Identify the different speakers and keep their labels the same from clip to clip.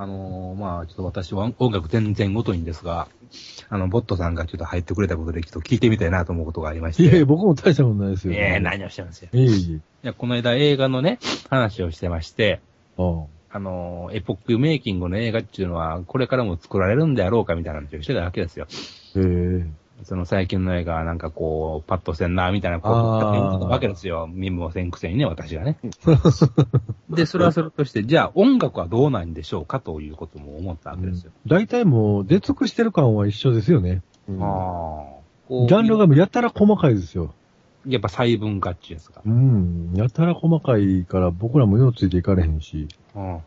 Speaker 1: ちょっと私は音楽全然ごとにですが、あの、ボットさんがちょっと入ってくれたことで、ちょっと聞いてみたいなと思うことがありまして。
Speaker 2: いやいや、僕も大したことないですよ。
Speaker 1: ええ何をしてますよ。
Speaker 2: いえいえ。
Speaker 1: いや、この間映画のね、話をしてまして、
Speaker 2: あ
Speaker 1: あの、エポックメイキングの映画っていうのは、これからも作られるんであろうかみたいな話をしてたわけですよ。
Speaker 2: あへえ。
Speaker 1: その最近の映画はなんかこう、パッとせんな、みたいなこと
Speaker 2: あー
Speaker 1: 勝手に言ってたわけですよ。見もせんくせにね、私がね。で、それはそれとして、じゃあ音楽はどうなんでしょうかということも思ったわけですよ。
Speaker 2: 大体もう、出尽くしてる感は一緒ですよね。
Speaker 3: うん
Speaker 1: ああ。
Speaker 2: ジャンルがやたら細かいですよ。
Speaker 1: やっぱ細分化っていうんですか。
Speaker 2: うん。やたら細かいから僕らもようついていかれへんし。
Speaker 1: うん、うん、うん。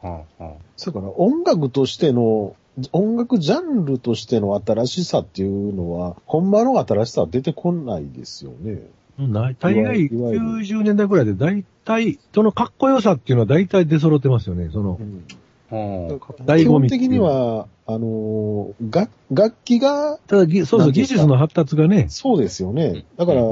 Speaker 3: そうかな、音楽としての、音楽ジャンルとしての新しさっていうのは、ほんまの新しさは出てこないですよね。
Speaker 2: ない大概
Speaker 3: いわゆる
Speaker 2: 90年代ぐらいで大体、そのかっこよさっていうのは大体出揃ってますよね。その、
Speaker 1: うん
Speaker 2: 醍
Speaker 3: 基
Speaker 2: 醐味
Speaker 3: 本
Speaker 2: っていう
Speaker 3: 的には、あのー、楽楽器が、
Speaker 2: ただぎ、そうそ
Speaker 3: な
Speaker 2: う、
Speaker 3: ん
Speaker 2: 技
Speaker 3: ですか
Speaker 2: 術の発達がね、
Speaker 3: そうですよね。だから、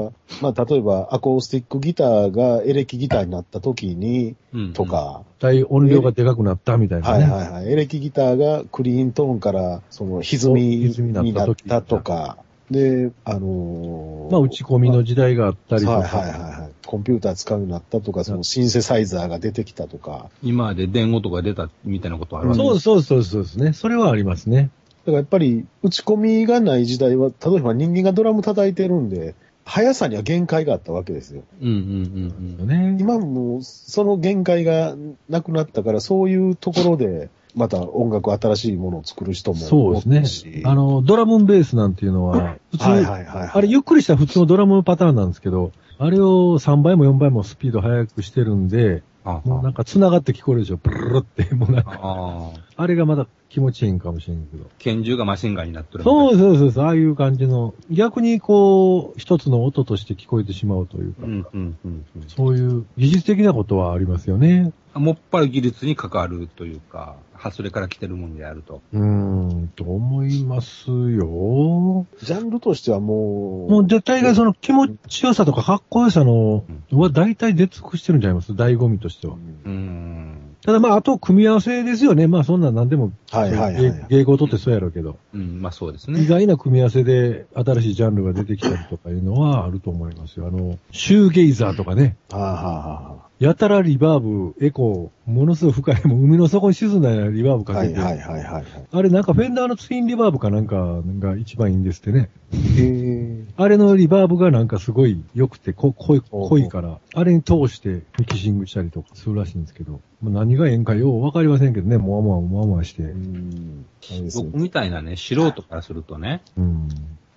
Speaker 3: まあ、例えば、アコースティックギターがエレキギターになった時に、
Speaker 1: うん
Speaker 3: と。か、
Speaker 2: 大音量がでかくなったみたいな
Speaker 3: は
Speaker 2: ね。
Speaker 3: いはいはい。エレキギターがクリーントーンから、その、歪みになったとか、で、あのー
Speaker 2: まあ、打ち込みの時代があったりと
Speaker 3: はい
Speaker 2: か。
Speaker 3: はいはいはい。コンピューター使うようになったとか、そのシンセサイザーが出てきたとか。
Speaker 1: 今まで伝言とか出たみたいなことあるわけ
Speaker 2: そうそうそうそうですね。それはありますね。
Speaker 3: だからやっぱり、打ち込みがない時代は、例えば人間がドラム叩いてるんで、速さには限界があったわけですよ。
Speaker 1: うんうんうんうん。
Speaker 2: ね。
Speaker 3: 今もう、その限界がなくなったから、そういうところで、また音楽新しいものを作る人も
Speaker 2: そう
Speaker 3: 多い
Speaker 2: です
Speaker 3: し
Speaker 2: ね。あの、ドラムンベースなんていうのは、普通、
Speaker 3: はいはいはいはい。
Speaker 2: あれゆっくりした普通のドラムのパターンなんですけど、あれを3倍も4倍もスピード速くしてるんで、
Speaker 1: あ
Speaker 2: もうなんか繋がって聞こえるでしょ。ブルルルって、 もうなん
Speaker 1: あ
Speaker 2: か、
Speaker 1: ああ。
Speaker 2: あれがまだ気持ちいいんかもしれんけど。
Speaker 1: 拳銃がマシンガンになってるみたいな。
Speaker 2: そうそうそうそう、ああいう感じの、逆にこう、一つの音として聞こえてしまうという
Speaker 1: う
Speaker 2: か、
Speaker 1: んうんうんうん。
Speaker 2: そういう技術的なことはありますよね。
Speaker 1: もっぱら技術に関わるというか、ハスレから来てるものであると。
Speaker 2: うーん、と思いますよ。
Speaker 3: ジャンルとしてはもう、
Speaker 2: もう、じゃ、大概その気持ちよさとかかっこよさの、は大体出尽くしてるんじゃないます醍醐味として
Speaker 3: う
Speaker 2: は。
Speaker 1: うんん。
Speaker 2: ただまあ、あと組み合わせですよね。まあ、そんなん何でも、
Speaker 3: はいはいはいはい。
Speaker 2: 芸芸事ってそうやろうけど、
Speaker 1: うん、まあそうです
Speaker 2: 意
Speaker 1: ね。
Speaker 2: 外な組み合わせで新しいジャンルが出てきたりとかいうのはあると思いますよ。あの、シューゲイザーとかね。
Speaker 3: はあはあは
Speaker 2: やたらリバーブ、エコー、ものすごい深い、もう海の底に沈んだようなリバーブ
Speaker 3: あ
Speaker 2: か
Speaker 3: は
Speaker 2: け
Speaker 3: い
Speaker 2: て。
Speaker 3: はいはいはいはい。
Speaker 2: あれなんかフェンダーのツインリバーブかなんかが一番いいんですってね。
Speaker 3: へー
Speaker 2: あれのリバーブがなんかすごい良くて、こ濃い、
Speaker 3: ほうほう
Speaker 2: 濃いから、あれに通してミキシングしたりとかするらしいんですけど、もう何がええんかようわかりませんけどね、もわもわもわもわして
Speaker 3: う。んあれですよ
Speaker 1: 僕みたいなね、素人からするとね、
Speaker 2: うん。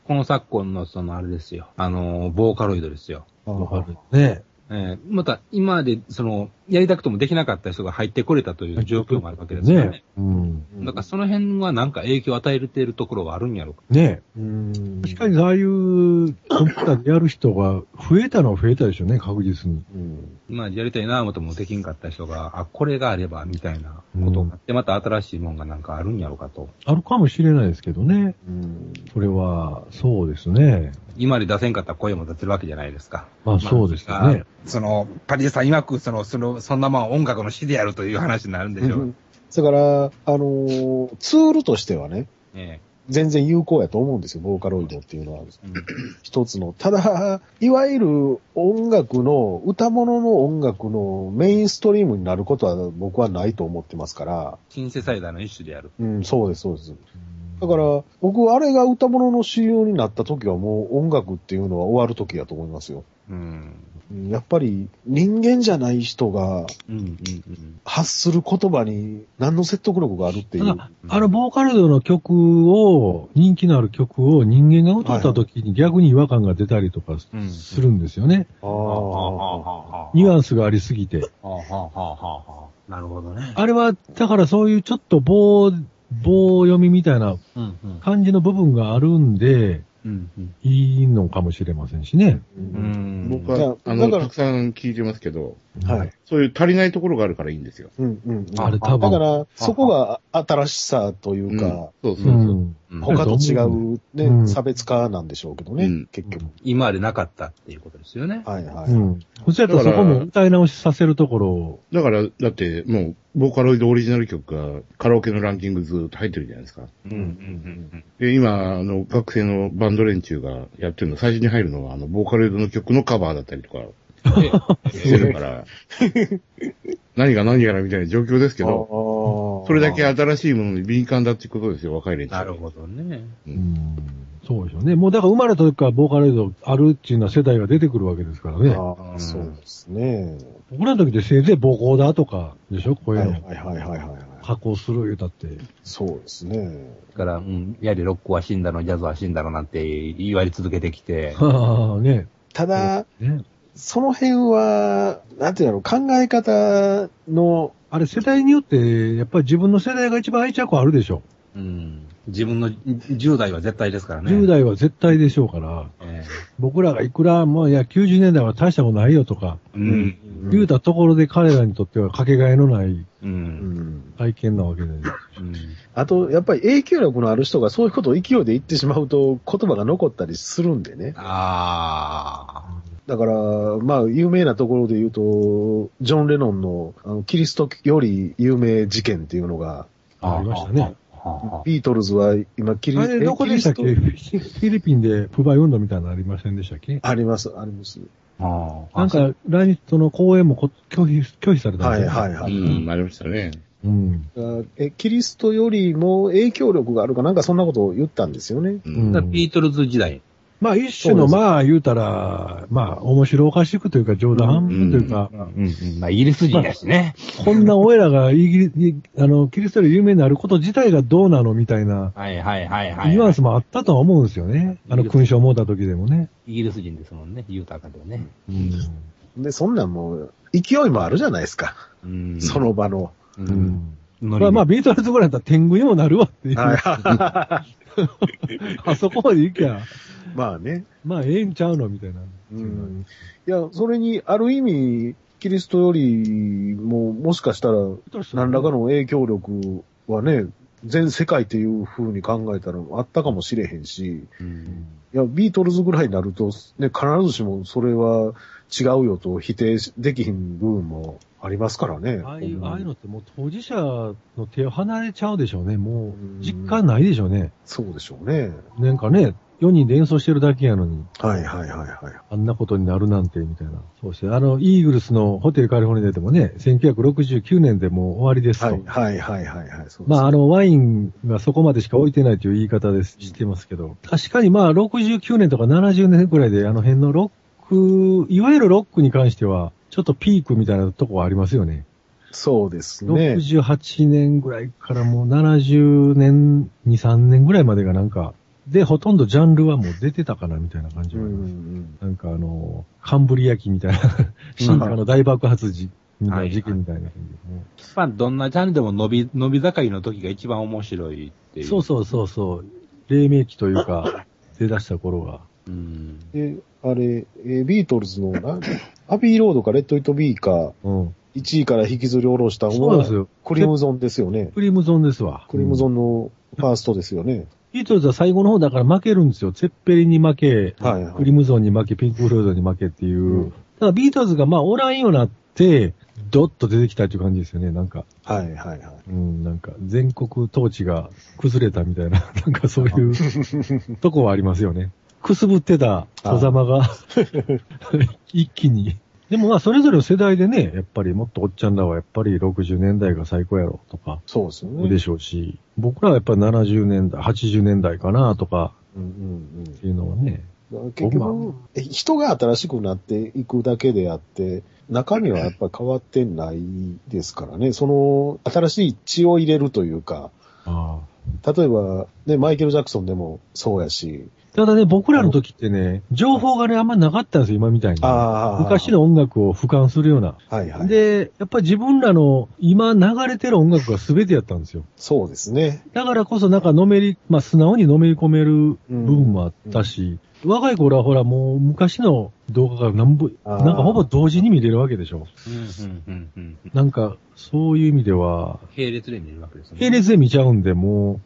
Speaker 1: この昨今のそのあれですよ、あの、ボーカロイドですよ。
Speaker 3: あ
Speaker 2: わか
Speaker 3: ー
Speaker 2: る。ね。
Speaker 1: えーまた今までその、やりたくてもできなかった人が入ってこれたという状況もあるわけですからね。
Speaker 2: ね。うん。
Speaker 3: うん
Speaker 1: なんかその辺はなんか影響を与えているところはあるんやろうか。
Speaker 2: ね
Speaker 3: うん
Speaker 2: 確かにああいうコンピューターでやる人が増えたのは増えたでしょうね、確実に。
Speaker 3: うん
Speaker 1: 今やりたいなぁ思ってもできんかった人が、あ、これがあれば、みたいなことになって、また新しいもんがなんかあるんやろうかと。
Speaker 2: あるかもしれないですけどね。
Speaker 3: うん
Speaker 2: それは、そうですね。
Speaker 1: 今まで出せんかった声も出せるわけじゃないですか。
Speaker 2: まあそうですよね。
Speaker 1: その、パリエさん曰く、その、その、そんなもん音楽の詩でやるという話になるんでしょ
Speaker 3: う。
Speaker 1: うん
Speaker 3: だから、あのーツールとしてはね、
Speaker 1: ね
Speaker 3: 全然有効やと思うんですよ、ボーカロイドっていうのは。
Speaker 1: えうん
Speaker 3: 一つの。ただ、いわゆる音楽の、歌物の音楽のメインストリームになることは僕はないと思ってますから。
Speaker 1: シンセサイザーの一種でやる。
Speaker 3: うん、そうです、そうです。だから、僕、あれが歌物の主流になった時はもう音楽っていうのは終わる時やと思いますよ。
Speaker 1: うん。
Speaker 3: うんやっぱり人間じゃない人が
Speaker 1: うん、うん、うん。
Speaker 3: 発する言葉に何の説得力があるってい
Speaker 2: た
Speaker 3: う。
Speaker 2: だ、あの、ボーカルドの曲を、人気のある曲を人間が歌った時に逆に違和感が出たりとか
Speaker 1: うん
Speaker 2: するんですよね。
Speaker 3: あ
Speaker 1: あ
Speaker 3: ー
Speaker 1: は
Speaker 2: ニュアンスがありすぎて。
Speaker 1: あはあはあはあ。なるほどね。
Speaker 2: あれは、だからそういうちょっと棒、棒読みみたいな
Speaker 1: うん、うん。
Speaker 2: 感じの部分があるんで、
Speaker 1: うん、うん。
Speaker 2: いいのかもしれませんしね。
Speaker 1: うん
Speaker 3: 僕
Speaker 4: 僕
Speaker 3: は
Speaker 4: は、あ
Speaker 3: だ
Speaker 4: の、
Speaker 3: から
Speaker 4: たくさん聞いてますけど、
Speaker 3: はい。。
Speaker 4: そういう足りないところがあるからいいんですよ。
Speaker 3: うんうんうん
Speaker 2: あれ多
Speaker 3: だか
Speaker 2: 分。
Speaker 3: ら、そこが新しさというか、
Speaker 4: うんそ
Speaker 2: う
Speaker 4: うそうそう。
Speaker 2: ん。
Speaker 1: うん
Speaker 2: ほ
Speaker 3: 他と違うね、
Speaker 2: うん
Speaker 3: 差別化なんでしょうけどね、
Speaker 4: うん
Speaker 3: 結局。
Speaker 1: 今までなかったっていうことですよね。
Speaker 3: はいはい。
Speaker 2: うん。そしたらそこも歌い直しさせるところを、
Speaker 4: だから、だって、もう、ボーカロイドオリジナル曲がカラオケのランキングずっと入ってるじゃないですか。
Speaker 1: うんうん
Speaker 4: で、今、あの、学生のバンド連中がやってるの、最初に入るのは、あの、ボーカロイドの曲のカバーだったりとか
Speaker 1: うんうん。で
Speaker 4: して るから、何が何やらみたいな状況ですけど、
Speaker 3: ど
Speaker 4: それだけ新しいものに敏感だってことですよ、若い 連中。
Speaker 1: なるほどね。
Speaker 4: う
Speaker 2: うんそうでしょうね。もうだから生まれた時からボーカロイドあるっていうのは世代が出てくるわけですからね。
Speaker 3: ああ、そうですね。
Speaker 2: 僕らの時でせいぜい母校だとかでしょこうい
Speaker 3: は
Speaker 2: う
Speaker 3: い
Speaker 2: の
Speaker 3: はいはいはいはい。
Speaker 2: 加工する言うたって。
Speaker 3: そうですね。
Speaker 1: だから、うん、やはりロックは死んだの、ジャズは死んだのなんて言われ続けてきて、
Speaker 2: はあ、ね。
Speaker 3: ただ、
Speaker 2: ね。
Speaker 3: その辺は、なんていうの、考え方の、
Speaker 2: あれ世代によって、やっぱり自分の世代が一番愛着あるでしょ。
Speaker 1: うん、自分の10代は絶対ですからね。
Speaker 2: 10代は絶対でしょうから、
Speaker 1: え
Speaker 2: 僕らがいくら、もういや、90年代は大したことないよとか、
Speaker 1: えうん。
Speaker 3: うん
Speaker 2: 言うたところで彼らにとってはかけがえのない
Speaker 1: うん。
Speaker 2: 体験なわけで。
Speaker 1: うん。
Speaker 3: あと、やっぱり影響力のある人がそういうことを勢いで言ってしまうと言葉が残ったりするんでね。
Speaker 1: ああ。
Speaker 3: だから、まあ、有名なところで言うと、ジョン・レノンのあのキリストより有名事件っていうのが、
Speaker 2: ありましたね。
Speaker 1: はあ
Speaker 3: ビートルズは今キリ、
Speaker 2: あれ、どこでしたっけ
Speaker 3: えキリス
Speaker 2: フィリピンで不買運動みたいなのありませんでしたっけ
Speaker 3: トあります、あります。
Speaker 1: はあ
Speaker 2: なん、か、来日の公演もこ拒否、拒否されたん
Speaker 3: は
Speaker 2: で
Speaker 3: い
Speaker 2: すよ
Speaker 3: はいは
Speaker 4: う
Speaker 3: い。
Speaker 4: ん、なりましたね。
Speaker 2: うん。
Speaker 3: えキリストよりも影響力があるかなんかそんなことを言ったんですよね。
Speaker 4: う
Speaker 2: うん
Speaker 4: ん。
Speaker 1: だからビートルズ時代。
Speaker 2: まあ、一種の、まあ、言うたら、まあ、面白おかしくというか、冗談半分というか、
Speaker 1: うん。まあ、イギリス人だしね。
Speaker 2: こんな俺らがイギリイあの、キリストより有名になること自体がどうなのみたいな、
Speaker 1: はいはいはいはい。
Speaker 2: ニュアンスもあったとは思うんですよね。あの、勲章を持った時でもね。
Speaker 1: イギリス人ですもんね、豊かでね。
Speaker 2: うん。
Speaker 3: で、そんなんもう、勢いもあるじゃないですか。
Speaker 1: うん
Speaker 3: そ、の 場の。
Speaker 1: う。
Speaker 2: うんん。
Speaker 1: ノリ
Speaker 2: まあ、まあ、ビートルズぐらいだったら天狗にもなるわっていう。
Speaker 3: は
Speaker 2: あそこまで行きゃ、
Speaker 3: い。 まあね。
Speaker 2: まあ、ええんちゃうのみたいな。
Speaker 3: うん。いや、それに、ある意味、キリストよりも、もしかしたら、何らかの影響力はね、全世界っていう風に考えたらあったかもしれへんし、
Speaker 1: うん
Speaker 3: いや、ビートルズぐらいになると、ね、必ずしもそれは違うよと否定しできひん部分もありますからね。
Speaker 2: ああいう、
Speaker 3: うん
Speaker 2: ああいうのってもう当事者の手を離れちゃうでしょうね。も
Speaker 3: うん
Speaker 2: う、実感ないでしょうね。
Speaker 3: そうでしょうね。
Speaker 2: なんかね、4人で演奏してるだけやのに、
Speaker 3: はいはいはいはい。
Speaker 2: あんなことになるなんて、みたいな。そうして、あの、イーグルスのホテルカリフォルニアでもね、1969年でもう終わりですと。
Speaker 3: はいはいはいはいはい。そうです
Speaker 2: まあ、あの、ワインがそこまでしか置いてないという言い方です、してますけど、確かにまあ、69年とか70年くらいで、あの辺のロック、いわゆるロックに関しては、ちょっとピークみたいなとこはありますよね。
Speaker 3: そうですね。
Speaker 2: 68年ぐらいからもう70年、2、3年ぐらいまでがなんか、で、ほとんどジャンルはもう出てたかなみたいな感じ
Speaker 3: う
Speaker 2: はあります。
Speaker 3: ん
Speaker 2: なんかあの、カンブリア紀みたいな、進化の大爆発時、みたいな時期みたいな感じですね、
Speaker 1: まあ、どんなジャンルでも伸び、伸び盛りの時が一番面白いっていう。
Speaker 2: そうそうそうそう。黎明期というか、出だした頃が。
Speaker 1: う。うん。
Speaker 3: で、あれ、えービートルズのな、アビーロードかレッド・イット・ビーか、
Speaker 2: うん。
Speaker 3: 1位から引きずり下ろしたの
Speaker 2: そうなん
Speaker 3: は
Speaker 2: です、よ。
Speaker 3: クリムゾンですよね。
Speaker 2: クリムゾンですわ。
Speaker 3: クリムゾ
Speaker 2: ン。
Speaker 3: ンのファーストですよね。
Speaker 2: ビートルズは最後の方だから負けるんですよ。ツェッペリンに負け、
Speaker 3: はいはい
Speaker 2: クリムゾンに負け、ピンク・フロイドに負けっていう。
Speaker 3: うん
Speaker 2: ただビートルズがまあおらんようになって、ドッと出てきたっていう感じですよね。なんか、
Speaker 3: はいはいはい。
Speaker 2: うん、なんか全国統治が崩れたみたいな、 なんかそういう とこはありますよね。くすぶってた小ざまが、一気に。でもまあそれぞれの世代でね、やっぱりもっとおっちゃんらはやっぱり60年代が最高やろとか、
Speaker 3: そうですよね。
Speaker 2: でしょうし、僕らはやっぱり70年代、80年代かなとか
Speaker 3: うんうんうん
Speaker 2: っていうのはね、
Speaker 3: だから結局、え人が新しくなっていくだけであって、中身はやっぱ変わってないですからね。その、新しい血を入れるというか、
Speaker 2: ああ
Speaker 3: 例えば、ね、マイケル・ジャクソンでもそうやし、
Speaker 2: ただね、僕らの時ってね、情報がね、あんまなかったんですよ、今みたいに。
Speaker 3: あー
Speaker 2: 昔の音楽を俯瞰するような。
Speaker 3: はいはい。
Speaker 2: で、やっぱり自分らの今流れてる音楽が全てやったんですよ。
Speaker 3: そうですね。
Speaker 2: だからこそなんかのめり、まあ素直にのめり込める部分もあったし、若い頃はほら、もう昔の動画がなんぼ、
Speaker 3: あ
Speaker 2: な
Speaker 3: ー
Speaker 2: んかほぼ同時に見れるわけでしょ。
Speaker 1: うん、うん、うん、うん。
Speaker 2: なんか、そういう意味では、
Speaker 1: 並列で見れるわけですね。
Speaker 2: 並列で見ちゃうんで、もう、
Speaker 1: うん
Speaker 3: うんう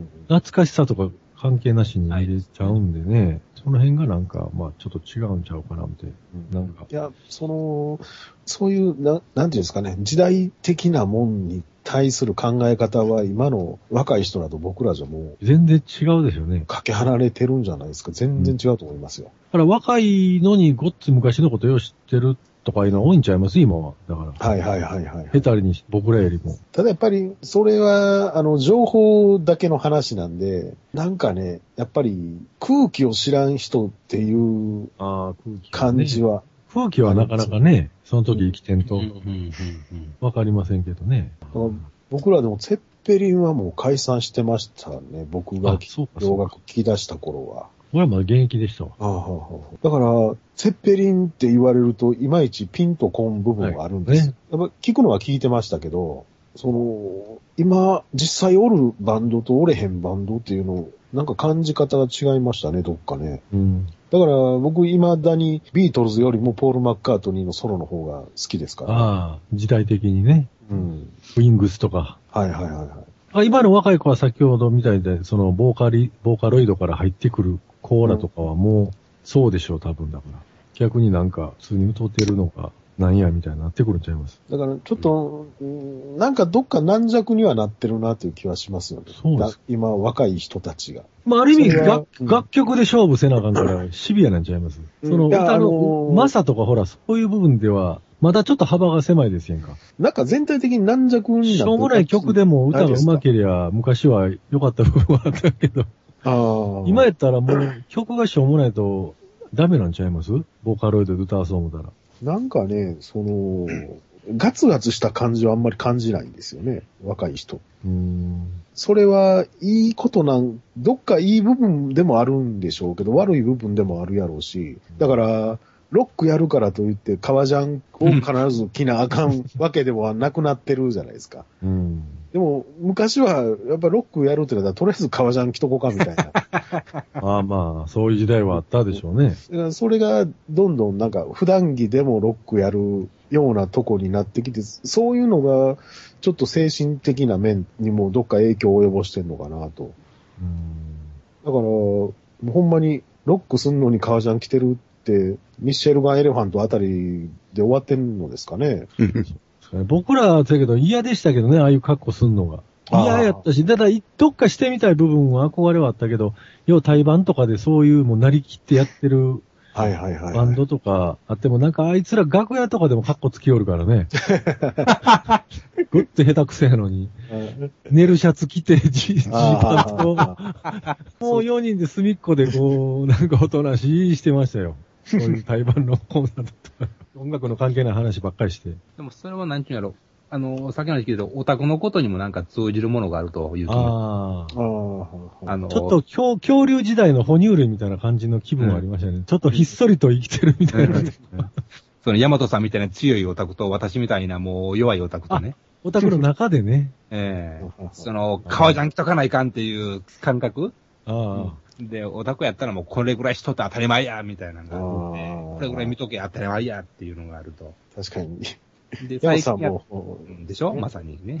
Speaker 3: ん
Speaker 2: 懐かしさとか関係なしに見れちゃうんでね、その辺がなんか、まあちょっと違うんちゃうかな、みたいな。なんか
Speaker 3: い、や、その、そういう、ななんていうんですかね、時代的なもんに対する考え方は、今の若い人らと僕らじゃもう、
Speaker 2: 全然違うですよね。
Speaker 3: かけ離れてるんじゃないですか。全然違うと思いますよ。
Speaker 2: だから若いのにごっつ昔のことよう知ってるとかいうのは多いんちゃいます今は。だから。
Speaker 3: はいはいはいはい。
Speaker 2: ヘタレに僕らよりも。
Speaker 3: ただやっぱり、それは、あの、情報だけの話なんで、なんかね、やっぱり、空気を知らん人っていう
Speaker 2: ああ、空気
Speaker 3: 感じ
Speaker 2: は。
Speaker 3: は、
Speaker 2: 空気はなかなかね、その時生きてん
Speaker 1: うん、
Speaker 2: と
Speaker 1: うん、うん。
Speaker 2: わかりませんけどね。
Speaker 3: あの僕らでも、ツェッペリンはもう解散してましたね。僕が
Speaker 2: あ、そうか、そ
Speaker 3: 洋
Speaker 2: うか。
Speaker 3: 楽聴き出した頃は。
Speaker 2: 俺はまだ現役でしたわ。
Speaker 3: ああはあはあだから、ツェッペリンって言われると、いまいちピンとこん部分があるんです。
Speaker 2: はいね
Speaker 3: やっぱ聞くのは聞いてましたけど、その、今、実際おるバンドとおれへんバンドっていうのを、なんか感じ方が違いましたね、どっかね。
Speaker 2: うん。
Speaker 3: だから僕、未だにビートルズよりもポール・マッカートニーのソロの方が好きですから。
Speaker 2: ああ、時代的にね。
Speaker 3: うん。
Speaker 2: ウィングスとか。
Speaker 3: はいはいはいはい。
Speaker 2: あ今の若い子は先ほどみたいで、そのボーカリ、ボーカロイドから入ってくるコーラとかはもう、そうでしょう、多分だから。逆になんか、普通に歌ってるのか、なんや、みたいになってくるんちゃいます。
Speaker 3: だからちょっと、うんなんかどっか軟弱にはなってるなという気はしますよね。
Speaker 2: そうです
Speaker 3: な今、若い人たちが。
Speaker 2: まあ、ある意味、
Speaker 3: それは
Speaker 2: 楽
Speaker 3: うん
Speaker 2: 楽曲で勝負せなあかん から、シビアなんちゃいます。
Speaker 3: う
Speaker 2: そ
Speaker 3: ん
Speaker 2: の
Speaker 3: いや
Speaker 2: 歌
Speaker 3: あの
Speaker 2: の、
Speaker 3: ー
Speaker 2: マサとかほら、そういう部分では、まだちょっと幅が狭いですやんか。
Speaker 3: なんか全体的に軟弱になってる
Speaker 2: しょうもない曲でも歌が上手けりゃ、昔は良かった部分はあったけど、
Speaker 3: ああ。
Speaker 2: 今やったらもう曲がしょうもないとダメなんちゃいますボーカロイドで歌わそう思ったら。
Speaker 3: なんかね、その、ガツガツした感じはあんまり感じないんですよね。若い人。
Speaker 2: うーん。
Speaker 3: それは、いいことなん、どっかいい部分でもあるんでしょうけど、悪い部分でもあるやろうし、だから、ロックやるからといって、革ジャンを必ず着なあか んわけではなくなってるじゃないですか。
Speaker 2: うん。
Speaker 3: でも、昔は、やっぱロックやるってなったら、とりあえず革ジャン着とこうかみたいな。
Speaker 2: ああまあ、そういう時代はあったでしょうね。
Speaker 3: だからそれがどんどんなんか普段着でもロックやるようなとこになってきて、そういうのがちょっと精神的な面にもどっか影響を及ぼしてんのかなと。
Speaker 2: うん。
Speaker 3: だから、ほんまにロックすんのに革ジャン着てるって、ミッシェルガン・エレファントあたりで終わってんのですかね。
Speaker 2: 僕らはだけど嫌でしたけどね、ああいう格好すんのが。
Speaker 3: あー
Speaker 2: 嫌やったし、ただ、どっかしてみたい部分は憧れはあったけど、要は対バンとかでそういうもうなりきってやってる
Speaker 3: はいはいはい、
Speaker 2: バンドとかあっても、なんかあいつら楽屋とかでも格好つきおるから ね。ぐっと下手くせやのに。
Speaker 3: うん
Speaker 2: 寝るシャツ着て、ジジーパンと。
Speaker 3: あー
Speaker 2: もう4人で隅っこでこう、なんかおとなしいしてましたよ。そういう台湾のコンサートとか、音楽の関係ない話ばっかりして。
Speaker 1: でもそれはなんちゅうんやろ。あの、さっきの話聞いてたオタクのことにもなんか通じるものがあるという気も
Speaker 2: ああ。
Speaker 3: あー
Speaker 1: あの、
Speaker 2: ちょっと恐恐竜時代の哺乳類みたいな感じの気分はありましたね。ちょっとひっそりと生きてるみたいな。
Speaker 1: その、ヤマトさんみたいな強いオタクと、私みたいなもう弱いオタクとね、
Speaker 2: オタクの中でね。
Speaker 1: ええその、革ジャン着とかないかんっていう感覚
Speaker 2: あ
Speaker 1: で、オタクやったらもうこれぐらいしとって当たり前やみたいなのがあ
Speaker 3: あ
Speaker 1: って、こ
Speaker 3: ー
Speaker 1: れぐらい見とけ当たり前やっていうのがあると。
Speaker 3: 確かに。
Speaker 1: で、
Speaker 3: ヤマさん
Speaker 1: や
Speaker 3: も
Speaker 1: う
Speaker 3: 衣
Speaker 1: んでしょまさにね。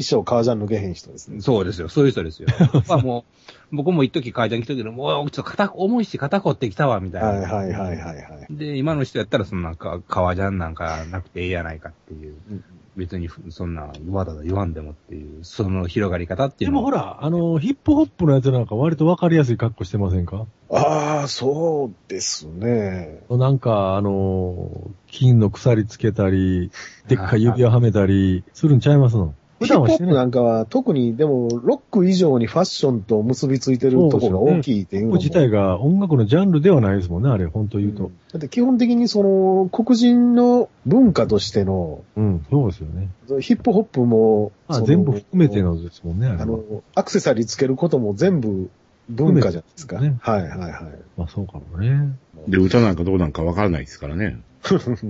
Speaker 3: 装革ジャン抜けへん人ですね。
Speaker 1: そうですよ。そういう人です よ。まあもう、僕も一時革ジャン着たけど、もうちょっと肩、重いし肩凝ってきたわ、みたいな。
Speaker 3: はいはいはいはいはい。
Speaker 1: で、今の人やったら、そんなか、革ジャンなんかなくてええやないかっていう。
Speaker 3: うん
Speaker 1: 別に、そんな、わざわざ言わんでもっていう、その広がり方って
Speaker 2: あ。
Speaker 1: い
Speaker 2: で
Speaker 1: うの
Speaker 2: も
Speaker 1: は
Speaker 2: ほら、あの、ヒップホップのやつなんか割とわかりやすい格好してませんか
Speaker 3: ああ、そうですね。
Speaker 2: なんか、あの、金の鎖つけた り、でっかい指輪はめたり、するんちゃいますの普
Speaker 3: ヒッ
Speaker 2: 段は
Speaker 3: プホ
Speaker 2: し
Speaker 3: ッ
Speaker 2: て
Speaker 3: プ
Speaker 2: ない。
Speaker 3: なんかは特にでもロック以上にファッションと結びついてるとこが大きいっていうのも
Speaker 2: 自体が音楽のジャンルではないですもんね、あれ、本当言うと。
Speaker 3: だって基本的にその黒人の文化としての
Speaker 2: うん、そうですよね。
Speaker 3: ヒップホップも、
Speaker 2: まあ、
Speaker 3: その
Speaker 2: 全部含めてのですもんね、あれ
Speaker 3: あ
Speaker 2: は。
Speaker 3: の、アクセサリーつけることも全部文化じゃないですか。
Speaker 2: 含め
Speaker 3: はいはいはい。
Speaker 2: まあ、そうかもね。
Speaker 4: で、歌なんかどうなんかわからないですからね。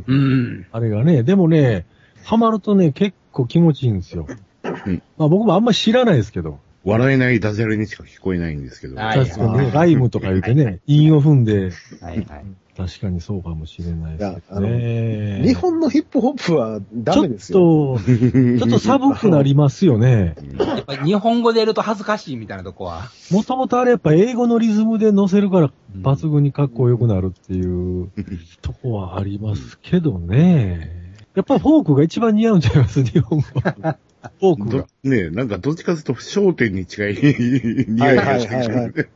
Speaker 1: うん。
Speaker 2: あれがね、でもね、ハマるとね、結構気持ちいいんですよ。
Speaker 4: うん
Speaker 2: まあ、僕もあんま知らないですけど、
Speaker 4: 笑えないダジャレにしか聞こえないんですけど。
Speaker 1: はい
Speaker 2: 確かに
Speaker 1: は
Speaker 2: ね、
Speaker 1: い
Speaker 2: ライムとか言うてね、韻を踏んで、
Speaker 1: はいはい。
Speaker 2: 確かにそうかもしれないです
Speaker 3: いやあの
Speaker 2: ね。
Speaker 3: 日本のヒップホップはダメです
Speaker 2: ち
Speaker 3: よ。
Speaker 2: ょっと、ちょっと寒くなりますよね。
Speaker 1: やっぱ日本語でやると恥ずかしいみたいなとこは。
Speaker 2: もともとあれやっぱ英語のリズムで乗せるから
Speaker 1: うん
Speaker 2: 抜群に格好良くなるっていうとこはありますけどね。やっぱフォークが一番似合うんちゃいます日本語。フォークが
Speaker 4: ど。ねえ、なんかどっちかというと焦点に近い匂いがして
Speaker 3: はいはいはい
Speaker 4: き
Speaker 3: は
Speaker 4: ま
Speaker 3: い
Speaker 4: す ね。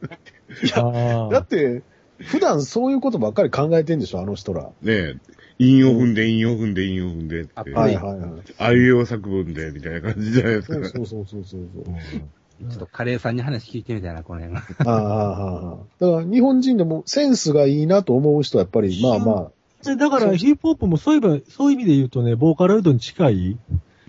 Speaker 2: あ
Speaker 3: だ
Speaker 2: ー
Speaker 3: って、普段そういうことばっかり考えてんでしょ、あの人ら。
Speaker 4: ねえ、陰を踏んで、陰を踏んで、陰を踏んでって
Speaker 1: あプレイ
Speaker 3: はいはいはい。
Speaker 4: あいうえお作文で、みたいな感じじゃないです
Speaker 3: そ
Speaker 4: か。
Speaker 3: うそうそうそう
Speaker 1: ち
Speaker 3: そう。
Speaker 1: ょっとカレーさんに話聞いてみたいな、この辺は。
Speaker 3: ああああ、だから日本人でもセンスがいいなと思う人はやっぱり、まあま
Speaker 2: でだからヒップホップもそういえば、そういう意味で言うとね、ボーカロイドに近い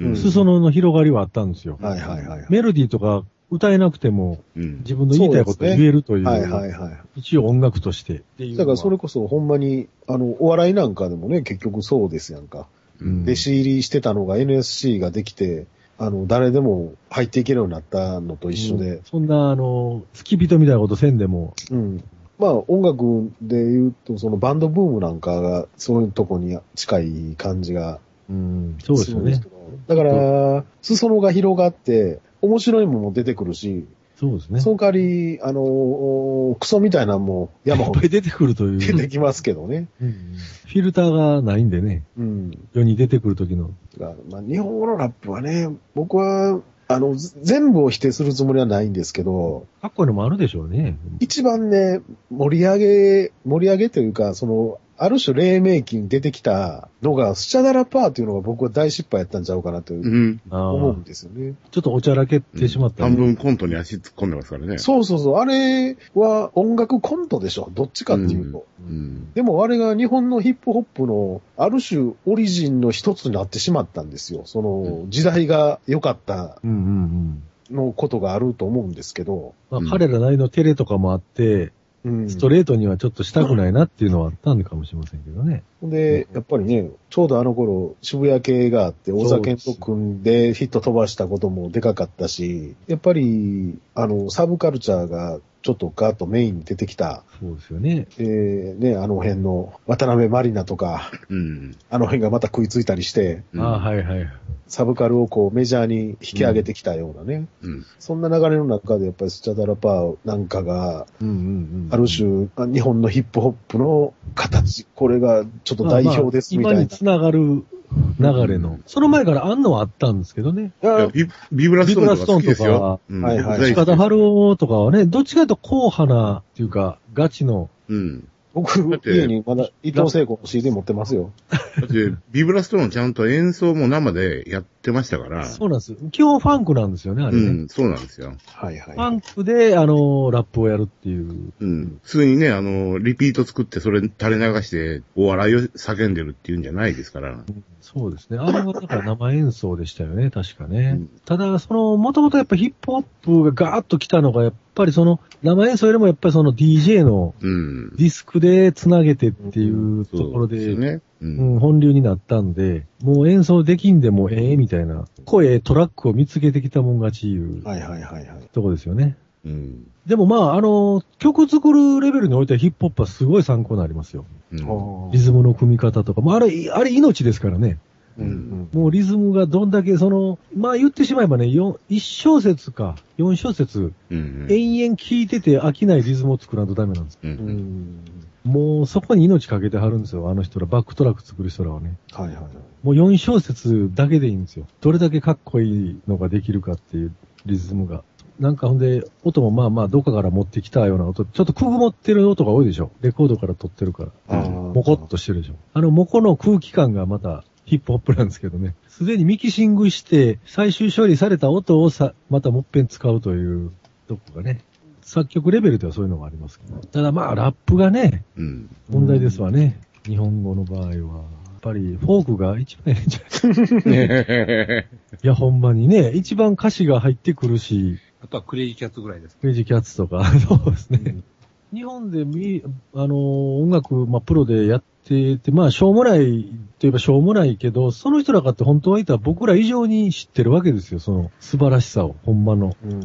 Speaker 4: うん
Speaker 2: 裾野の広がりはあったんですよ。
Speaker 3: あ、はいはいはい。
Speaker 2: メロディーとか歌えなくても
Speaker 4: うん。
Speaker 2: 自分の言いたいことを言えるという、
Speaker 3: はいはいは
Speaker 2: 一応音楽としてってい
Speaker 3: い。
Speaker 2: う
Speaker 3: だ
Speaker 2: のは。
Speaker 3: からそれこそほんまに、あの、お笑いなんかでもね、結局そうですやんか。
Speaker 4: うん
Speaker 3: 弟子入りしてたのが NSC ができて、あの、誰でも入っていけるようになったのと一緒で
Speaker 2: うん、そんな、あの、付き人みたいなことせんでも、
Speaker 3: うん。まあ音楽で言うと、そのバンドブームなんかが、そういうとこに近い感じが
Speaker 2: うん、そうですよ
Speaker 3: るん
Speaker 2: ね
Speaker 3: け。ど。だから、裾野が広がって、面白いものも出てくるし、
Speaker 2: そうですね。
Speaker 3: その代わり、あのー、クソみたいなのも山
Speaker 2: いっ
Speaker 3: ほ
Speaker 2: ぱ
Speaker 3: ど
Speaker 2: い出てくるとい
Speaker 3: 出て
Speaker 2: う。
Speaker 3: きますけどね。
Speaker 2: うんフィルターがないんでね、
Speaker 3: うん。
Speaker 2: 世に出てくる時の。
Speaker 3: だからまあ、日本語のラップはね、僕は、あの、ず全部を否定するつもりはないんですけど、
Speaker 2: かっこいいのもあるでしょうね。
Speaker 3: 一番ね、盛り上げ、盛り上げというか、その、ある種黎明期に出てきたのが、スチャダラパーというのが僕は大失敗やったんちゃうかなという
Speaker 4: うん。
Speaker 2: ああ
Speaker 3: 思うんですよね。
Speaker 2: ちょっとおちゃらけてしまった
Speaker 4: 半
Speaker 2: ね、
Speaker 4: 分コントに足突っ込んでますからね。
Speaker 3: そうそうそう。あれは音楽コントでしょ。どっちかっていうと。
Speaker 4: うん。
Speaker 3: でもあれが日本のヒップホップのある種オリジンの一つになってしまったんですよ。その時代が良かった
Speaker 2: うんうんうん。
Speaker 3: のことがあると思うんですけど。
Speaker 2: まあ
Speaker 4: うん
Speaker 2: 彼らなりの照れとかもあって、
Speaker 3: うん
Speaker 2: ストレートにはちょっとしたくないなっていうのはあったのかもしれませんけどね。
Speaker 3: で、やっぱりね、ちょうどあの頃渋谷系があって大酒と組んでヒット飛ばしたこともでかかったし、やっぱりあのサブカルチャーがちょっとガーッとメインに出てきた、
Speaker 2: そうですよね。
Speaker 3: えーね、あの辺の渡辺まりなとか、
Speaker 4: うん。
Speaker 3: あの辺がまた食いついたりして、
Speaker 4: うん
Speaker 2: ああ、はいはい。
Speaker 3: サブカルをこうメジャーに引き上げてきたようなね。
Speaker 4: うん。
Speaker 3: そんな流れの中でやっぱりスチャダラパーなんかが、
Speaker 2: うんうんうん。
Speaker 3: ある種、あ日本のヒップホップの形、これがちょっと代表ですみたい
Speaker 2: まあまあ今
Speaker 3: な
Speaker 2: に。つながる流れの。その前からあんのはあったんですけどね。
Speaker 4: いや
Speaker 3: あ
Speaker 4: ビビブラストーンとか好きです
Speaker 2: ビブラ
Speaker 4: よ
Speaker 2: ス。
Speaker 4: うん
Speaker 3: はいはい
Speaker 4: 大好
Speaker 2: 近
Speaker 4: き
Speaker 2: 田春夫とかはね、どっちかというと硬派な、っていうか、ガチの、
Speaker 4: うん。
Speaker 3: 僕、
Speaker 4: だって
Speaker 3: 家にまだ伊藤聖子の CD 持ってますよ。
Speaker 4: だって、ビブラストーンちゃんと演奏も生でやってましたから。
Speaker 2: そうなんです。基本ファンクなんですよね、あれ
Speaker 4: う
Speaker 2: ね。
Speaker 4: ん、そうなんですよ。
Speaker 3: はいはい。
Speaker 2: ファンクで、あの、ラップをやるっていう。
Speaker 4: うん。普通にね、あの、リピート作ってそれ垂れ流して、お笑いを叫んでるっていうんじゃないですから。
Speaker 2: そうですね。あれはだから生演奏でしたよ ね、確かね。
Speaker 4: うん
Speaker 2: ただ、その、もともとやっぱヒップホップがガーッと来たのが、やっぱりその、生演奏よりもやっぱりその DJ の
Speaker 4: うん。
Speaker 2: ディスクで繋げてっていうところで、
Speaker 4: そうすね。う。
Speaker 2: うんん、本流になったんで、もう演奏できんでもええみたいな、声、トラックを見つけてきたもん勝ちいう
Speaker 3: はいはいはいはい。
Speaker 2: とこですよね。
Speaker 4: うん。
Speaker 2: でもまあ、あの、曲作るレベルにおいてはヒップホップはすごい参考になりますよ。
Speaker 4: うん。
Speaker 2: リズムの組み方とか。まあ、あれ、あれ命ですからね。
Speaker 3: うんうん
Speaker 2: もうリズムがどんだけ、その、まあ言ってしまえばね、よん一小節か、4小節、
Speaker 4: うん。
Speaker 2: 延々聴いてて飽きないリズムを作らんとダメなんです。
Speaker 4: う。
Speaker 3: うんん。
Speaker 2: もうそこに命かけてはるんですよ。あの人ら、バックトラック作る人らはね。
Speaker 3: はいはいはい。
Speaker 2: もう4小節だけでいいんですよ。どれだけかっこいいのができるかっていうリズムが。なんかほんで、音もまあまあどっかから持ってきたような音、ちょっとくぐもってる音が多いでしょ。レコードから撮ってるから。
Speaker 3: あー
Speaker 2: モコっとしてるでしょ。あのモコの空気感がまたヒップホップなんですけどね。すでにミキシングして、最終処理された音をさ、またもっぺん使うというとこがね。作曲レベルではそういうのがありますけど。ただまあラップがね、
Speaker 4: うん。
Speaker 2: 問題ですわね。日本語の場合は。やっぱりフォークが一番いいんじゃない
Speaker 4: ね
Speaker 2: いや、ほんまにね、一番歌詞が入ってくるし、
Speaker 1: あとはクレイジーキャッツぐらいです。
Speaker 2: クレイジーキャッツとか、 そうですね。日本でみ、あの、音楽、まあ、プロでやってて、まあ、しょうもないといえばしょうもないけど、その人らかって本当はいたら僕ら以上に知ってるわけですよ、その素晴らしさを、ほんまの。
Speaker 3: うん。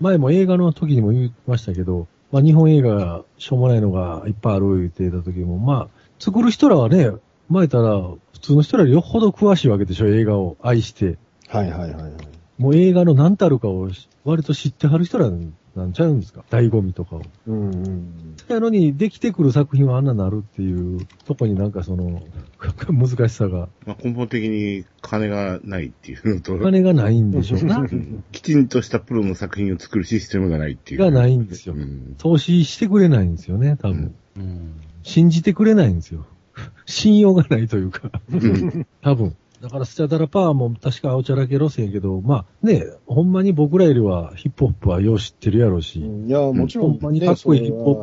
Speaker 2: 前も映画の時にも言いましたけど、まあ日本映画しょうもないのがいっぱいある言ってた時も、まあ、作る人らはね、前たら普通の人らよりよほど詳しいわけでしょ、映画を愛して。
Speaker 3: はいはいはいはい。
Speaker 2: もう映画の何たるかを割と知ってはる人らなんちゃうんですか醍醐味とかを。
Speaker 3: うんうん。
Speaker 2: やのに、できてくる作品はあんななるっていうとこになんかその、 難しさが、
Speaker 4: まあ、根本的に金がないっていうのと、
Speaker 2: お金がないんでしょうな。
Speaker 4: きちんとしたプロの作品を作るシステムがないっていう。
Speaker 2: がないんです
Speaker 4: う
Speaker 2: よ。
Speaker 4: ん。
Speaker 2: 投資してくれないんですよね、多分。
Speaker 1: うん。
Speaker 2: 信じてくれないんですよ。 信用がないというか、
Speaker 4: うん
Speaker 2: 多分。だからスチャダラパワーも確か青チャラ系路線やけど、まあね、ほんまに僕らよりはヒップホップはよう知ってるやろうし、
Speaker 3: いや、もちろん、
Speaker 2: ほんまにかっこいいヒップホ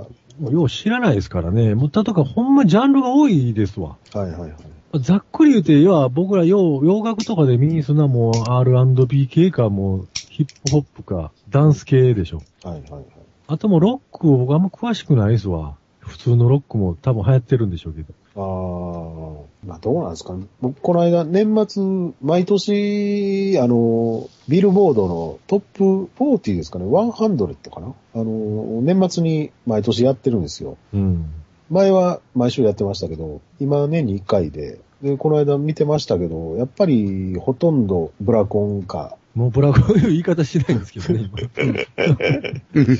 Speaker 2: もうよう知らないですからね。もうだとかほんまジャンルが多いですわ。
Speaker 3: それははいはいはい。
Speaker 2: ざっくり言うて、要は僕ら洋洋楽とかで身にするのはもう R&B 系かもうヒップホップかダンス系でしょ。
Speaker 3: はいはいはい。
Speaker 2: あともうロックを僕あんま詳しくないですわ。普通のロックも多分流行ってるんでしょうけど。
Speaker 3: ああ、まあどうなんですかね。僕、この間、年末、毎年、あの、ビルボードのトップ40ですかね、100かなあの、年末に毎年やってるんですよ。
Speaker 2: うん。
Speaker 3: 前は毎週やってましたけど、今年に1回で、で、この間見てましたけど、やっぱりほとんどブラコンか、
Speaker 2: もうブラコンいう言い方しないんですけどね、 今。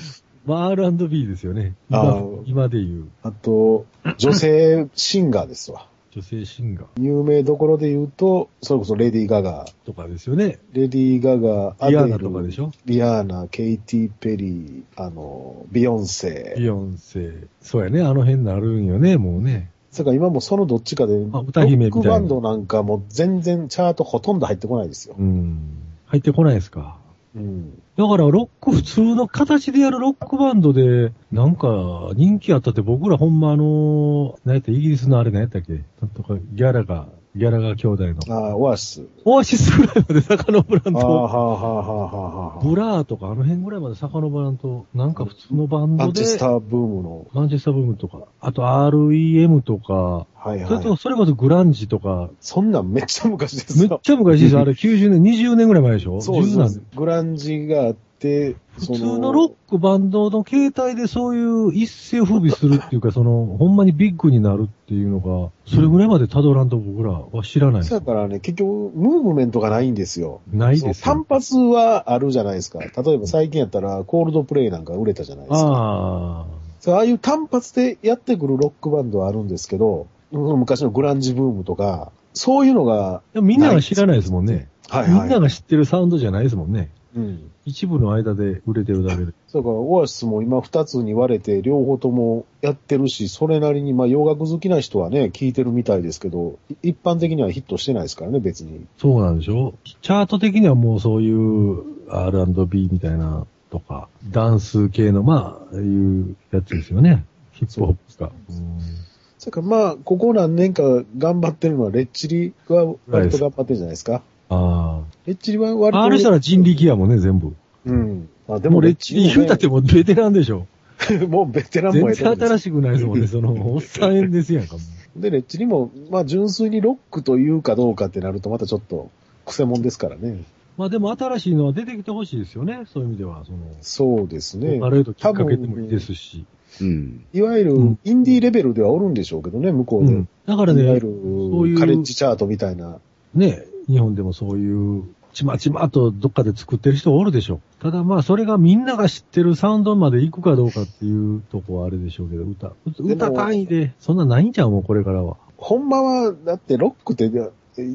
Speaker 2: まあ R&B ですよね。
Speaker 3: あ
Speaker 2: 今
Speaker 3: ー
Speaker 2: 今で言う
Speaker 3: あと、女性シンガーですわ。
Speaker 2: 女性シンガー
Speaker 3: 有名どころで言うと、それこそレディー・ガガ、
Speaker 2: とかですよね。
Speaker 3: レディー・ガガ、
Speaker 2: リアーナとかでしょ
Speaker 3: リアーナ、ケイティ・ペリー、あの、ビヨンセ
Speaker 2: ビ。ヨンセ。そうやね、あの辺になるんよね、もうね。
Speaker 3: だから今もそのどっちかで、
Speaker 2: あ
Speaker 3: ロ
Speaker 2: 歌姫み
Speaker 3: ッ
Speaker 2: たい
Speaker 3: ク
Speaker 2: な
Speaker 3: バンドなんかもう全然チャートほとんど入ってこないですよ。
Speaker 2: うん。入ってこないですか。
Speaker 3: うん。
Speaker 2: だから、ロック、普通の形でやるロックバンドで、なんか、人気あったって、僕らほんまあの、なんやった、イギリスのあれなんやったっけなんとか、ギャラが、ギャラが兄弟の。
Speaker 3: ああ、オアシス。
Speaker 2: オアシスぐらいまで遡らん
Speaker 3: ああ、は
Speaker 2: と、
Speaker 3: あ、はあ、はあ、はあ。
Speaker 2: ブラーとかあの辺ぐらいまで遡らんと、なんか普通のバン
Speaker 3: マ
Speaker 2: ド
Speaker 3: ンチ
Speaker 2: で
Speaker 3: ェ、スターブームの。
Speaker 2: マンチェスターブームとか、あと REM とか、
Speaker 3: はい
Speaker 2: それ
Speaker 3: は
Speaker 2: と、
Speaker 3: い。
Speaker 2: それこそグランジとか、
Speaker 3: そんなんめっちゃ昔です
Speaker 2: めっ
Speaker 3: よ。
Speaker 2: ちゃ昔 ですよ。あれ90年、20年ぐらい前でしょ
Speaker 3: そう
Speaker 2: 10
Speaker 3: で
Speaker 2: なん
Speaker 3: す。グランジがあって、
Speaker 2: 普通のロックバンドの携帯でそういう一世を風靡するっていうか、その、ほんまにビッグになるっていうのが、それぐらいまで辿らんと僕らは知らないです
Speaker 3: だからね、結局、ムーブメントがないんですよ。
Speaker 2: ないです
Speaker 3: その単
Speaker 2: よ。
Speaker 3: 発はあるじゃないですか。例えば最近やったら、コールドプレイなんか売れたじゃないですか。
Speaker 2: ああ。
Speaker 3: そうああいう単発でやってくるロックバンドはあるんですけど、その昔のグランジブームとか、そういうのが、
Speaker 2: でもみんなが知らないですもんね。
Speaker 3: はい
Speaker 2: みん
Speaker 3: はい。
Speaker 2: なが知ってるサウンドじゃないですもんね。
Speaker 3: うん。
Speaker 2: 一部の間で売れてるだけで。
Speaker 3: そうか、オアシスも今二つに割れて、両方ともやってるし、それなりに、まあ洋楽好きな人はね、聴いてるみたいですけど、い一般的にはヒットしてないですからね、別に。
Speaker 2: そうなんでしょチャート的にはもうそういう R&B みたいなとか、ダンス系の、まあ、いうやつですよね。ヒップホップか。うん
Speaker 3: それからまあ、ここ何年か頑張ってるのは、レッチリは割と頑張ってるじゃないですか。
Speaker 2: ああ。
Speaker 3: レッチリは割と。
Speaker 2: ある人ら人力やもんね、全部。
Speaker 3: うん。あ、で
Speaker 2: でも、
Speaker 3: も
Speaker 2: レ
Speaker 3: レ
Speaker 2: ッ
Speaker 3: ッ
Speaker 2: チ
Speaker 3: チ
Speaker 2: リ
Speaker 3: リ
Speaker 2: 言うたってもうベテランでしょ。
Speaker 3: て、もうベテラン
Speaker 2: 全
Speaker 3: もやって
Speaker 2: 然
Speaker 3: るんです
Speaker 2: 新しくないですもんね、 その、おっさんですやんか。もう
Speaker 3: で、レッチリも、まあ、純粋にロックというかどうかってなると、またちょっと、クセモンですからね。
Speaker 2: まあでも、新しいのは出てきてほしいですよね、そういう意味では。その、
Speaker 3: そうですね。
Speaker 2: ある程度きっかけでもいいですし。
Speaker 4: うん。
Speaker 3: いわゆる
Speaker 2: うん、
Speaker 3: インディーレベルではおるんでしょうけどね、向こ
Speaker 2: う
Speaker 3: うで。
Speaker 2: ん。だから
Speaker 3: いわ
Speaker 2: ね
Speaker 3: ゆ、
Speaker 2: そういう
Speaker 3: る、カレッジチャートみたいな。
Speaker 2: ね、日本でもそういう、ちまちまとどっかで作ってる人おるでしょ。ただまあ、それがみんなが知ってるサウンドまで行くかどうかっていうとこはあれでしょうけど、歌。歌単位で、そんなないんちゃうもん、これからは。
Speaker 3: ほんまは、だってロックって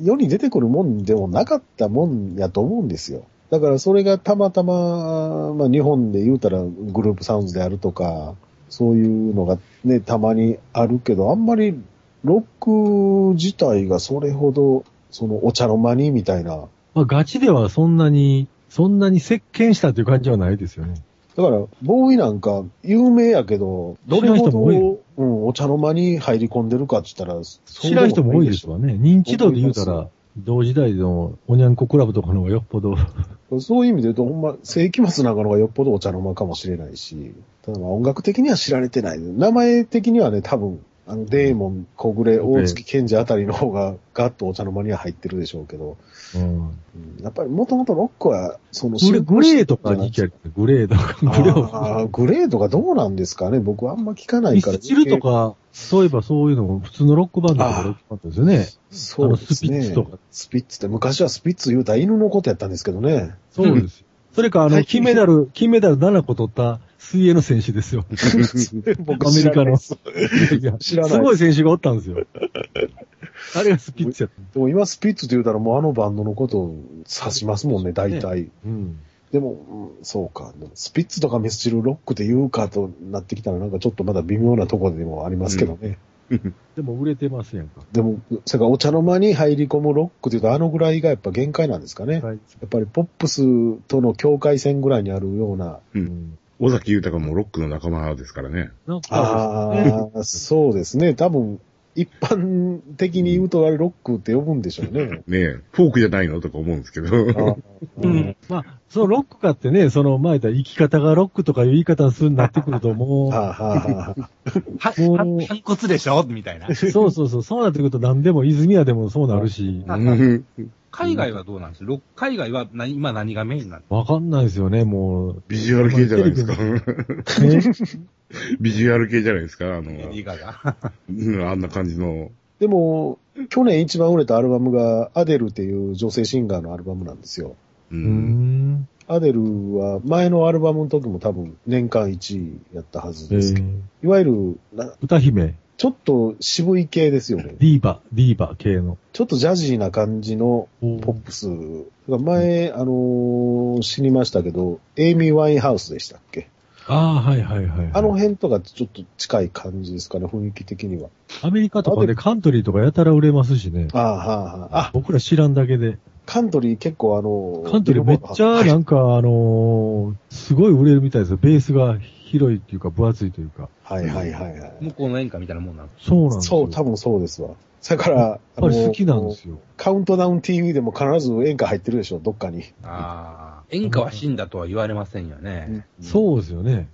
Speaker 3: 世に出てくるもんでもなかったもんやと思うんですよ。だからそれがたまたま、まあ日本で言うたらグループサウンズであるとか、そういうのがね、たまにあるけど、あんまりロック自体がそれほど、そのお茶の間にみたいな。
Speaker 2: まあ、ガチではそんなに、そんなに石鹸したという感じはないですよね。
Speaker 3: だから、ボーイなんか有名やけど、どれ
Speaker 2: 知らん
Speaker 3: ほ
Speaker 2: 人も多いよ
Speaker 3: ど、うん、お茶の間に入り込んでるかって言ったら、
Speaker 2: 知らん人も多いです
Speaker 3: よ。
Speaker 2: わね。認知度で言うた
Speaker 3: 思い
Speaker 2: ら、同時代のおにゃんこクラブとかの方がよっぽど、
Speaker 3: そういう意味で言うと、ほんま、世紀末なんかの方がよっぽどお茶の間かもしれないし、ただまあ音楽的には知られてない。名前的にはね、多分、あの、デーモン、小暮、
Speaker 2: ん
Speaker 3: 大月賢治あたりの方が、ガッとお茶の間には入ってるでしょうけど、
Speaker 2: うん。
Speaker 3: うんやっぱりもともとロックは、その、
Speaker 2: グレグレーとか
Speaker 3: シンプル
Speaker 2: 人気ある。グレーとか、グレー
Speaker 3: あーあーグレードがどうなんですかね僕はあんま聞かない
Speaker 2: ミ
Speaker 3: から。
Speaker 2: スチルとか、そういえばそういうのも普通のロックバンドとかロックバンドですよね。あ
Speaker 3: そう
Speaker 2: の、
Speaker 3: で
Speaker 2: ス
Speaker 3: す
Speaker 2: ピッ
Speaker 3: ね
Speaker 2: ツと。か。
Speaker 3: スピッツって、昔はスピッツ言うたら犬のことやったんですけど ね。
Speaker 2: そうです。それか、あの、金メダル、金メダル7個取った水泳の選手 ですよ。
Speaker 3: 僕
Speaker 2: アメリカの
Speaker 3: 知らないです
Speaker 2: いや
Speaker 3: 知らない
Speaker 2: すごい選手がおったんですよ。あれがスピッツやった。
Speaker 3: でも今スピッツって言うたらもうあのバンドのことを指しますもんね、大体。
Speaker 2: うん。
Speaker 3: でも、うんそうか。でもスピッツとかミスチルロックで言うかとなってきたらなんかちょっとまだ微妙なところでもありますけどね。
Speaker 2: でも売れてますやんか。
Speaker 3: でも、それからお茶の間に入り込むロックって言うとあのぐらいがやっぱ限界なんですかね。
Speaker 2: はい。
Speaker 3: やっぱりポップスとの境界線ぐらいにあるような。
Speaker 2: うん。
Speaker 4: 尾崎豊もロックの仲間ですからね。
Speaker 2: なんか、
Speaker 3: ああ、そうですね。多分、一般的に言うとあれロックって呼ぶんでしょうね。
Speaker 4: ねえ、フォークじゃないのとか思うんですけど。
Speaker 3: あー
Speaker 1: うん
Speaker 2: まあ、そのロックかってね、その前だ生き方がロックとかいう言い方するようになってくるともう、
Speaker 3: はあはあはあ
Speaker 1: は、
Speaker 2: もう
Speaker 1: は、反骨でしょみたいな。
Speaker 2: そうそうそう、そうなってくると何でも泉谷でもそうなるし、
Speaker 4: うん
Speaker 1: 海外はどうなんですロック海外は何、今何がメインなんで
Speaker 2: わかんないですよね、もう。
Speaker 4: ビジュアル系じゃないですか。
Speaker 2: ね
Speaker 4: ビジュアル系じゃないですか。あの、
Speaker 1: すかレディーガガ。
Speaker 4: うんあんな感じの。
Speaker 3: でも、去年一番売れたアルバムが、アデルっていう女性シンガーのアルバムなんですよ。
Speaker 4: う。
Speaker 2: うんん。
Speaker 3: アデルは前のアルバムの時も多分年間1位やったはず
Speaker 2: え
Speaker 3: ですけど、
Speaker 2: ー
Speaker 3: いわゆるな、
Speaker 2: 歌姫、
Speaker 3: ちょっと渋い系ですよ ね。
Speaker 2: ディーバ、ディーバ系の。
Speaker 3: ちょっとジャジーな感じのポップス。前、あのー知りましたけど、エイミー・ワインハウスでしたっけ
Speaker 2: ああ、はいはいはい。
Speaker 3: あの辺とかちょっと近い感じですかね、雰囲気的には。
Speaker 2: アメリカとかでカントリーとかやたら売れますしね。
Speaker 3: ああ、はあ、はあ。あ、
Speaker 2: 僕ら知らんだけで。
Speaker 3: カントリー結構あのー
Speaker 2: カントリーめっちゃなんか、あのーすごい売れるみたいですよ。ベースが広いっていうか、分厚いというか。
Speaker 3: はいはいはいはい。
Speaker 1: 向こうの演歌みたいなもんなんです
Speaker 2: そうなんですよ。
Speaker 3: そう、多分そうですわ。だから、やっ
Speaker 2: やっぱり好きなんですよ。
Speaker 3: カウントダウン TV でも必ず演歌入ってるでしょ、どっかに。
Speaker 1: ああ。演歌は死んだとは言われませんよね。
Speaker 2: そうですよね。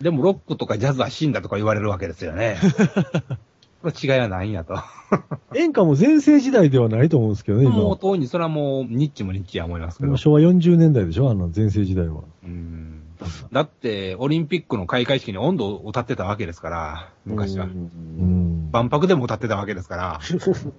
Speaker 1: でもロックとかジャズは死んだとか言われるわけですよね。これ違いはないんやと。
Speaker 2: 演歌も全盛時代ではないと思うんですけどね、今。
Speaker 1: もう
Speaker 2: も
Speaker 1: 当にそれはもうニッチもニッチや思いますけど
Speaker 2: う。昭和40年代でしょあの、全盛時代は。
Speaker 1: うんだって、オリンピックの開会式に温度を歌ってたわけですから、昔は
Speaker 3: う。
Speaker 2: うんん。
Speaker 1: 万博でも歌ってたわけですから。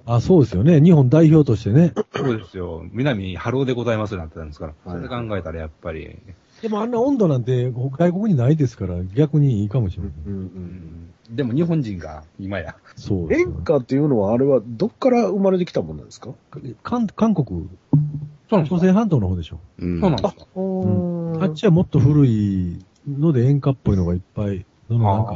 Speaker 2: あ、そうですよね。日本代表としてね。
Speaker 1: そうですよ。南ハローでございますなんてたんですから。そ
Speaker 3: はい
Speaker 1: れで考えたらやっぱり。
Speaker 2: でもあんな温度なんて外国にないですから、逆にいいかもしれない。
Speaker 3: うんう
Speaker 1: うんんでも日本人が今や。
Speaker 2: そうですよ
Speaker 3: 演
Speaker 2: ね。
Speaker 3: 歌っていうのは、あれはどっから生まれてきたものなんですか
Speaker 2: 韓韓国、
Speaker 1: そう
Speaker 2: 朝鮮半島の方でしょ。
Speaker 4: うん
Speaker 1: そうなんですか。
Speaker 3: うん
Speaker 2: あっちはもっと古いので演歌っぽいのがいっぱい、そのなんか、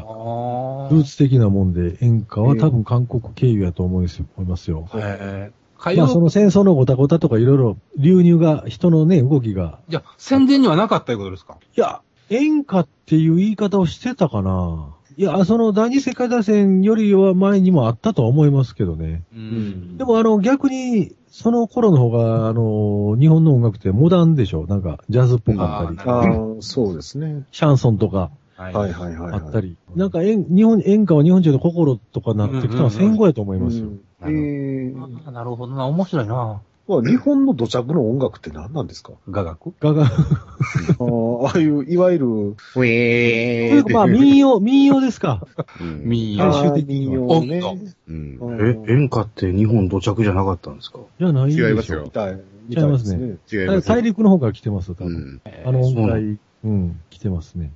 Speaker 2: ルーツ的なもんで演歌は多分韓国経由やと思うんですよ思いますよ。
Speaker 1: あーへえ。火
Speaker 2: まあそ
Speaker 1: 曜、
Speaker 2: の戦争のごたごたとかいろいろ流入が、人のね、動きが。
Speaker 1: じゃあ宣伝にはなかったいうことですか
Speaker 2: いや、演歌っていう言い方をしてたかな。いや、その第二次世界大戦よりは前にもあったとは思いますけどね。
Speaker 1: う。
Speaker 3: うんん
Speaker 2: でもあの逆に、その頃の方が、あの、日本の音楽ってモダンでしょなんか、ジャズっぽかったり
Speaker 1: あ、
Speaker 3: ああ、そうですね。
Speaker 2: シャンソンとか
Speaker 1: は
Speaker 3: はいはいはい。
Speaker 2: あったり。なんか演、日本、演歌は日本中の心とかなってきたのは戦後やと思いますよ。
Speaker 3: うんえー
Speaker 1: あーなるほどな。面白いな。
Speaker 3: まあ日本の土着の音楽って何なんで すか
Speaker 1: 雅楽
Speaker 2: がが、
Speaker 3: あーああいう、いわゆる、
Speaker 4: ふえ
Speaker 2: という
Speaker 4: ーっ
Speaker 2: か
Speaker 4: て。
Speaker 2: まあ民謡、民謡ですか。
Speaker 4: うん
Speaker 1: 民
Speaker 2: 最
Speaker 1: 謡。
Speaker 2: 終的には
Speaker 3: あー民謡
Speaker 1: 音
Speaker 3: ね。
Speaker 4: うん
Speaker 3: うん
Speaker 5: え、演歌って日本土着じゃなかったんですか
Speaker 2: じゃない
Speaker 4: 違い
Speaker 2: で
Speaker 4: ま
Speaker 2: し
Speaker 4: す
Speaker 2: ょ
Speaker 4: よ
Speaker 3: み。たい、みたいです
Speaker 2: 違い
Speaker 3: ね。
Speaker 4: 違い
Speaker 2: だから
Speaker 4: ます
Speaker 2: 大陸の方から来てますよ、多
Speaker 4: う
Speaker 2: 分。
Speaker 4: ん。
Speaker 2: あの音
Speaker 5: そうな
Speaker 2: 階、うん、来てますね。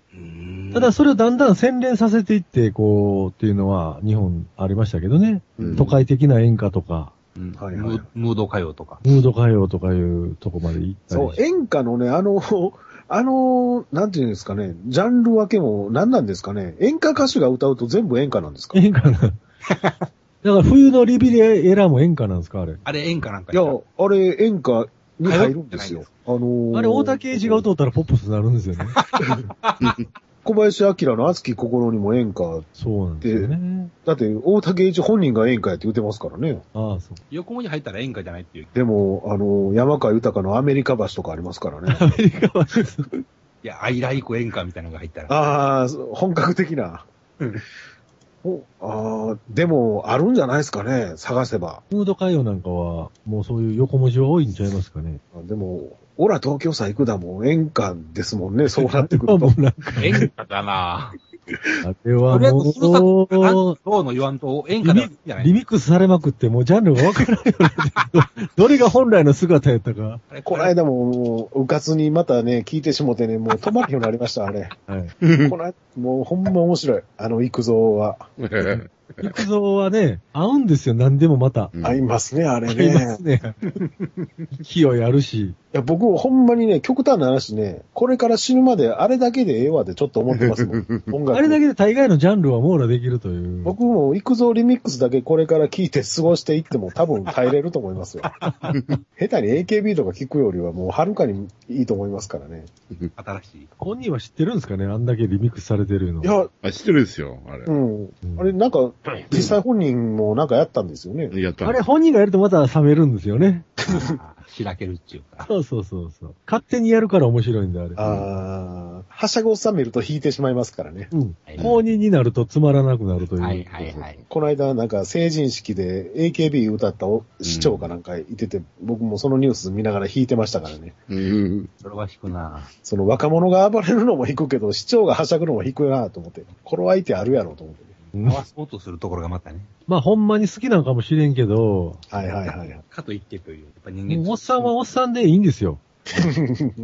Speaker 2: た
Speaker 5: た
Speaker 2: だ、それをだんだん洗練させていって、こう、っていうのは日本ありましたけどね。
Speaker 4: うん
Speaker 2: 都会的な演歌とか、
Speaker 1: うん
Speaker 3: はいはい
Speaker 1: ムムード歌謡とか。
Speaker 2: ムード歌謡とかいうとこまで行ったり
Speaker 3: そう
Speaker 2: し、て。
Speaker 3: 演歌のね、あの、あの、なんていうんですかね、ジャンル分けも何なんですかね、演歌歌手が歌うと全部演歌なんですかい
Speaker 2: 演歌な。だから冬のリビエラも演歌なんですかあれ。
Speaker 1: あれ演歌なんか
Speaker 3: や、
Speaker 1: した
Speaker 3: あれ演歌に入るんですよ。あのー
Speaker 2: あれ、大竹栄一が歌ったらポップスになるんですよね。
Speaker 3: 小林明の熱き心にも演歌。
Speaker 2: そうなんですよね。
Speaker 3: だって、大竹栄一本人が演歌やって言ってますからね。
Speaker 2: ああ、そう。
Speaker 1: 横文字入ったら演歌じゃないっていう。
Speaker 3: でも、あのー山川豊のアメリカ橋とかありますから ね。
Speaker 2: アメリカはです
Speaker 1: いや、アイライコ演歌みたいなのが入ったら。
Speaker 3: ああ、そう本格的な。ほああ、でも、あるんじゃないですかね、探せば。
Speaker 2: ムード歌謡なんかは、もうそういう横文字は多いんちゃいますかね。
Speaker 3: あでも、オラ東京さ行くだもん、演歌ですもんね、そうなって く
Speaker 2: 今
Speaker 3: る
Speaker 2: も
Speaker 3: と。
Speaker 2: うなんか、
Speaker 1: 演歌だな
Speaker 2: あれ
Speaker 1: と
Speaker 2: は
Speaker 1: りあえず、ふるさと、
Speaker 2: も
Speaker 1: あ
Speaker 2: う
Speaker 1: ど、うの言わんと演歌だいいんじゃな
Speaker 2: リ
Speaker 1: い
Speaker 2: ミックスされまくって、もうジャンルがわからないよね。どれが本来の姿やったか。
Speaker 1: あれ
Speaker 3: この間も、もう、うかつにまたね、聞いてしもてね、 もう止まるようになりました、あれ。
Speaker 2: はい。
Speaker 3: この間、もうほんま面白い。あの、育造は。
Speaker 2: 育造はね、合うんですよ、何でもまた。
Speaker 3: 合いますね、あれ
Speaker 2: 合
Speaker 3: ね。
Speaker 2: いますね。勢いあるし。
Speaker 3: いや、僕、ほんまにね、極端な話ね、これから死ぬまであれだけでええわってちょっと思ってます もん。音楽。
Speaker 2: あれだけで大概のジャンルは網羅できるという。
Speaker 3: 僕も、幾ぞリミックスだけこれから聴いて過ごしていっても多分耐えれると思いま すよ。下手に AKB とか聴くよりはもうはるかにいいと思いますからね。
Speaker 1: 新しい。
Speaker 2: 本人は知ってるんですかねあんだけリミックスされてるの。
Speaker 3: いや、
Speaker 4: あ、知ってるですよ、あれ
Speaker 3: う。ん。あれ、なんか、実際本人もなんかやったんですよね。
Speaker 4: やった。
Speaker 2: あれ本人がやるとまた冷めるんですよね。
Speaker 1: あー開けるっていう か。
Speaker 2: そうそうそうそう。勝手にやるから面白いんだ、あれ。
Speaker 3: あー、はしゃご収めると弾いてしまいますからね。
Speaker 2: うん。公認になるとつまらなくなるという。
Speaker 1: はいはいはい。
Speaker 3: この間、なんか成人式で AKB 歌ったお市長かなんかいてて、僕もそのニュース見ながら弾いてましたからね。
Speaker 4: うん。
Speaker 1: それは引くな
Speaker 3: その若者が暴れるのも弾くけど、市長がはしゃぐのも弾くなと思って、この相手あるやろうと思って。
Speaker 2: うん
Speaker 1: 合わそうとするところがまたね。
Speaker 2: まあほんまに好きなんかもしれんけど、
Speaker 3: はいはいはい はい。
Speaker 1: かといってという。やっぱ人間
Speaker 2: おっさんはおっさんでいいんですよ。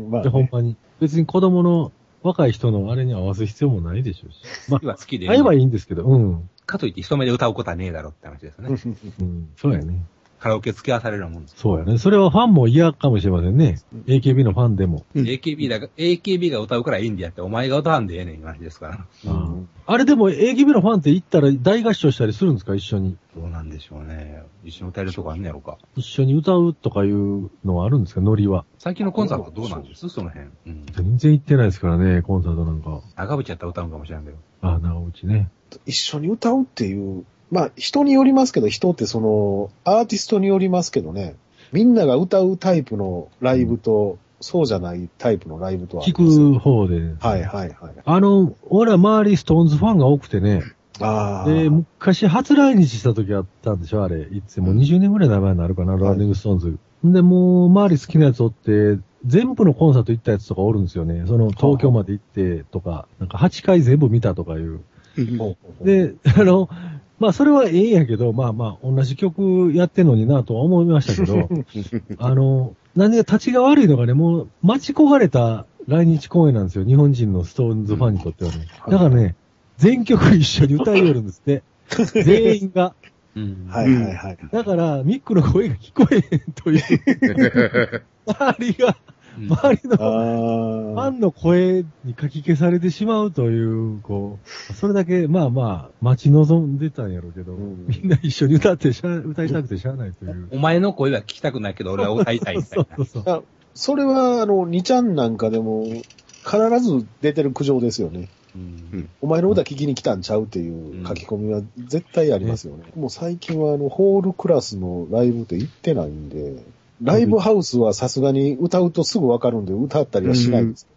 Speaker 3: まあ
Speaker 2: で、、ほんまに。別に子供の若い人のあれに合わす必要もないでしょうし。 ま
Speaker 1: は好きで
Speaker 2: あ、会えばいいんですけど、うん。
Speaker 1: かといって人目で歌うことはねえだろって話ですよね。
Speaker 2: うん。そうやね。
Speaker 1: カラオケ付き合わされるもんです。
Speaker 2: そうやね。それはファンも嫌かもしれませんね。AKB のファンでも。
Speaker 4: うん
Speaker 1: AKB だが、AKB が歌うからいいんでやって、お前が歌わんでええねんいう話ですから。
Speaker 3: うん
Speaker 2: あれでも AKB のファンって行ったら大合唱したりするんですか一緒に。
Speaker 1: どうなんでしょうね。一緒に歌えるとこあんねやろか。
Speaker 2: 一緒に歌うとかいうのはあるんですかノリは。
Speaker 1: 最近のコンサートはどうなんですその辺。うん。
Speaker 2: 全然行ってないですからね、コンサートなんか。
Speaker 1: 長渕やったら歌うんかもしれんけど。
Speaker 2: ああ、長渕ね。
Speaker 3: 一緒に歌うっていう、まあ人によりますけど、人ってその、アーティストによりますけどね、みんなが歌うタイプのライブと、そうじゃないタイプのライブとはあ
Speaker 2: 聞
Speaker 3: りますよ。
Speaker 2: く方で。
Speaker 3: はいはいはい。
Speaker 2: あの、俺は周りストーンズファンが多くてね。
Speaker 3: ああ。
Speaker 2: で、昔初来日した時あったんでしょあれ。いつも20年ぐらいの名前になるかな、
Speaker 3: い
Speaker 2: ランニングストーンズ。で、もう、周り好きなやつおって、全部のコンサート行ったやつとかおるんですよね。その、東京まで行ってとか、なんか8回全部見たとかいう。
Speaker 3: ほうほうほう、
Speaker 2: で、あの、まあそれはええんやけど、まあまあ同じ曲やってんのになとは思いましたけ ど、あの、何が立ちが悪いのがね、もう待ち焦がれた来日公演なんですよ。日本人のストーンズファンにとってはね。
Speaker 3: うん
Speaker 2: だからね、全曲一緒に歌いよるんです って。全員が。
Speaker 1: うん
Speaker 3: はいはいはい。
Speaker 2: だから、ミックの声が聞こえへんという、 周りが、
Speaker 1: うん
Speaker 2: 周りの
Speaker 3: あー
Speaker 2: ファンの声にかき消されてしまうという、こう、それだけ、まあまあ、待ち望んでたんやろうけど、
Speaker 3: うん
Speaker 2: みんな一緒に歌ってしゃ、歌いたくてしゃあないという。
Speaker 1: お前の声は聞きたくないけど、俺は歌いたいみたい
Speaker 2: そう
Speaker 1: な
Speaker 2: そう。そう。
Speaker 3: それは、あの、2ちゃんなんかでも、必ず出てる苦情ですよね。
Speaker 1: うん
Speaker 3: お前の歌聞きに来たんちゃうっていう書き込みは絶対ありますよね。もう最近は、あの、ホールクラスのライブって行ってないんで、ライブハウスはさすがに歌うとすぐわかるんで、歌ったりはしないです。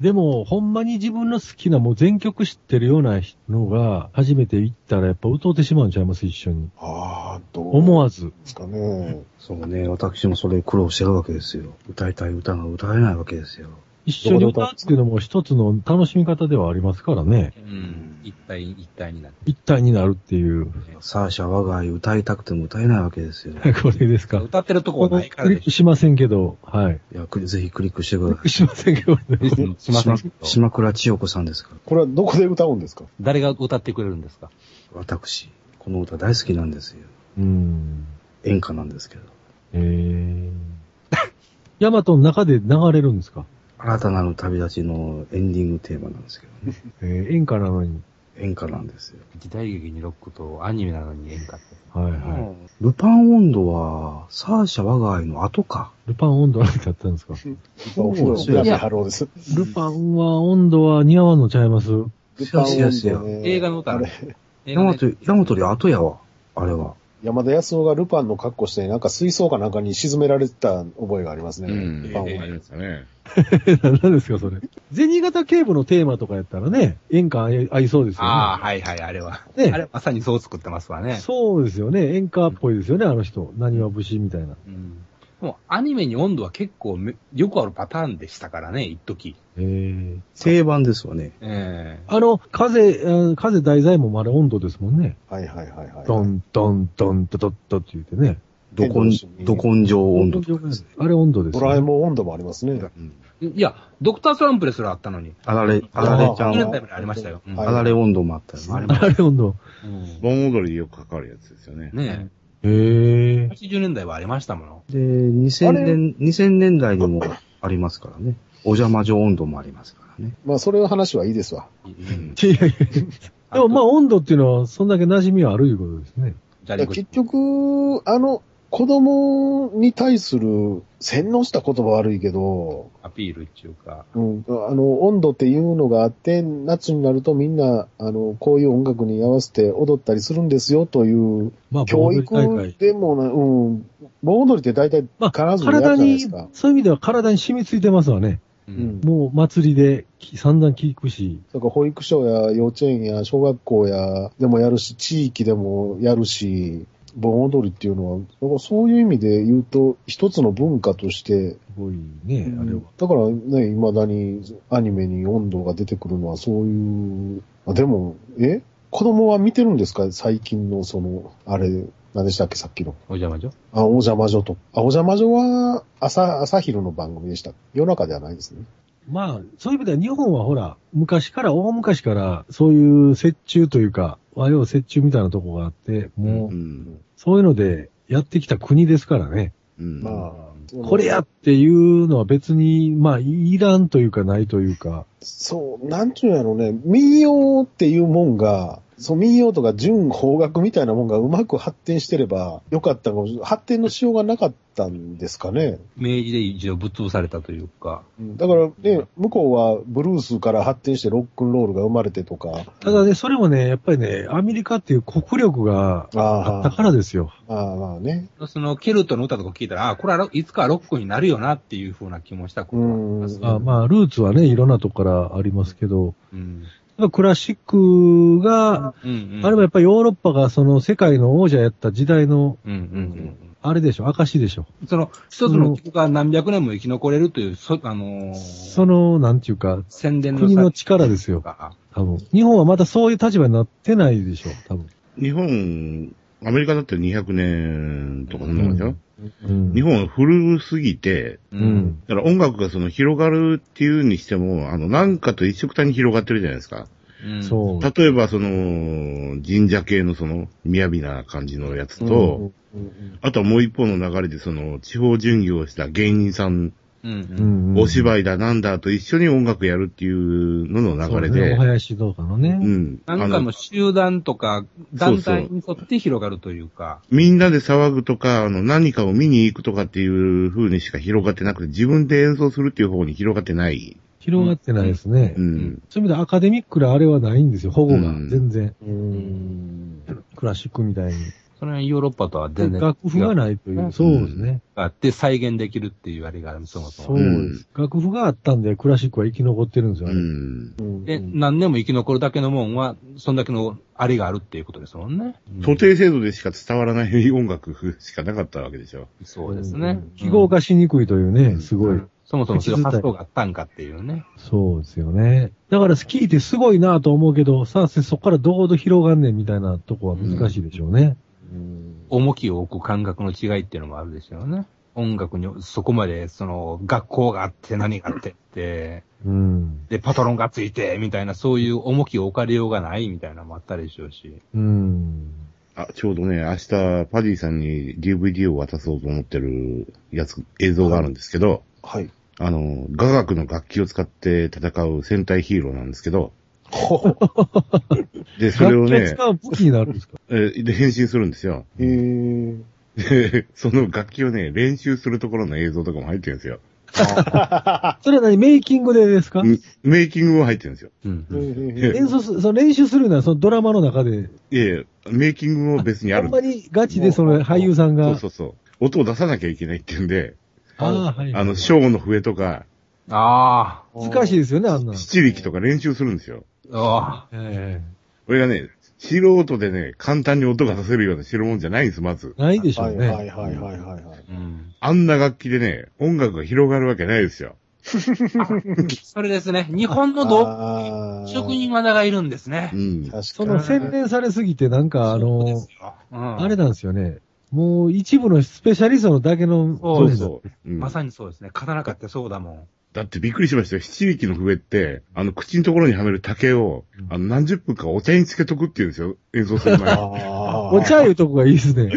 Speaker 2: でも、ほんまに自分の好きな、もう全曲知ってるようなのが、初めて行ったらやっぱ歌うてしまうんちゃいます、一緒に。
Speaker 3: ああ、どう
Speaker 2: 思
Speaker 3: で
Speaker 2: わず。
Speaker 3: すかね。
Speaker 5: そうね、私もそれ苦労してるわけですよ。歌いたい歌が歌えないわけですよ。
Speaker 2: 一緒に歌うっていうのも一つの楽しみ方ではありますからね。
Speaker 1: うん一体、一体になって。
Speaker 2: 一体になるっていう。
Speaker 5: サーシャ我が愛歌いたくても歌えないわけで すよ。
Speaker 2: これですか。
Speaker 1: 歌ってるとこはないから
Speaker 2: クリ
Speaker 1: で
Speaker 2: ック
Speaker 1: し
Speaker 2: しませんけど、はい。
Speaker 5: いや、クリぜひクリックして
Speaker 2: ク
Speaker 5: く
Speaker 2: リ
Speaker 5: だ
Speaker 2: ックしません けど、
Speaker 1: ょ。うんしません
Speaker 5: さ
Speaker 1: け
Speaker 5: い
Speaker 1: ど。
Speaker 5: 島倉千代子さんですから。
Speaker 3: これはどこで歌うんですか
Speaker 1: 誰が歌ってくれるんですか
Speaker 5: 私、この歌大好きなんですよ。
Speaker 2: うん。
Speaker 5: 演歌なんですけど。
Speaker 2: えー。ヤマトの中で流れるんですか、
Speaker 5: 新たなる旅立ちのエンディングテーマなんですけどね。
Speaker 2: えー、演歌なのに。
Speaker 5: 演歌なんですよ。
Speaker 1: 時代劇にロックとアニメなのに演歌って。
Speaker 2: はいはい。
Speaker 5: ルパン温度は、サーシャ我が愛の後か。
Speaker 2: ルパン温度は何だったん ですか
Speaker 3: お風呂、村上春夫です。
Speaker 2: ルパンは温度は似合わんのちゃいます
Speaker 5: そうそうそう
Speaker 3: ルパン温度ね
Speaker 1: 映画の歌
Speaker 3: あれ
Speaker 1: 映
Speaker 5: ヤ
Speaker 1: 画
Speaker 5: マ
Speaker 1: の
Speaker 5: ト、ヤマトより後やわ。あれは。
Speaker 3: 山田康夫がルパンの格好して、なんか水槽かなんかに沈められてた覚えがあります
Speaker 4: う
Speaker 3: ね。
Speaker 4: ん。
Speaker 3: ル
Speaker 4: あ
Speaker 3: パン
Speaker 4: あ
Speaker 3: を
Speaker 4: りましたね。
Speaker 2: 何ですか、それ。銭形警部のテーマとかやったらね、演歌合い合いそうですよね。
Speaker 1: ああ、はいはい、あれは。
Speaker 2: ね
Speaker 1: あれまさにそう作ってますわね。
Speaker 2: そうですよね。演歌っぽいですよね、あの人。何は武士みたいな。
Speaker 1: うん。でも、アニメに温度は結構めよくあるパターンでしたからね、一時。
Speaker 2: ええ。
Speaker 5: 定番ですわね。
Speaker 1: ええ
Speaker 2: あの、風、えー風題材もまだ温度ですもんね。
Speaker 3: はいはいはいはい。
Speaker 2: ドン、ドン、ドン、ドドッドって言ってね。
Speaker 5: どこん、ど根性温度とかですね。
Speaker 2: あれ温度です
Speaker 3: ド
Speaker 2: よ
Speaker 3: ラえ
Speaker 2: ね。
Speaker 3: もん温度もありますね。
Speaker 4: うん。
Speaker 1: いや、ドクタースランプですらあったのに。
Speaker 5: あられ、あられちゃ
Speaker 1: あ
Speaker 5: ん、
Speaker 1: ーありましたようん
Speaker 5: あられ温度もあったよね。あれも
Speaker 2: あれ温度。
Speaker 1: うん、
Speaker 4: 盆踊りによくかかるやつですよね。
Speaker 1: ね
Speaker 2: え
Speaker 1: え。80年代はありましたもの。
Speaker 5: で、2000年、2000年代にもありますからね。お邪魔女温度もありますからね。
Speaker 3: まあ、それの話はいいですわ。
Speaker 1: うん。
Speaker 2: え。いやいやいやでもまあ温度っていうのは、そんだけ馴染みはあるいうことですね。
Speaker 1: じゃあ
Speaker 3: いや結局、あの、子供に対する洗脳した言葉悪いけど、
Speaker 1: アピールっていうか。
Speaker 3: うん、あの、温度っていうのがあって、夏になるとみんな、あの、こういう音楽に合わせて踊ったりするんですよという、
Speaker 2: まあ、
Speaker 3: 教育
Speaker 2: 盆踊り大会。
Speaker 3: でもな、うん、盆踊りって大体
Speaker 2: まあ、
Speaker 3: 必ずやるじゃ
Speaker 2: 体
Speaker 3: ないで
Speaker 2: に、
Speaker 3: す
Speaker 2: そ
Speaker 3: か。
Speaker 2: ういう意味では体に染みついてますわね。
Speaker 1: う
Speaker 3: う。ん。
Speaker 2: もう祭りでき散々聞くし。
Speaker 3: だから保育所や幼稚園や小学校やでもやるし、地域でもやるし、盆踊りっていうのは、だからそういう意味で言うと、一つの文化として、
Speaker 2: すごいね、あれは。
Speaker 3: だからね、未だにアニメに温度が出てくるのはそういう、あでも、え子供は見てるんですか最近のその、あれ、何でしたっけさっきの。
Speaker 1: お邪魔じゃ。
Speaker 3: あ、王者魔女と。あ、王者魔女は朝、朝昼の番組でした。夜中ではないですね。
Speaker 2: まあ、そういう意味では日本はほら、昔から、大昔から、そういう折衷というか、和洋折衷みたいなとこがあって、も
Speaker 4: う
Speaker 2: う、
Speaker 4: ん。
Speaker 2: そういうのでやってきた国ですからね。
Speaker 4: うん。
Speaker 3: まあ、
Speaker 2: これやっていうのは別に、まあ、いらんというかないというか、
Speaker 3: そう、なんちゅうんやろうね、民謡っていうもんが、そう、民謡とか純邦楽みたいなもんがうまく発展してればよかったかもしれない。発展のしようがなかったんですかね。
Speaker 1: 明治で一応ぶっ潰されたというか。
Speaker 3: だからね、向こうはブルースから発展してロックンロールが生まれてとか。
Speaker 2: ただね、それもね、やっぱりね、アメリカっていう国力があった
Speaker 3: あ
Speaker 2: からですよ。
Speaker 3: あ、ああまあね。
Speaker 1: その、ケルトの歌とか聞いたら、あ、これはいつかロックになるよなっていう風な気もしたことはあります
Speaker 3: うん
Speaker 2: あまあ、ルーツはね、いろんなとこからありますけど、
Speaker 1: うん。
Speaker 2: やっぱクラシックが、
Speaker 1: うん、うん。
Speaker 2: あれはやっぱりヨーロッパがその世界の王者やった時代の、
Speaker 1: うんうん
Speaker 2: あれでしょ、証でしょ。
Speaker 1: うん。その、一つの曲が何百年も生き残れるという、そ、あのー
Speaker 2: その、なんていうか、
Speaker 1: 宣伝の
Speaker 2: 国の力ですよ、
Speaker 1: か。
Speaker 2: 多分。日本はまだそういう立場になってないでしょ、多分。
Speaker 4: 日本、アメリカだって200年とかそんなもんでしょ、
Speaker 2: うん
Speaker 4: 日本は古すぎて、
Speaker 1: う。
Speaker 2: うんん。
Speaker 4: だから音楽がその広がるっていうにしても、あの、なんかと一色単に広がってるじゃないですか。
Speaker 1: うん、
Speaker 2: そう。
Speaker 4: 例えばその、神社系のその、雅な感じのやつと、
Speaker 3: うんうん
Speaker 4: あとはもう一方の流れでその、地方巡業をした芸人さん、
Speaker 1: うん。うん。
Speaker 2: うん
Speaker 4: お芝居だなんだと一緒に音楽やるっていうのの流れ
Speaker 2: そうね
Speaker 4: で
Speaker 2: お、囃子動画の
Speaker 4: う
Speaker 2: ね。
Speaker 4: ん。あ
Speaker 1: なんかの
Speaker 4: の、
Speaker 1: 集団とか、
Speaker 4: そう
Speaker 1: 団
Speaker 4: そう
Speaker 1: 体に沿って広がるというか。
Speaker 4: みんなで騒ぐとか、あの、何かを見に行くとかっていう風にしか広がってなくて、自分で演奏するっていう方に広がってない。
Speaker 2: 広がってないですね
Speaker 4: う。ん
Speaker 1: ん。
Speaker 2: そういう意味でアカデミックなあれはないんですよ、保護が
Speaker 4: う。ん
Speaker 2: 全然。
Speaker 3: うん
Speaker 2: クラシックみたいに。
Speaker 1: それはヨーロッパとは全然。
Speaker 2: 楽譜がないというう。
Speaker 1: ん
Speaker 2: そうですね。
Speaker 1: あって再現できるっていうあれがある、そもそ
Speaker 2: そ
Speaker 1: も。
Speaker 2: うです。楽譜があったんで、クラシックは生き残ってるんですよ
Speaker 4: う
Speaker 2: あれ。
Speaker 4: ん。
Speaker 3: うん
Speaker 1: で、何年も生き残るだけのもんは、そんだけのあれがあるっていうことですもんね。
Speaker 4: 徒弟制度でしか伝わらない音楽しかなかったわけでしょ。
Speaker 1: そうですね。
Speaker 2: 記号化しにくいという
Speaker 4: う
Speaker 2: ね、
Speaker 4: ん
Speaker 2: すごい。
Speaker 1: そもそもそういう発想があったんかっていうね。
Speaker 2: そうですよね。だから聞いてすごいなと思うけど、さあそこからどうほど広がんねんみたいなとこは難しいでしょうね。
Speaker 3: うん
Speaker 1: 重きを置く感覚の違いっていうのもあるでしょうね。音楽に、そこまで、その、学校があって何があってって、
Speaker 2: うん。
Speaker 1: で、パトロンがついて、みたいな、そういう重きを置かれようがないみたいなのもあったでしょうし。
Speaker 2: うん。
Speaker 4: あ、ちょうどね、明日、パディさんに DVD を渡そうと思ってるやつ、映像があるんですけど、
Speaker 3: はい。
Speaker 4: あの、雅楽の楽器を使って戦う戦隊ヒーローなんですけど、
Speaker 3: ほほ
Speaker 4: で、それを
Speaker 2: 楽器
Speaker 4: ね、
Speaker 2: 使う武器になるんですか
Speaker 4: えーで、変身するんですよ。
Speaker 3: へえ。
Speaker 4: で、その楽器をね、練習するところの映像とかも入ってるんですよ。
Speaker 2: それは何メイキングでですか
Speaker 4: うんメイキングも入ってるんですよ。
Speaker 1: うん
Speaker 3: う
Speaker 1: うんん。
Speaker 3: うんうん
Speaker 2: 演奏す、その練習するのはそのドラマの中で、
Speaker 4: いやいや、メイキングも別にあ
Speaker 2: あ
Speaker 4: る
Speaker 2: んまりガチでその俳優さん
Speaker 4: そう
Speaker 2: が
Speaker 4: そ、うそう。音を出さなきゃいけないっていうんで、
Speaker 2: ああ、はい。
Speaker 4: あの、ショーの笛とか、
Speaker 1: あ
Speaker 2: 難しいですよね、あんな。
Speaker 4: 七力とか練習するんですよ。
Speaker 1: あ、ああ、
Speaker 2: え
Speaker 4: これがね、素人でね、簡単に音が出せるような知るもんじゃないんです、まず
Speaker 2: え。ないでしょ
Speaker 3: は
Speaker 2: う
Speaker 3: い
Speaker 2: ね。
Speaker 3: はいはいはいはいはい。
Speaker 1: うん。
Speaker 4: あんな楽器でね、音楽が広がるわけないですよ。
Speaker 1: それですね。日本の道
Speaker 3: あー
Speaker 1: 職人技がいるんですね
Speaker 4: う。ん。
Speaker 3: 確かに。
Speaker 2: その洗練されすぎて、なんかあ
Speaker 1: そうで
Speaker 2: の
Speaker 1: す、ようん、
Speaker 2: あれなんですよね。もう一部のスペシャリストのだけの、
Speaker 1: そうです
Speaker 4: そう。うん
Speaker 1: まさにそうですね。刀かってそうだもん。
Speaker 4: だってびっくりしましたよ。七力の笛って、あの、口のところにはめる竹を、あの、何十分かお茶につけとくって言うんですよ。演奏す る前に。
Speaker 3: あー
Speaker 2: お茶いうとこがいい ですね。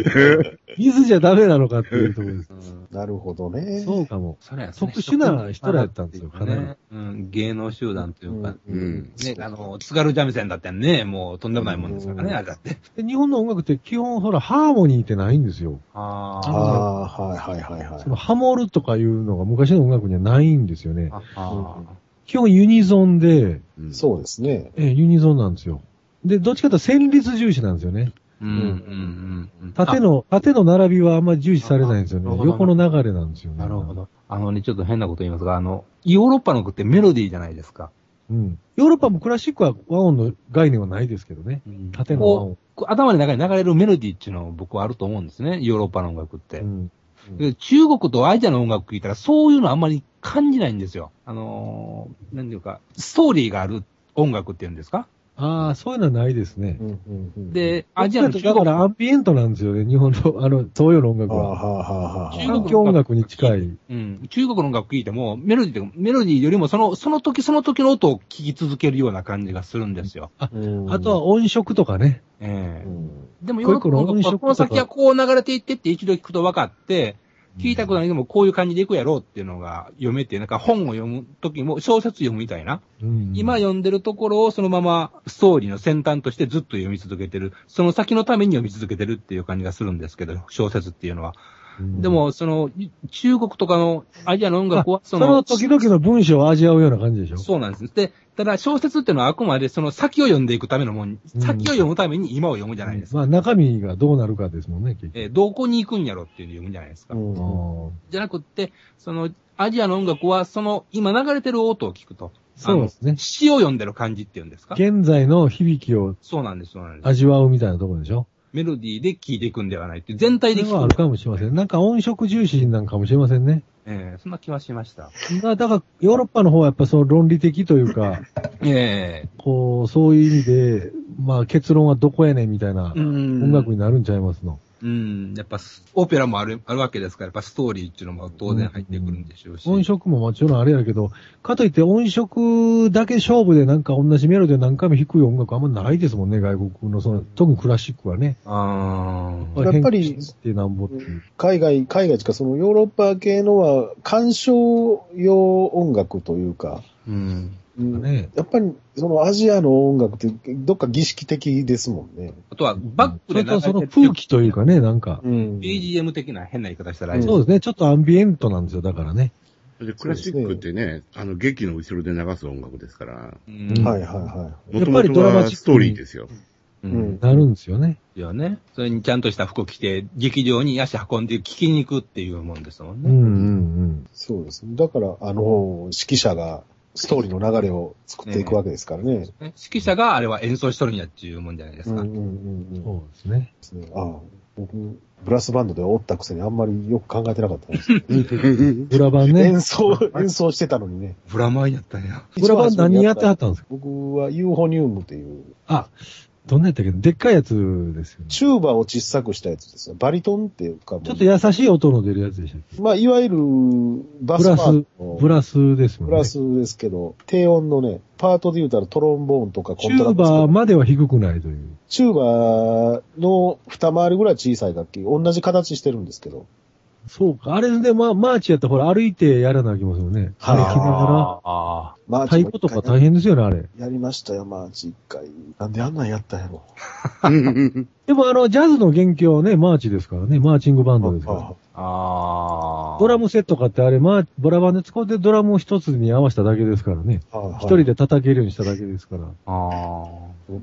Speaker 2: 水じゃダメなのかっていうところです。
Speaker 1: うん、
Speaker 3: なるほどね。
Speaker 2: そうかも。
Speaker 1: それはですね
Speaker 2: 特殊な人らやったんですよ、
Speaker 1: 職
Speaker 2: か
Speaker 1: 人技
Speaker 2: な
Speaker 1: っていうか。
Speaker 2: り
Speaker 1: ね。うん、芸能集団というか、
Speaker 4: うん。
Speaker 1: ね、あの、津軽三味線だってね、もうとんでもないもんですからね、
Speaker 3: うん
Speaker 1: あれだって。
Speaker 2: で日本の音楽って基本ほら、ハーモニーってないんですよ。
Speaker 1: あ
Speaker 3: ああ、はいはいはいはい
Speaker 2: そのハモるとかいうのが昔の音楽にはないんですよね。
Speaker 1: ああ
Speaker 2: 基本ユニゾンで、
Speaker 4: うん
Speaker 3: そうですね。
Speaker 2: えーユニゾンなんですよ。で、どっちかというと旋律重視なんですよね。
Speaker 1: うん、うん、うん。
Speaker 2: 縦の、縦の並びはあんまり重視されないんですよ
Speaker 1: あな
Speaker 2: ね
Speaker 1: る。ほど
Speaker 2: 横の流れなんですよね。
Speaker 1: あ。なるほ。ど。あのね、ちょっと変なこと言いますが、あの、ヨーロッパの曲ってメロディーじゃないですか。
Speaker 2: うん。ヨーロッパもクラシックは和音の概念はないですけどね。縦の和
Speaker 1: こ
Speaker 2: 音。
Speaker 1: うこう頭の中に流れるメロディーっていうのは僕はあると思うんですね、ヨーロッパの音楽って。
Speaker 2: うん。
Speaker 1: で中国とアジアの音楽聴いたら、そういうのあんまり感じないんですよ。あのー、なんていうか、ストーリーがある音楽っていうんですか
Speaker 2: ああ、そういうのはないですね
Speaker 3: う。んうんうん、
Speaker 1: で、アジアの中
Speaker 2: だか
Speaker 1: 国
Speaker 2: らアンビエントなんですよね、日本の、あの、東洋の音
Speaker 3: あー
Speaker 2: 楽
Speaker 3: は
Speaker 2: は。
Speaker 3: あはあはあ
Speaker 1: 中国
Speaker 3: はあ。
Speaker 2: 環境音楽に近い。
Speaker 1: うん、中国の音楽聴いても、メロディーとか、メロディーよりもその、その時その時の音を聴き続けるような感じがするんですよ。
Speaker 3: うん
Speaker 2: あとは、音色とかね。
Speaker 1: ええ
Speaker 3: うん
Speaker 1: でもヨーロッパの音楽はこの先はこう流れていってって一度聞くと分かって、聞いたことないでもこういう感じでいくやろうっていうのが読めて、なんか本を読む時も小説読むみたいな。
Speaker 2: うん
Speaker 1: 今読んでるところをそのままストーリーの先端としてずっと読み続けてる。その先のために読み続けてるっていう感じがするんですけど、小説っていうのは。
Speaker 2: うん
Speaker 1: でも、その、中国とかのアジアの音楽は、
Speaker 2: その時々の文章を味わうような感じでしょ
Speaker 1: そうなんです。で、ただ小説っていうのはあくまでその先を読んでいくためのもん、
Speaker 2: うん
Speaker 1: 先を読むために今を読むじゃないですか。
Speaker 2: まあ中身がどうなるかですもんね、結局。
Speaker 1: えーどこに行くんやろっていうのを読むじゃないですか。
Speaker 3: うんうん
Speaker 2: ああ
Speaker 1: じゃなくって、その、アジアの音楽は、その、今流れてる音を聞くと。
Speaker 2: そうですね。
Speaker 1: 詩を読んでる感じっていうんですか
Speaker 2: 現在の響きを
Speaker 1: そうなんです、そうなんです。
Speaker 2: 味わうみたいなところでしょ
Speaker 1: メロディーで聴いていくんではないっていう、全体
Speaker 2: そ
Speaker 1: で
Speaker 2: れ
Speaker 1: 聴
Speaker 2: はあ
Speaker 1: く
Speaker 2: る。かもしれません。なんか音色重視なんかもしれませんね。
Speaker 1: えーそんな気はしました。
Speaker 2: まあだから、ヨーロッパの方はやっぱその論理的とい うか、
Speaker 1: え
Speaker 2: こう、そういう意味で、まあ結論はどこやねんみたいな
Speaker 1: えうん。
Speaker 2: 音楽になるんちゃいますの。
Speaker 1: うん。やっぱス、オペラもある、あるわけですから、やっぱストーリーっていうのも当然入ってくるんでしょうし。
Speaker 2: 音色ももちろんあれやけど、かといって音色だけ勝負でなんか同じメロディーを何回も弾く音楽あんまないですもんね、外国のその、特にクラシックはね。
Speaker 1: ああ。
Speaker 3: やっぱり
Speaker 2: 変化してなんぼっていう。
Speaker 3: 海外、海外とか、そのヨーロッパ系のは、鑑賞用音楽というか、
Speaker 1: うん。
Speaker 3: うん
Speaker 2: ね
Speaker 3: やっぱり、そのアジアの音楽って、どっか儀式的ですもんね。
Speaker 1: あとは、バックで
Speaker 2: それとその空気というかね、なんか。
Speaker 3: うん。
Speaker 1: BGM 的な変な言い方したらあれです
Speaker 2: そうですね、ちょっとアンビエントなんですよ、だからね。
Speaker 4: でクラシックってね、あの、劇の後ろで流す音楽ですから、
Speaker 1: うん
Speaker 3: はいはいは
Speaker 4: もと
Speaker 2: やっぱ
Speaker 4: も
Speaker 2: り
Speaker 4: と
Speaker 2: ドラマチック
Speaker 4: は
Speaker 2: に
Speaker 4: ストーリーですよ。
Speaker 1: う
Speaker 3: い。
Speaker 1: ん。
Speaker 2: なるんですよね。
Speaker 1: よね。それにちゃんとした服着て、劇場に足運んで聞きに行くっていうもんですもん
Speaker 2: うんう
Speaker 1: ね。
Speaker 2: ん
Speaker 3: そうですね。だから、あの、指揮者がストーリーの流れを作っていくわけですからね。
Speaker 1: ね指揮者があれは演奏しとるんやっていうもんじゃないで
Speaker 3: う
Speaker 1: す
Speaker 3: んう
Speaker 1: か。
Speaker 3: んうん
Speaker 2: う
Speaker 3: う
Speaker 2: んん。。そうですね。
Speaker 3: ですね。ああ僕、ブラスバンドでおったくせにあんまりよく考えてなかった んですよ
Speaker 2: ブラバンね。
Speaker 3: 演奏、演奏してたのにね。
Speaker 1: ブラマイやったんや。
Speaker 2: ブラバン何やってはったんですか
Speaker 3: 僕はユーフォニウムっていう、
Speaker 2: あ、どんなやったっけでっかいやつですよね。ち
Speaker 3: チューバを小さくしたやつですよ。バリトンっていうか、
Speaker 2: ょっと優しい音の出るやつでしたっ
Speaker 3: まあ、いわゆる、バスパートの
Speaker 2: けブラスですもん
Speaker 3: ブ
Speaker 2: ね。
Speaker 3: ラスですけど、低音のね、パートで言うたらトロンボーンとかコ
Speaker 2: チ
Speaker 3: ント
Speaker 2: ュ
Speaker 3: ラ
Speaker 2: ー
Speaker 3: バス
Speaker 2: バー
Speaker 3: とか
Speaker 2: までは低くないという。
Speaker 3: チューバーの二回りぐらい小さい楽器、同じ形してるんですけど、
Speaker 2: そうか。あれで、まあ、マーチやったらほら歩いてやらなあきますよね。
Speaker 3: はい
Speaker 2: 歩きなが
Speaker 1: あ
Speaker 3: マ
Speaker 2: ら。太鼓とか大変ですよね、あれ。
Speaker 3: やりましたよ、マーチ一回。なんであんなんやったんやろ。
Speaker 2: でもあの、ジャズの元凶はね、マーチですからね、マーチングバンドですから。
Speaker 1: あ。あ
Speaker 5: ああ
Speaker 2: ドラムセット買ってあれ、まあ、バラバラで使ってドラムを一つに合わせただけですからね。
Speaker 3: はい
Speaker 2: 一人で叩けるようにしただけですから。
Speaker 1: あ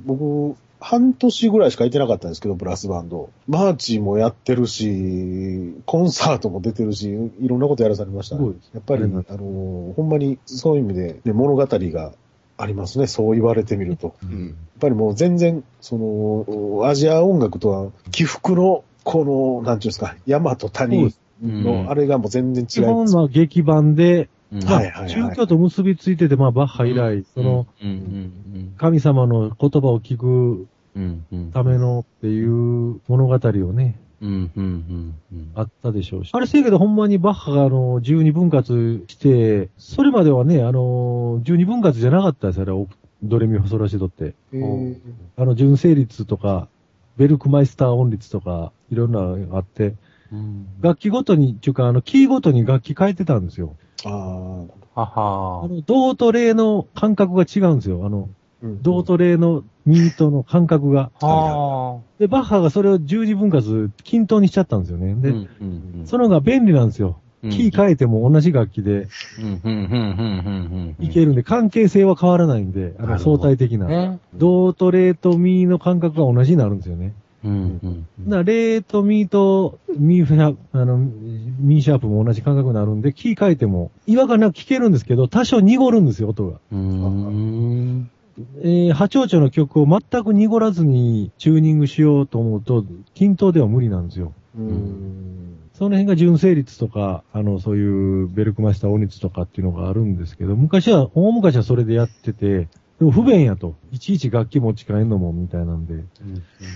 Speaker 3: 僕、半年ぐらいしか行ってなかったんですけど、ブラスバンド。マーチもやってるし、コンサートも出てるし、いろんなことやらされました
Speaker 2: すご
Speaker 3: ね
Speaker 2: いです。
Speaker 3: やっぱり、
Speaker 2: あ
Speaker 3: あ
Speaker 2: り
Speaker 3: の
Speaker 2: が
Speaker 3: ー、ほんまにそういう意味で、ね、物語がありますね。そう言われてみると。
Speaker 4: う
Speaker 2: うんん。
Speaker 3: やっぱりもう全然、その、アジア音楽とは、起伏の、この、なんていうんですか、山と
Speaker 2: そうで
Speaker 3: 谷
Speaker 2: す
Speaker 1: うん
Speaker 3: の、あれがもう全然違
Speaker 2: 基
Speaker 3: い
Speaker 2: 本
Speaker 3: ます。
Speaker 2: は劇版で、
Speaker 1: うん
Speaker 2: まあ
Speaker 3: はいはいはい
Speaker 2: 宗教と結びついてて、まあ、バッハ以来、その、、
Speaker 1: うんうん
Speaker 2: 神様の言葉を聞く
Speaker 1: うんうん。
Speaker 2: ためのっていう物語をね、
Speaker 1: うんうんうんうん。
Speaker 2: あったでしょうし。あれせやけど、ほんまにバッハがあの、12分割して、それまではね、あの、12分割じゃなかったですよ、あれお、ドレミファソラシドって。
Speaker 3: えー
Speaker 2: あの、純正率とか、ベルクマイスター音率とか、いろんなのがあって、
Speaker 1: うん
Speaker 2: 楽器ごとに、っていうか、あの、キーごとに楽器変えてたんですよ。
Speaker 3: ああ、
Speaker 1: は
Speaker 2: あ
Speaker 1: は
Speaker 2: の、銅と霊の感覚が違うんですよ。あの、
Speaker 3: うん
Speaker 2: 銅と霊のミートの感覚が。
Speaker 1: は
Speaker 2: で、バッハがそれを十字分割均等にしちゃったんですよね。
Speaker 1: あ。
Speaker 2: で、
Speaker 1: うんうんうん
Speaker 2: そのが便利なんですよ。
Speaker 1: うん
Speaker 2: キー変えても同じ楽器で
Speaker 1: うんうんうんうんうんうん。
Speaker 2: いけるんで、関係性は変わらないんで、あ
Speaker 1: な
Speaker 2: の、
Speaker 1: るほど
Speaker 2: 相対的な。
Speaker 1: ね。
Speaker 2: 銅と霊とミーの感覚が同じになるんですよね。
Speaker 1: うんうんうん。
Speaker 2: な、レーとミーとミーフラ、あの、ミーシャープも同じ感覚になるんで、キー変えても、違和感なく聞けるんですけど、多少濁るんですよ、音が。
Speaker 1: うーん。
Speaker 2: えー、波長長の曲を全く濁らずにチューニングしようと思うと、均等では無理なんですよ。
Speaker 3: うん。
Speaker 2: その辺が純正率とか、あの、そういうベルクマスター音率とかっていうのがあるんですけど、昔は、大昔はそれでやってて、でも不便やと。いちいち楽器持ち帰んのも、みたいなんで。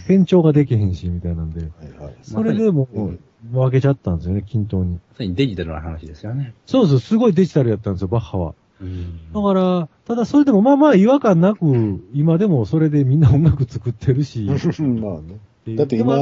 Speaker 2: 転調ができへんし、みたいなんで。
Speaker 3: はい はい。
Speaker 2: それでも
Speaker 3: うん、
Speaker 2: 分けちゃったんですよね、均等に。
Speaker 1: それにデジタルな話ですよね。
Speaker 2: そうそう、すごいデジタルやったんですよ、バッハは。
Speaker 1: うん
Speaker 2: だから、ただそれでもまあまあ違和感なく、今でもそれでみんな音楽作ってるし。
Speaker 3: まあね。だって今、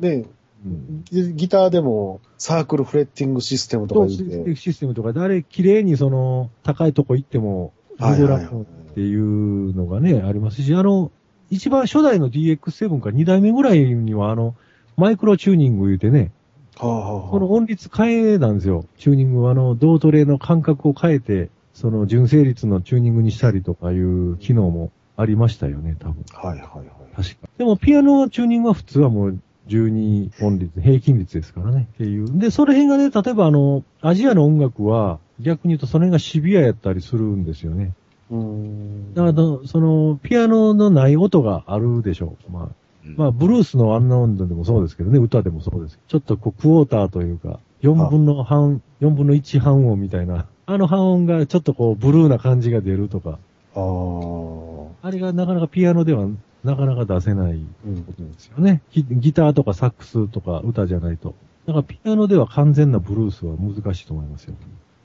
Speaker 3: ね、
Speaker 2: うん
Speaker 3: ギギターでもサークルフレッティングシステムと
Speaker 2: そ
Speaker 3: か
Speaker 2: う
Speaker 3: 言
Speaker 2: シ
Speaker 3: っ
Speaker 2: ス
Speaker 3: て。
Speaker 2: システムとか、誰綺麗にその、高いとこ行っても、
Speaker 3: はい
Speaker 2: グ
Speaker 3: は
Speaker 2: ラ
Speaker 3: いは
Speaker 2: フ
Speaker 3: い
Speaker 2: っていうのがね、ありますし、あの、一番初代の DX7 か2代目ぐらいには、あの、マイクロチューニング言うてね、
Speaker 3: はあはあはあ
Speaker 2: この音率変えたんですよ。チューニングは、あの、同トレの感覚を変えて、その、純正率のチューニングにしたりとかいう機能もありましたよね、多分。
Speaker 3: はいはいはい。
Speaker 2: 確か。でも、ピアノのチューニングは普通はもう、12音率、平均率ですからね、っていう。で、その辺がね、例えばあの、アジアの音楽は、逆に言うとその辺がシビアやったりするんですよね。
Speaker 3: うーん。
Speaker 2: だから、その、ピアノのない音があるでしょう。まあ、まあ、ブルースのあんな音でもそうですけどね、歌でもそうです。ちょっとこう、クォーターというか、4分の半、4分の1半音みたいな、あの半音がちょっとこう、ブルーな感じが出るとか、
Speaker 3: ああ。うん
Speaker 2: あれがなかなかピアノではなかなか出せない
Speaker 3: うん
Speaker 2: ですよね。ギギターとかサックスとか歌じゃないと。だからピアノでは完全なブルースは難しいと思いますよ。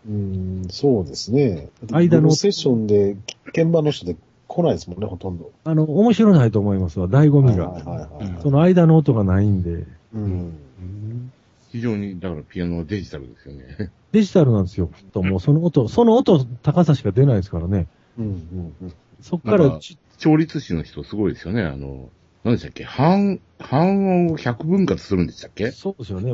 Speaker 3: うん、そうですね。
Speaker 2: 間の
Speaker 3: ブルーセッションで、鍵盤の人で来ないですもんね、ほとんど。
Speaker 2: あの、面白ないと思いますわ、醍醐味
Speaker 3: は
Speaker 2: が
Speaker 3: い。はいはいはい
Speaker 2: その間の音がないんで、
Speaker 3: うん。
Speaker 4: 非常に、だからピアノはデジタルですよね。
Speaker 2: デジタルなんですよ。きっともうその音、その音高さしか出ないですからね。
Speaker 3: うんうんうん。
Speaker 2: そっか、
Speaker 4: なんから調律師の人すごいですよね。あの、何でしたっけ半、半音を100分割するんでしたっけ
Speaker 2: そうですよね。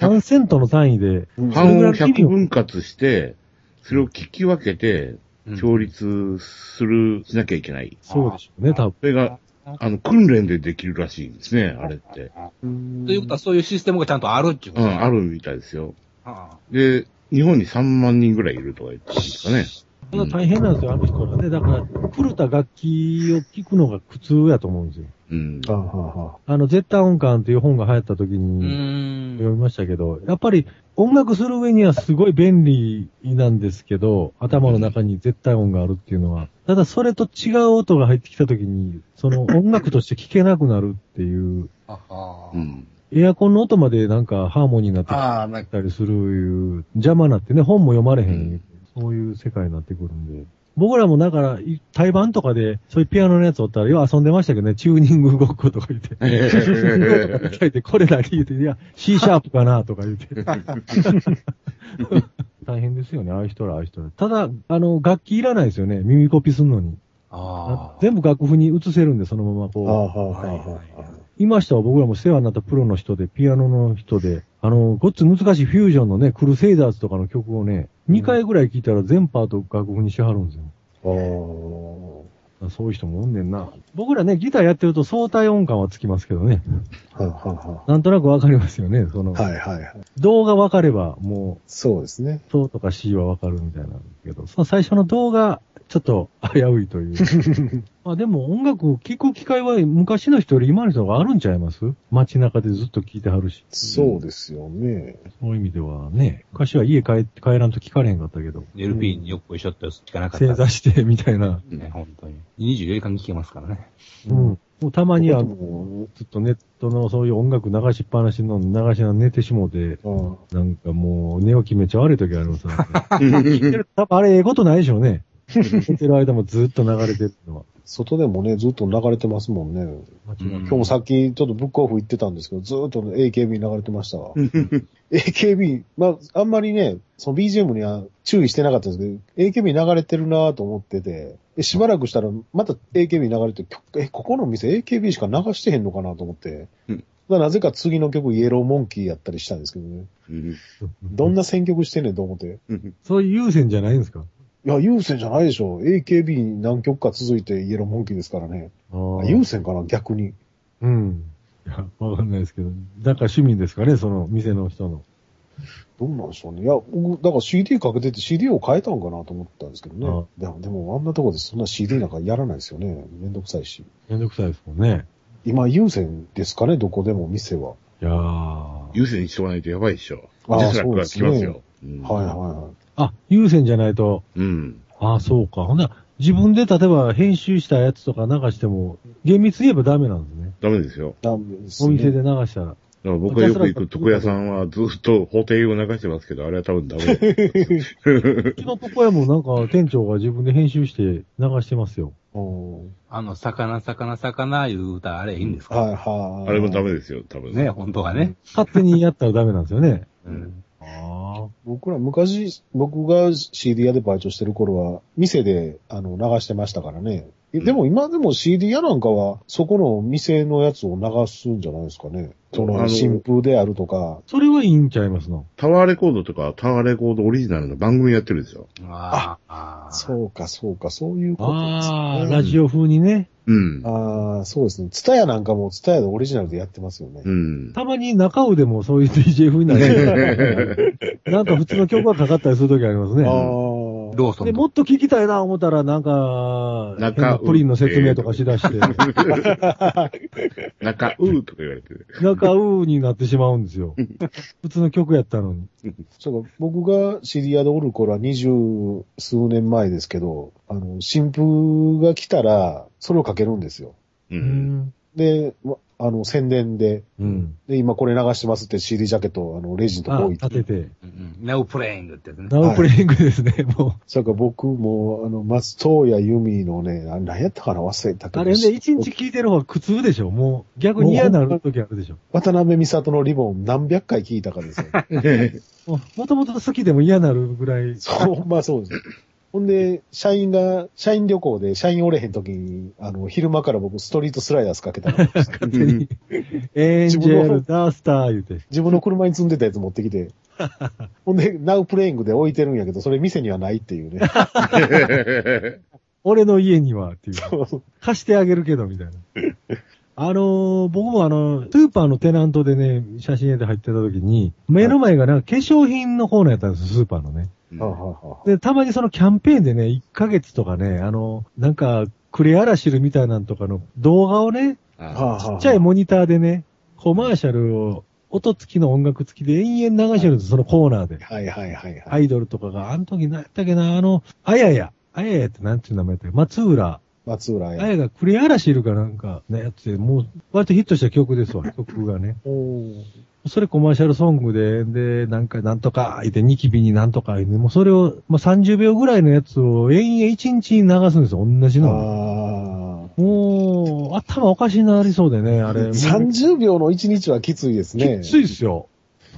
Speaker 2: 何セントの単位で、
Speaker 3: うん
Speaker 2: は
Speaker 4: 半音を100分割して、それを聞き分けて、調律する、しなきゃいけない。
Speaker 2: そうでしょうね、多分。
Speaker 4: それが、あの、訓練でできるらしいんですね、あれって。
Speaker 1: ということは、そういうシステムがちゃんとあるっていうこ
Speaker 4: う
Speaker 1: と
Speaker 4: ん、あ
Speaker 1: る。
Speaker 4: るみたいですよ。
Speaker 1: あ
Speaker 4: で、日本に3万人ぐらいいるとか言ってたんですかね。
Speaker 2: そんな大変なんですよ、あの人らね。だから、古た楽器を聴くのが苦痛やと思うんですよ。
Speaker 4: うん。
Speaker 3: ああ、は
Speaker 2: あの、絶対音感っていう本が流行った時
Speaker 1: う
Speaker 2: に
Speaker 1: ー
Speaker 2: 読
Speaker 1: ん。
Speaker 2: みましたけど、やっぱり音楽する上にはすごい便利なんですけど、頭の中に絶対音があるっていうのは。ただそれと違う音が入ってきた時に、その音楽として聴けなくなるっていう、
Speaker 1: はは
Speaker 4: うん。
Speaker 2: エアコンの音までなんかハーモニーになってき
Speaker 1: ああ、なんか、
Speaker 2: たりするいう、邪魔になってね、本も読まれへん、そういう世界になってくるんで。僕らもだから、い対バンとかで、そういうピアノのやつおったら、よう遊んでましたけどね、チューニングごっことか言って。 書いて、これだけ言うて、いや、C シャープかなとか言う て。大変ですよね、ああいう人ら、ああいう人ら。ただ、あの、楽器いらないですよね、耳コピするのに。
Speaker 1: ああ。
Speaker 2: 全部楽譜に移せるんで、そのまま
Speaker 3: あはあ
Speaker 2: こ
Speaker 3: はあはあ
Speaker 1: はいはいはい
Speaker 2: 今したは僕らも世話になったプロの人で、ピアノの人で、あの、ごっつ難しいフュージョンのね、クルセイダーズとかの曲をね、2回ぐらい聴いたら全パート楽譜にしはるんですよ。
Speaker 3: ああ。
Speaker 2: そういう人もおんねんな。僕らね、ギターやってると相対音感はつきますけどね。
Speaker 3: はいは
Speaker 2: なんとなくわかりますよね。その、
Speaker 3: いはい。はいはいはい。
Speaker 2: 動画わかればも
Speaker 3: そうですね。
Speaker 2: う、そうとか C はわかるみたいなんですけど、その最初の動画、ちょっと危ういという。 まあでも音楽を聴く機会は昔の人より今の人があるんちゃいます街中でずっと聴いてはるし。
Speaker 3: そうですよね。
Speaker 2: そういう意味ではね、昔は家帰って帰らんと聞かれへんかったけど、
Speaker 1: LP によっこいしょって聞かなかった。
Speaker 2: 正座してみたいな。
Speaker 1: ね、本当に。24時間聞けますからね。
Speaker 2: うん。もうたまには、ず
Speaker 3: も
Speaker 2: っとネットのそういう音楽流しっぱなしの流しな寝てしもうて、
Speaker 3: うん
Speaker 2: なんかもう寝起きめっちゃ悪い時ありますね。聞いてる多分あれええことないでしょうね。寝てる間もずっと流れてるのは。
Speaker 3: 外でもね、ずっと流れてますもんね。今日もさっきちょっとブックオフ行ってたんですけど、ずーっと AKB 流れてましたわ。AKB、まあ、あんまりね、その BGM には注意してなかったんですけど、AKB 流れてるなぁと思ってて、でしばらくしたらまた AKB 流れて、曲え、ここの店 AKB しか流してへんのかなと思って、
Speaker 4: うん
Speaker 3: まあなぜか次の曲イエローモンキーやったりしたんですけどね、どんな選曲してんねんと思って、
Speaker 2: そういう優先じゃないんですか
Speaker 3: いや、優先じゃないでしょ。AKB 何曲か続いてイエローモンキーですからね。
Speaker 2: ああ
Speaker 3: 優先かな逆に。
Speaker 2: うん。いや、わかんないですけど。だから趣味ですかね、その店の人の。
Speaker 3: どうなんでしょうね。いや、僕、だから CD かけてて CD を変えたんかなと思ったんですけど
Speaker 2: ああ
Speaker 3: ね。でも、でもあんなとこでそんな CD なんかやらないですよね。めんどくさいし。
Speaker 2: めんどくさいですもんね。
Speaker 3: 今、優先ですかね、どこでも店は。
Speaker 2: いやー。あ、
Speaker 4: 優先にしとかないとやばいでしょ。
Speaker 3: あー
Speaker 4: デスラックが来
Speaker 3: そう
Speaker 4: ま
Speaker 3: ですすね
Speaker 4: よ。うん
Speaker 3: はいはいは
Speaker 2: 優先じゃないと。
Speaker 4: うん。
Speaker 2: ああ、そうか。ほんなら自分で例えば編集したやつとか流しても、厳密に言えばダメなんですね。
Speaker 4: ダメですよ。
Speaker 3: い。ダメですね
Speaker 2: お店で流したら。
Speaker 4: だから僕がよく行く床屋さんはずっと法廷を流してますけど、あれは多分ダメだ と思います。
Speaker 2: うちの床屋もなんか店長が自分で編集して流してますよ。
Speaker 3: うん。
Speaker 1: あの、魚、魚、魚いう歌、あれいいんですか、
Speaker 3: はいはい。
Speaker 4: あれもダメですよ、多分。
Speaker 1: ね、本当はね。
Speaker 2: 勝手にやったらダメなんですよね。
Speaker 1: うん。
Speaker 2: あ
Speaker 3: 僕ら昔、僕が CD 屋でバイトしてる頃は、店で、あの、流してましたからね。えでも今でも CD 屋なんかは、そこの店のやつを流すんじゃないですかね。そ
Speaker 4: あの
Speaker 3: の、新風であるとか。
Speaker 2: それはいいんちゃいますの。
Speaker 4: タワーレコードとかタワーレコードオリジナルの番組やってるんですよ。
Speaker 1: ああう。
Speaker 3: そうか、そうか、そういうことです
Speaker 2: ああ、
Speaker 3: ね。
Speaker 2: ラジオ風にね。
Speaker 4: うん。
Speaker 3: ああ、そうですね。ツタヤなんかもツタヤでオリジナルでやってますよね。
Speaker 4: うん。
Speaker 2: たまに中尾でもそういう DJ 風にな る。なんか普通の曲がかかったりするときあります
Speaker 3: ああ
Speaker 2: ね。
Speaker 1: ローソン
Speaker 2: で、
Speaker 1: と
Speaker 2: もっと聞きたいな思ったら、なんか、
Speaker 4: 中尾
Speaker 2: 変なプリンの説明とかしだして、
Speaker 4: 中、うーとか言われてる。
Speaker 2: 中尾になってしまうんです よ。普通の曲やったのに。
Speaker 3: そうか、僕が知り合いでおる頃は二十数年前ですけど、あの、新婦が来たら、それをかけるんですよ。
Speaker 4: う。
Speaker 2: うんん。
Speaker 3: で、わあの、宣伝で、
Speaker 2: うん。
Speaker 3: で、今これ流してますって CD ジャケットを、あの、レジンとこ
Speaker 2: あ
Speaker 3: う置い
Speaker 2: 立
Speaker 3: て。
Speaker 2: てて。
Speaker 1: うんうん Now playing ってやつね。
Speaker 2: ナウプレイングですね、も
Speaker 3: そうか、僕も、あの、松任谷由実のね、あ何やったかな忘れたけ
Speaker 2: う。
Speaker 3: ど。
Speaker 2: あれね、一日聞いてる方が苦痛でしょ。もう、逆に嫌になるときあるでしょ。
Speaker 3: 渡辺美里のリボン何百回聞いた かですよ。
Speaker 2: もうもともと好きでも嫌になるぐら い。
Speaker 3: そう、ほんまあそうです。ほんで、社員が、社員旅行で、社員おれへん時に、あの、昼間から僕ストリートスライダースかけたの。
Speaker 2: 勝手に。エンジェル、ダースター言うて。
Speaker 3: 自分の車に積んでたやつ持って きて。ほんで、ナウプレイングで置いてるんやけど、それ店にはないっていうね。
Speaker 2: 俺の家には っていう。 貸してあげるけど、みたいな。あのー僕もあの、スーパーのテナントでね、写真屋で入ってた時に、目の前がなんか化粧品のコーナーやったんですよ、スーパーのね。
Speaker 4: うん
Speaker 3: はあはあはあ
Speaker 2: で、たまにそのキャンペーンでね、1ヶ月とかね、あの、なんか、クレアラシルみたいなんとかの動画をね、
Speaker 4: あ
Speaker 3: はあはあ
Speaker 2: ちっちゃいモニターでね、コマーシャルを、音付きの音楽付きで延々流してるんです、そのコーナーで。
Speaker 3: はいはいはいは
Speaker 2: ア
Speaker 3: い。
Speaker 2: イドルとかが、あの時何やったっけな、あの、あやや、あややってなんていう名前だったっけ松浦
Speaker 3: 松浦
Speaker 2: あ
Speaker 3: や。
Speaker 2: やがクレアラシルかなんかのやつで、もう、割とヒットした曲ですわ、曲がね。
Speaker 3: おー
Speaker 2: それコマーシャルソングで、で、なんか、なんとか、言って、ニキビになんとか、言って、もうそれを、まあ、30秒ぐらいのやつを延々1日に流すんですよ、同じの。
Speaker 3: あ
Speaker 2: もう、頭おかしになりそうでね、あ
Speaker 3: あ。
Speaker 2: れ。
Speaker 3: 30秒の1日はきついですね。
Speaker 2: きついっすよ。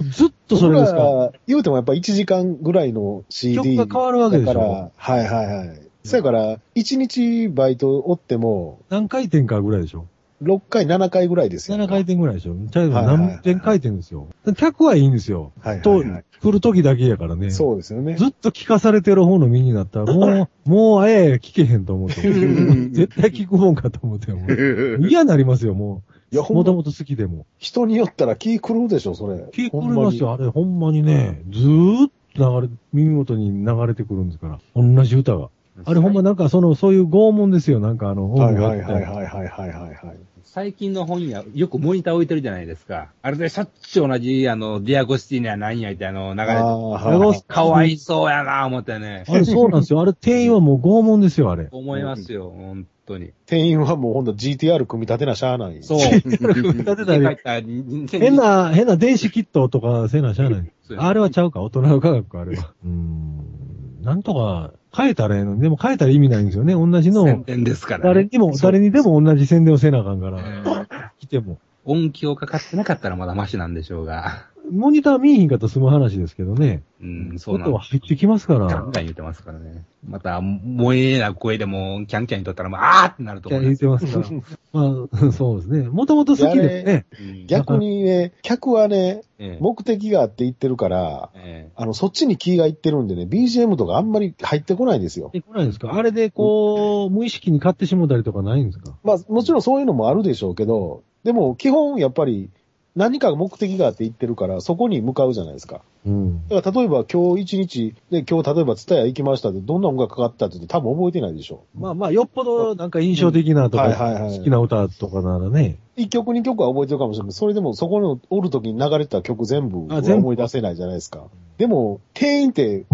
Speaker 2: ずっとそれですから。
Speaker 3: 僕ら言うてもやっぱ1時間ぐらいの CD。
Speaker 2: 曲が変わるわけでしょ
Speaker 3: だから、はいはいはい。そやから、1日バイトおっても、
Speaker 2: 何回転かぐらいでしょ。
Speaker 3: 6回、7回ぐらいですよ。
Speaker 2: 7回転ぐらいでしょ。ちゃう
Speaker 3: はいはいはい
Speaker 2: 何点回転ですよ。客はいいんですよ。
Speaker 3: はいは
Speaker 2: と、
Speaker 3: いはい。
Speaker 2: 来る時だけやからね。
Speaker 3: そうですよね。
Speaker 2: ずっと聞かされてる方の身になったら、も う、もう、ええ、聞けへんと思うと。絶対聞くもんかと思って。も う嫌になりますよ、も
Speaker 3: いや、
Speaker 2: う。
Speaker 3: ほ
Speaker 2: も
Speaker 3: んま
Speaker 2: ともと好きでも。
Speaker 3: 人によったら気狂うでしょ、それ。
Speaker 2: 聞こえますよ、あれ、ほんまにね、ずーっと流れ、耳元に流れてくるんですから。同じ歌が。あれほんまなんか、その、そういう拷問ですよ、なんかあの、
Speaker 3: ほんま
Speaker 2: 音
Speaker 3: に
Speaker 2: 楽があ
Speaker 3: は
Speaker 2: っ
Speaker 3: い
Speaker 2: て
Speaker 3: はいはいはいはいはいはい。
Speaker 1: 最近の本屋、よくモニター置いてるじゃないですか。あれでしょっちゅう同じ、あの、ディアゴスティーニや何やって、あの、流れて
Speaker 3: あ
Speaker 1: る
Speaker 3: あ、はいはい。
Speaker 1: かわいそうやな、思ってね。
Speaker 2: あれそうなんですよ。あれ、店員はもう拷問ですよ、あれ。
Speaker 1: 思いますよ、本当に。
Speaker 3: 店員はもうほんと GTR 組み立てなしゃあない。
Speaker 1: そう。家帰ったら2020
Speaker 2: 変な、変な電子キットとかせなしゃあない。あれはちゃうか、大人の科学か、あれは。うーん。なんとか、変えたらええのに、でも変えたら意味ないんですよね。同じ
Speaker 1: 宣
Speaker 2: の、
Speaker 1: 伝ですから
Speaker 2: 誰
Speaker 1: ね。
Speaker 2: にも、
Speaker 3: そう
Speaker 2: 誰にでも同じ宣伝をせなあかんから、来ても。
Speaker 1: 音響かかってなかったらまだマシなんでしょうが。
Speaker 2: モニター見えひんかったら済む話ですけどね。
Speaker 1: うん、そうなん
Speaker 2: 音
Speaker 1: で
Speaker 2: は入ってきますか
Speaker 1: す。キャン
Speaker 2: ら。
Speaker 1: キャン言ってますからね。また、萌えな声でも、キャンキャン言っとったら、もう、あーってなると思い
Speaker 2: 言
Speaker 1: ま
Speaker 2: っ
Speaker 1: す。
Speaker 2: てますから。 まあ、そうですね。もともと好きですね。
Speaker 1: うん
Speaker 3: 逆にね、客はね、
Speaker 1: ええ
Speaker 3: 目的があって行ってるから、
Speaker 1: え
Speaker 3: あの、そっちに気が行ってるんでね、BGM とかあんまり入ってこないんですよ。
Speaker 2: で来ないですかあれで、こう、無意識に買ってしもたりとかないんですか
Speaker 3: まあ、もちろんそういうのもあるでしょうけど、でも基本やっぱり何か目的があって行ってるから、そこに向かうじゃないですか。
Speaker 2: うん。
Speaker 3: だから例えば今日一日で、今日例えばツ屋行きましたって、どんな音楽かかったって言って多分覚えてないでしょ。
Speaker 2: まあまあ、よっぽどなんか印象的なと
Speaker 3: はいはいは
Speaker 2: か、
Speaker 3: い
Speaker 2: 好きな歌とかならね。
Speaker 3: 一曲二曲は覚えてるかもしれない。それでもそこのおる時に流れてた曲全部は
Speaker 2: あ全部
Speaker 3: 思い出せないじゃないですか。でも、店員って、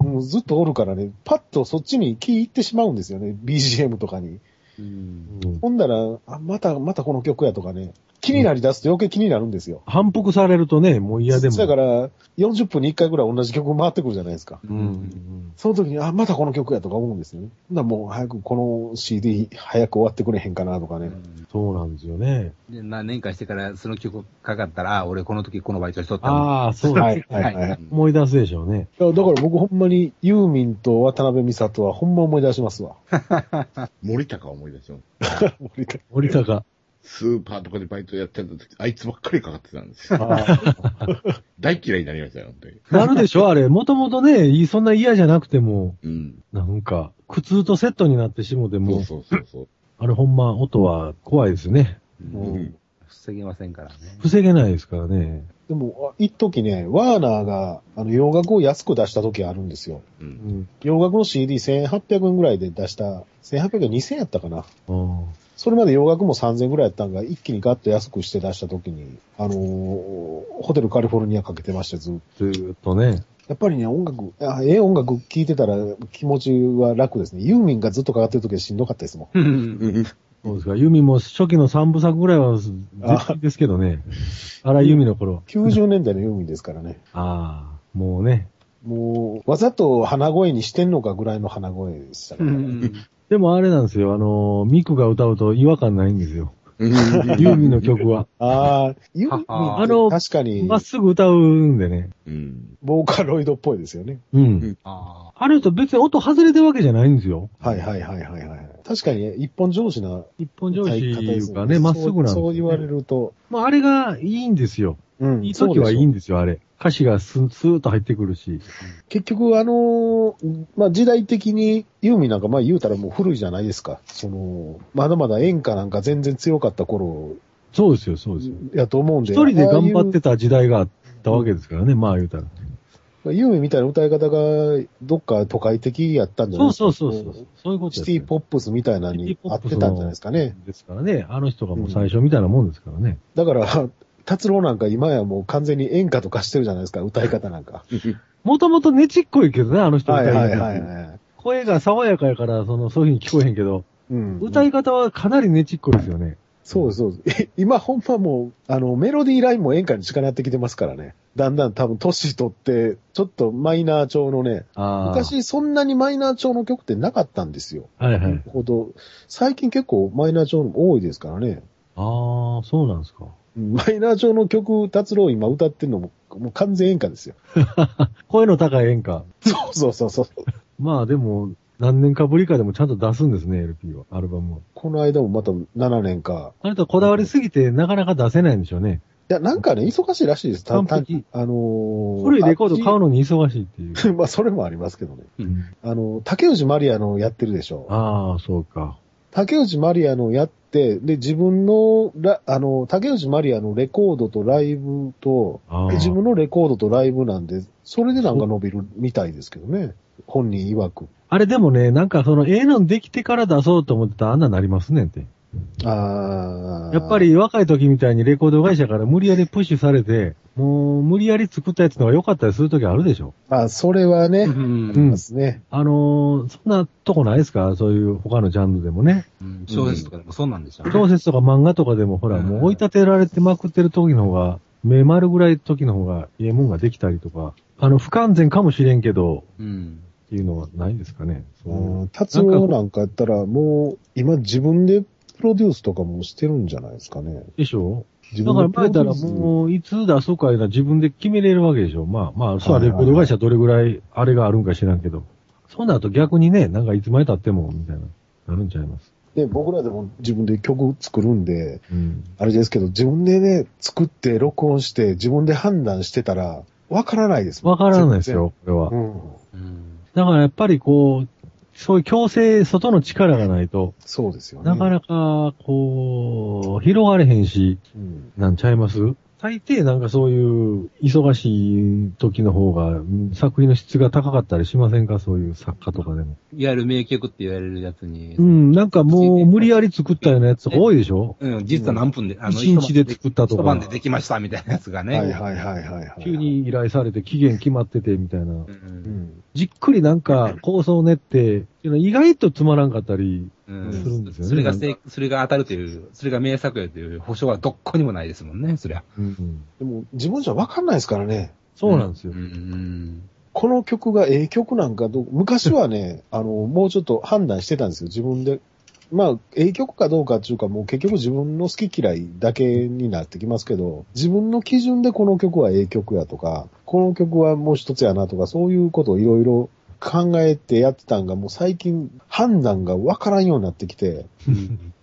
Speaker 3: もうずっとおるからね、パッとそっちに気いってしまうんですよね、BGM とかに。
Speaker 1: えうん
Speaker 2: うん
Speaker 3: ほんだら、あ、また、またこの曲やとかね、気になり出すと余計気になるんですよ。
Speaker 2: 反復されるとね、もう嫌でも。
Speaker 3: だから、40分に1回ぐらい同じ曲回ってくるじゃないですか。
Speaker 2: う
Speaker 1: うんん。
Speaker 3: その時に、あ、またこの曲やとか思うんですよね。ほんならもう早くこの CD 早く終わってくれへんかなとかね。
Speaker 2: そうなんですよね。
Speaker 1: で、何年かしてから、その曲かかったら、あー俺この時このバイトしとったの。
Speaker 2: ああ、そう
Speaker 3: は
Speaker 2: だ。
Speaker 3: い、はい、はい。
Speaker 2: 思い出すでしょうね。
Speaker 3: いやだから僕ほんまにユーミンと渡辺美里はほんま思い出します わ。
Speaker 4: 森高思い出します。
Speaker 2: 森高。
Speaker 4: スーパーとかでバイトやってた時、あいつばっかりかかってたんですよ。大嫌いになりましたよ、本当に。
Speaker 2: なるでしょあれ。もともとね、いそんな嫌じゃなくても、
Speaker 4: うん。
Speaker 2: なんか、苦痛とセットになってしもて
Speaker 4: そう
Speaker 2: も、
Speaker 4: そうそうそう。
Speaker 2: あれほんま、音は怖いですね。
Speaker 1: うん防げませんからね。
Speaker 2: 防げないですからね。
Speaker 3: でも、あ一時ね、ワーナーがあの洋楽を安く出した時あるんですよ。
Speaker 4: う
Speaker 2: うんん。
Speaker 3: 洋楽の CD1800 円ぐらいで出した、1800円2000円やったかな。
Speaker 2: あ
Speaker 3: それまで洋楽も3000円ぐらいやったんが、一気にガッと安くして出した時に、あのーホテルカリフォルニアかけてましたよずっと
Speaker 2: あずーっとね。
Speaker 3: やっぱりね、音楽、あええ音楽聴いてたら気持ちは楽ですね。ユーミンがずっとかかってる時はしんどかったですもん。
Speaker 1: うん
Speaker 4: うん。
Speaker 2: そうですか。ユミも初期の三部作ぐらいは絶対ですけどね。あら、ユミの頃。
Speaker 3: 90年代のユーミンですからね。
Speaker 2: ああ、もうね。
Speaker 3: もう、わざと鼻声にしてんのかぐらいの鼻声でした
Speaker 1: う
Speaker 3: からね。
Speaker 1: ん
Speaker 2: でもあれなんですよ。あのー、ミクが歌うと違和感ないんですよ。
Speaker 4: うん
Speaker 2: ユーミンの曲 は。
Speaker 3: ああ、ユーミン
Speaker 1: あ
Speaker 3: っ
Speaker 2: の
Speaker 3: て確かに、
Speaker 2: まっすぐ歌うんでね。
Speaker 4: うん。
Speaker 3: ボーカロイドっぽいですよね。
Speaker 2: うん。
Speaker 1: あ
Speaker 2: あれと別に音外れてるわけじゃないんですよ。
Speaker 3: はいはいはいはいはい。確かに、一本上司な
Speaker 2: 一本上
Speaker 3: 歌
Speaker 2: 司
Speaker 3: い方です
Speaker 2: がね、まっすぐなんです
Speaker 3: そう
Speaker 2: よ、
Speaker 3: そう言われると。
Speaker 2: まあ、あれがいいんですよ。
Speaker 3: うん
Speaker 2: いい時はいい
Speaker 3: そうでしょ
Speaker 2: んですよ、あれ。歌詞がスンスーッと入ってくるし。
Speaker 3: う結局、あのーまあ、時代的に、ユーミンなんか、まあ、言うたらもう古いじゃないですか。その、まだまだ演歌なんか全然強かった頃
Speaker 2: そうですよ、そうですよ。
Speaker 3: やと思うんで。
Speaker 2: 一人で頑張っ
Speaker 3: あ
Speaker 2: てた時代があったわけですからね、まあ言うたら。
Speaker 3: あいうユーミンみたいな歌い方が、どっか都会的やったんじゃない
Speaker 2: そう
Speaker 3: ですか。
Speaker 2: そうそうそう。そういうこと
Speaker 3: シティポ
Speaker 2: ッ
Speaker 3: ップスみたいなのに合ってたんじゃないですかね。。
Speaker 2: ですからね。あの人がもう最初みたいなもんですからね。
Speaker 3: だから、 達郎なんか今やもう完全に演歌とかしてるじゃないですか、歌い方なんか。
Speaker 2: もともとねちっこいけどね、あの人
Speaker 3: はい
Speaker 2: 歌
Speaker 3: はいい
Speaker 2: 方
Speaker 3: はいはい。
Speaker 2: 声が爽やかやから、その、そういう風に聞こえへんけど、
Speaker 3: うん
Speaker 2: 歌い方はかなりねちっこいですよね。
Speaker 3: そうですそう です。今ほんまもう、あの、メロディーラインも演歌に近なってきてますからね。だんだん多分年取って、ちょっとマイナー調のね、
Speaker 2: ああ。
Speaker 3: 昔そんなにマイナー調の曲ってなかったんですよ。
Speaker 2: はいは
Speaker 3: ないる。ほど。最近結構マイナー調のも多いですからね。
Speaker 2: ああ、そうなんですか。
Speaker 3: うんマイナー調の曲、達郎今歌ってるのも、もう 完全演歌ですよ。
Speaker 2: 声の高い演歌。
Speaker 3: そうそうそうそう。
Speaker 2: まあでも、何年かぶりかでもちゃんと出すんですね、LP は、アルバムを。
Speaker 3: この間もまた7年か。
Speaker 2: あれとこだわりすぎて、なかなか出せないんでしょうね。
Speaker 3: いや、なんかね、忙しいらしいです。た
Speaker 2: 完璧
Speaker 3: たあのー
Speaker 2: 古いレコード買うのに忙しいって いう。
Speaker 3: まあ、それもありますけどね。
Speaker 1: うん
Speaker 3: あの、竹内まりやのやってるでしょ。
Speaker 2: ああ、そうか。
Speaker 3: 竹内まりやのやって、で、自分のラ、あの、竹内まりやのレコードとライブと、
Speaker 2: あ
Speaker 3: で
Speaker 2: あ。
Speaker 3: 自分のレコードとライブなんで、それでなんか伸びるみたいですけどね。本人曰く。
Speaker 2: あれでもね、なんかその、ええのできてから出そうと思ってたらあんなになりますねんて。
Speaker 3: あー
Speaker 2: やっぱ、り若い時みたいにレコード会社から無理やりプッシュされて、もう無理やり作ったやつのが良かったりする時あるでしょ。
Speaker 3: あ、それはね、あり
Speaker 1: ん
Speaker 3: ますね。
Speaker 2: あのーそんなとこないですかそういう他のジャンルでもね。
Speaker 1: うん小説とかでもそうなんでしょうね。
Speaker 2: 小説とか漫画とかでもほら、
Speaker 1: うん
Speaker 2: もう追い立てられてまくってる時の方が、目丸ぐらい時の方が、ええもんができたりとか、あの、不完全かもしれんけど、
Speaker 1: うん。
Speaker 2: っていうのはないんですかね。そう
Speaker 3: うん、達夫なんかやったら、もう、今自分でプロデュースとかもしてるんじゃないですかね。
Speaker 2: でしょ
Speaker 3: 自
Speaker 2: だ
Speaker 3: 分
Speaker 2: から
Speaker 3: でプ
Speaker 2: 前
Speaker 3: ロ
Speaker 2: た
Speaker 3: デュ
Speaker 2: ら
Speaker 3: ース
Speaker 2: もう、いつ出そうかいうのは自分で決めれるわけでしょ。まあまあ、そうは
Speaker 3: はい
Speaker 2: レ
Speaker 3: はい
Speaker 2: コー
Speaker 3: はい
Speaker 2: ド会社どれぐらいあれがあるんか知らんけど。そうなると逆にね、なんかいつまで経っても、みたいな、なるんちゃいます。
Speaker 3: で、僕らでも自分で曲作るんで、
Speaker 2: うん。
Speaker 3: あれですけど、自分でね、作って、録音して、自分で判断してたら、わからないですもん
Speaker 2: わからないです。よ、これは
Speaker 3: 全。然うん。
Speaker 1: うん。
Speaker 2: だからやっぱりこう、そういう強制、外の力がないと、
Speaker 3: そうですよね。
Speaker 2: なかなか、こう、広がれへんし、
Speaker 3: うん。
Speaker 2: なんちゃいます大抵なんかそういう忙しい時の方がうん作品の質が高かったりしませんかそういう作家とかでも。
Speaker 1: いわゆる名曲って言われるやつに
Speaker 2: う、ん、なんかもう無理やり作ったようなやつ多いでしょ
Speaker 1: うん、実は何分で、あ
Speaker 2: 一日で作ったと
Speaker 1: 一
Speaker 2: か
Speaker 1: 晩でできましたみたいなやつがね。
Speaker 3: はいはいはいはい、はい。
Speaker 2: 急。に依頼されて期限決まっててみたいな
Speaker 1: う。。
Speaker 3: うんん。
Speaker 2: じっくりなんか構想練って、意外とつまらんかったり、
Speaker 1: うん。
Speaker 3: す
Speaker 2: るんですよね
Speaker 1: それがせい、それが当たるという、それが名作やという保証はどっこにもないですもんね、そりゃ。
Speaker 2: うん
Speaker 3: でも、自分じゃわかんないですからね。
Speaker 2: そうなんです
Speaker 1: う
Speaker 2: よ。
Speaker 1: ん。
Speaker 3: この曲がええ曲なんかどう、昔はね、あの、もうちょっと判断してたんですよ、自分で。まあ、ええ曲かどうかっていうか、もう結局自分の好き嫌いだけになってきますけど、自分の基準でこの曲はええ曲やとか、この曲はもう一つやなとか、そういうことをいろいろ考えてやってたんが、もう最近判断がわからんようになってきて、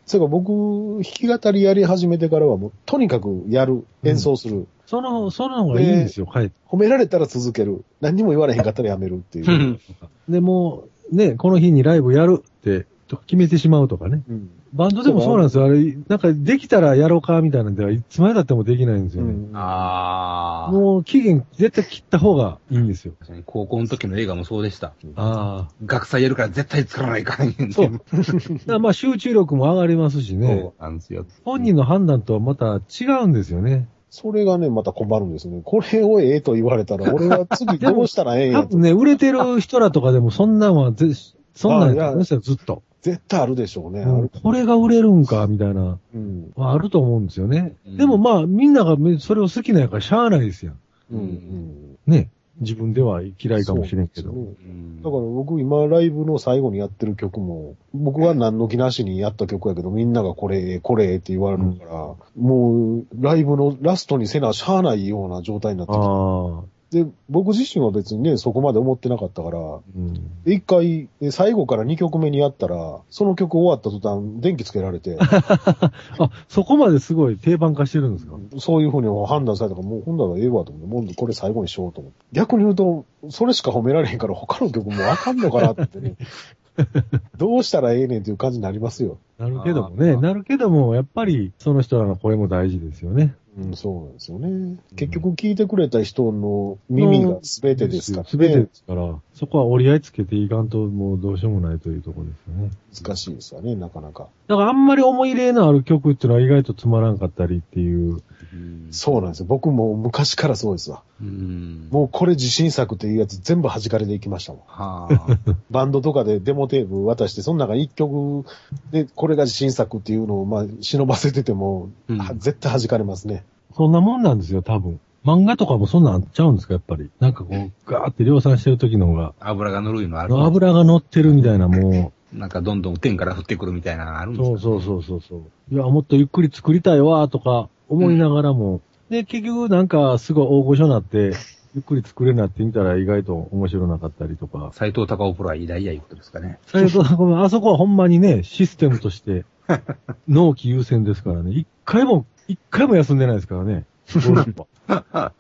Speaker 3: それから僕、弾き語りやり始めてからはもう、とにかくやる、演奏する、
Speaker 2: その、その方がいいんですよ、かえって
Speaker 3: 褒められたら続ける、何にも言われへんかったらやめるっていう。
Speaker 2: で、もう、ね、この日にライブやるって、とか決めてしまうとかね。
Speaker 3: うん
Speaker 2: バンドでもそうなんですよ。あれ、なんかできたらやろうか、みたいなんではいつまでだってもできないんですよね。
Speaker 1: ああ。
Speaker 2: もう期限絶対切った方がいいんですよ。
Speaker 1: 確かに高校の時の映画もそうでした。
Speaker 2: あ
Speaker 1: 学祭やるから絶対作らないからね。
Speaker 2: そう あ。だからまあ集中力も上がりますしね
Speaker 1: そ。うなんですよ。
Speaker 2: 本人の判断とはまた違うんですよね。
Speaker 3: それがね、また困るんですね。これをええと言われた ら、俺は次どうしたらええ
Speaker 2: 多
Speaker 3: んやと
Speaker 2: 分ね、売れてる人らとかでもそんなんはぜ、そんなんやってますよ、ずっと。
Speaker 3: 絶対あるでしょうね。あ
Speaker 2: うん
Speaker 3: る
Speaker 2: これが売れるんか、みたいな、
Speaker 3: うん。
Speaker 2: はあると思うんですよね。
Speaker 1: うん
Speaker 2: でもまあ、みんながめそれを好きなんやからしゃあないですよ。
Speaker 3: うん。う
Speaker 1: うん
Speaker 3: ん。
Speaker 2: ね、自分では嫌いかもしれんけど。
Speaker 3: そうですね
Speaker 1: うん
Speaker 3: だから僕今ライブの最後にやってる曲も、僕は何の気なしにやった曲やけど、みんながこれええ、これええって言われるから、もうライブのラストにせなしゃあないような状態になってき
Speaker 2: ああ、
Speaker 3: て、で、僕自身は別にね、そこまで思ってなかったから、
Speaker 2: うん。
Speaker 3: で一回、え最後から2曲目にやったら、その曲終わった途端、電気つけられて、
Speaker 2: あ、そこまですごい定番化してるんですか
Speaker 3: そういうふうに判断されたから、もう今度はええわと思って、もうこれ最後にしようと思って。逆に言うと、それしか褒められへんから他の曲もわかんのかなって ね。どうしたらええねんっていう感じになりますよ。
Speaker 2: なるけども
Speaker 1: あ
Speaker 2: ね、
Speaker 1: ー
Speaker 2: なるけども、やっぱりその人らの声も大事ですよね。
Speaker 3: うん、そうなんですよね。結局聞いてくれた人の耳が全てですから、ね、
Speaker 2: 全てですから、そこは折り合いつけていかんともうどうしようもないというところですよね。
Speaker 3: 難しいですよね、なかなか。
Speaker 2: だからあんまり思い入れのある曲っていうのは意外とつまらんかったりっていう。
Speaker 1: うん
Speaker 3: そうなんですよ。僕も昔からそうですわ。
Speaker 1: うん。
Speaker 3: もうこれ自信作っていうやつ全部弾かれていきましたもん。
Speaker 1: はあ。
Speaker 3: バンドとかでデモテープ渡して、その中一曲で、これが新作っていうのを、まあ、忍ばせてても、
Speaker 1: うん
Speaker 3: は絶対弾かれますね。
Speaker 2: そんなもんなんですよ、多分。漫画とかもそんなんあっちゃうんですか、やっぱり。なんかこう、ガーって量産してる時の方が、
Speaker 1: 油が乗るいうのはあ
Speaker 2: あ
Speaker 1: る
Speaker 2: の油が乗ってるみたいなもう、
Speaker 1: なんかどんどん天から降ってくるみたいなのあるんですか
Speaker 2: そうそうそうそうそう。いや、もっとゆっくり作りたいわ、とか思いながらも。で、結局なんかすごい大御所になって、ゆっくり作れなってみたら意外と面白なかったりとか。
Speaker 1: 斎藤隆夫プロは偉大やいうことですかね。
Speaker 2: 斉藤さんごめんあそこはほんまにね、システムとして、納期優先ですからね。一回も、一回も休んでないですからね。ゴルフは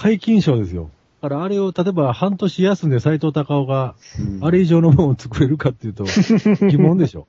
Speaker 2: 皆勤賞ですよ。だからあれを、例えば半年休んで斉藤隆夫が、あれ以上のものを作れるかっていうと、疑問でしょ。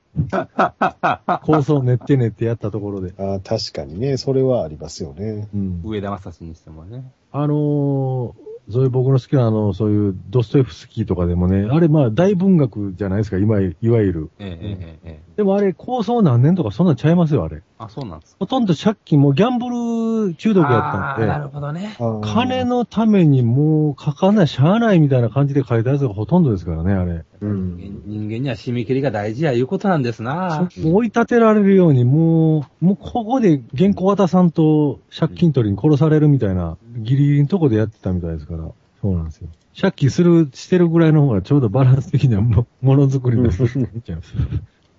Speaker 2: 構想練って練ってやったところで。
Speaker 3: あー確かにね、それはありますよね。
Speaker 2: うん
Speaker 1: 上田正史にしてもね。
Speaker 2: あのーそういう僕の好きなあの、そういうドストエフスキーとかでもね、あれまあ大文学じゃないですか、今、いわゆる。
Speaker 1: ええええええ。
Speaker 2: でもあれ構想何年とかそんなんちゃいますよ、あれ。
Speaker 1: あ、そうなんですか。
Speaker 2: ほとんど借金もギャンブル中毒やったん
Speaker 1: あー
Speaker 2: で。
Speaker 1: なるほどね。
Speaker 2: 金のためにもう書かない、しゃあないみたいな感じで書いたやつがほとんどですからね、あれ。
Speaker 6: うん。
Speaker 1: 人間には締め切りが大事やいうことなんですな。
Speaker 2: もう追い立てられるように、もう、もうここで原稿渡さんと借金取りに殺されるみたいな、ギリギリのとこでやってたみたいですから。そうなんですよ。借金する、してるぐらいの方がちょうどバランス的にはもものづくりの人になっ ちゃいます。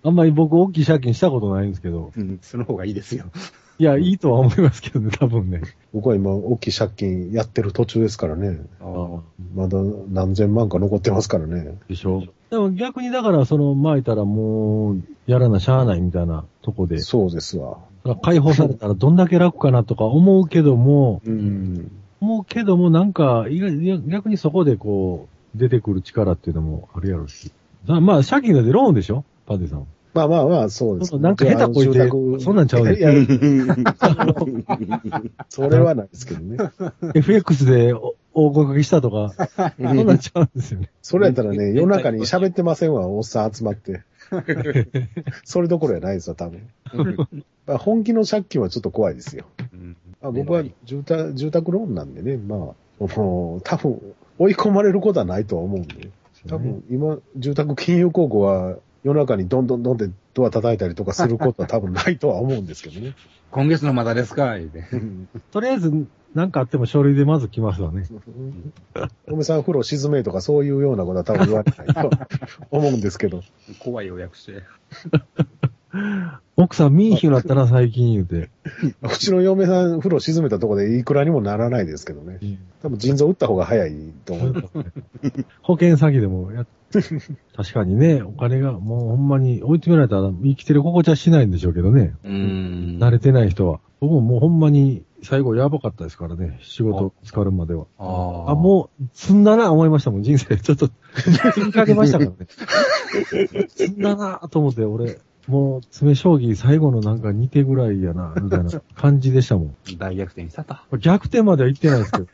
Speaker 2: あんまり僕大きい借金したことないんですけど。
Speaker 4: うん
Speaker 1: その方がいいですよ。
Speaker 2: いや、いいとは思いますけどね、多分ね。
Speaker 3: 僕は今、大きい借金やってる途中ですからね。
Speaker 1: あ
Speaker 3: まだ何千万か残ってますからね。
Speaker 2: でしょでも逆にだから、その、まいたらもう、やらなしゃあないみたいなとこで、
Speaker 3: そうですわ。
Speaker 2: 解放されたらどんだけ楽かなとか思うけども、
Speaker 3: うん。
Speaker 2: 思うけどもなんか、意外いや逆にそこでこう、出てくる力っていうのもあるやろし。だまあ、借金だってローンでしょパデさん。
Speaker 3: まあまあまあ、そうです。
Speaker 2: なんか下手こいて、そんなんちゃう
Speaker 3: い
Speaker 2: で。
Speaker 3: や、
Speaker 4: う
Speaker 3: それはないですけどね。
Speaker 2: FX でお大声かけしたとか、そんなんちゃうんですよね。
Speaker 3: それやったらね、夜中に喋ってませんわ、おっさん集まって。それどころやないですわ、多分。まあ本気の借金はちょっと怖いですよ。
Speaker 1: うん
Speaker 3: まあ、僕は住宅住宅ローンなんでね、まあ、 もう多分追い込まれることはないとは思うんで、多分今、住宅金融高校は夜中にどんどんどんってドア叩いたりとかすること は多分ないとは思うんですけどね。
Speaker 1: 今月のまだですか言うて。
Speaker 3: うん
Speaker 2: とりあえず、なんかあっても書類でまず来ますわね。
Speaker 3: お嫁さん風呂沈めとかそういうようなことは多分言われないと思うんですけど。
Speaker 1: 怖いお役所や。
Speaker 2: 奥さん見えひんようになったな、最近言うて。
Speaker 3: うちの嫁さん風呂沈めたところでいくらにもならないですけどね。多分腎臓打った方が早いと思 う。
Speaker 2: 保険詐欺でもやっ、確かにね、お金がもうほんまに追い詰められたら生きてる心地はしないんでしょうけどね。
Speaker 1: うん
Speaker 2: 慣れてない人は。僕ももうほんまに最後やばかったですからね、仕事疲れるまでは。
Speaker 1: あ
Speaker 2: あ、もう、積んだな、思いましたもん、人生。ちょっと、積みかけましたからね。積んだな、と思って、俺、もう、詰め将棋最後のなんか2手ぐらいやな、みたいな感じでしたもん。
Speaker 1: う大逆転したと。
Speaker 2: 逆転までは行ってないですけど、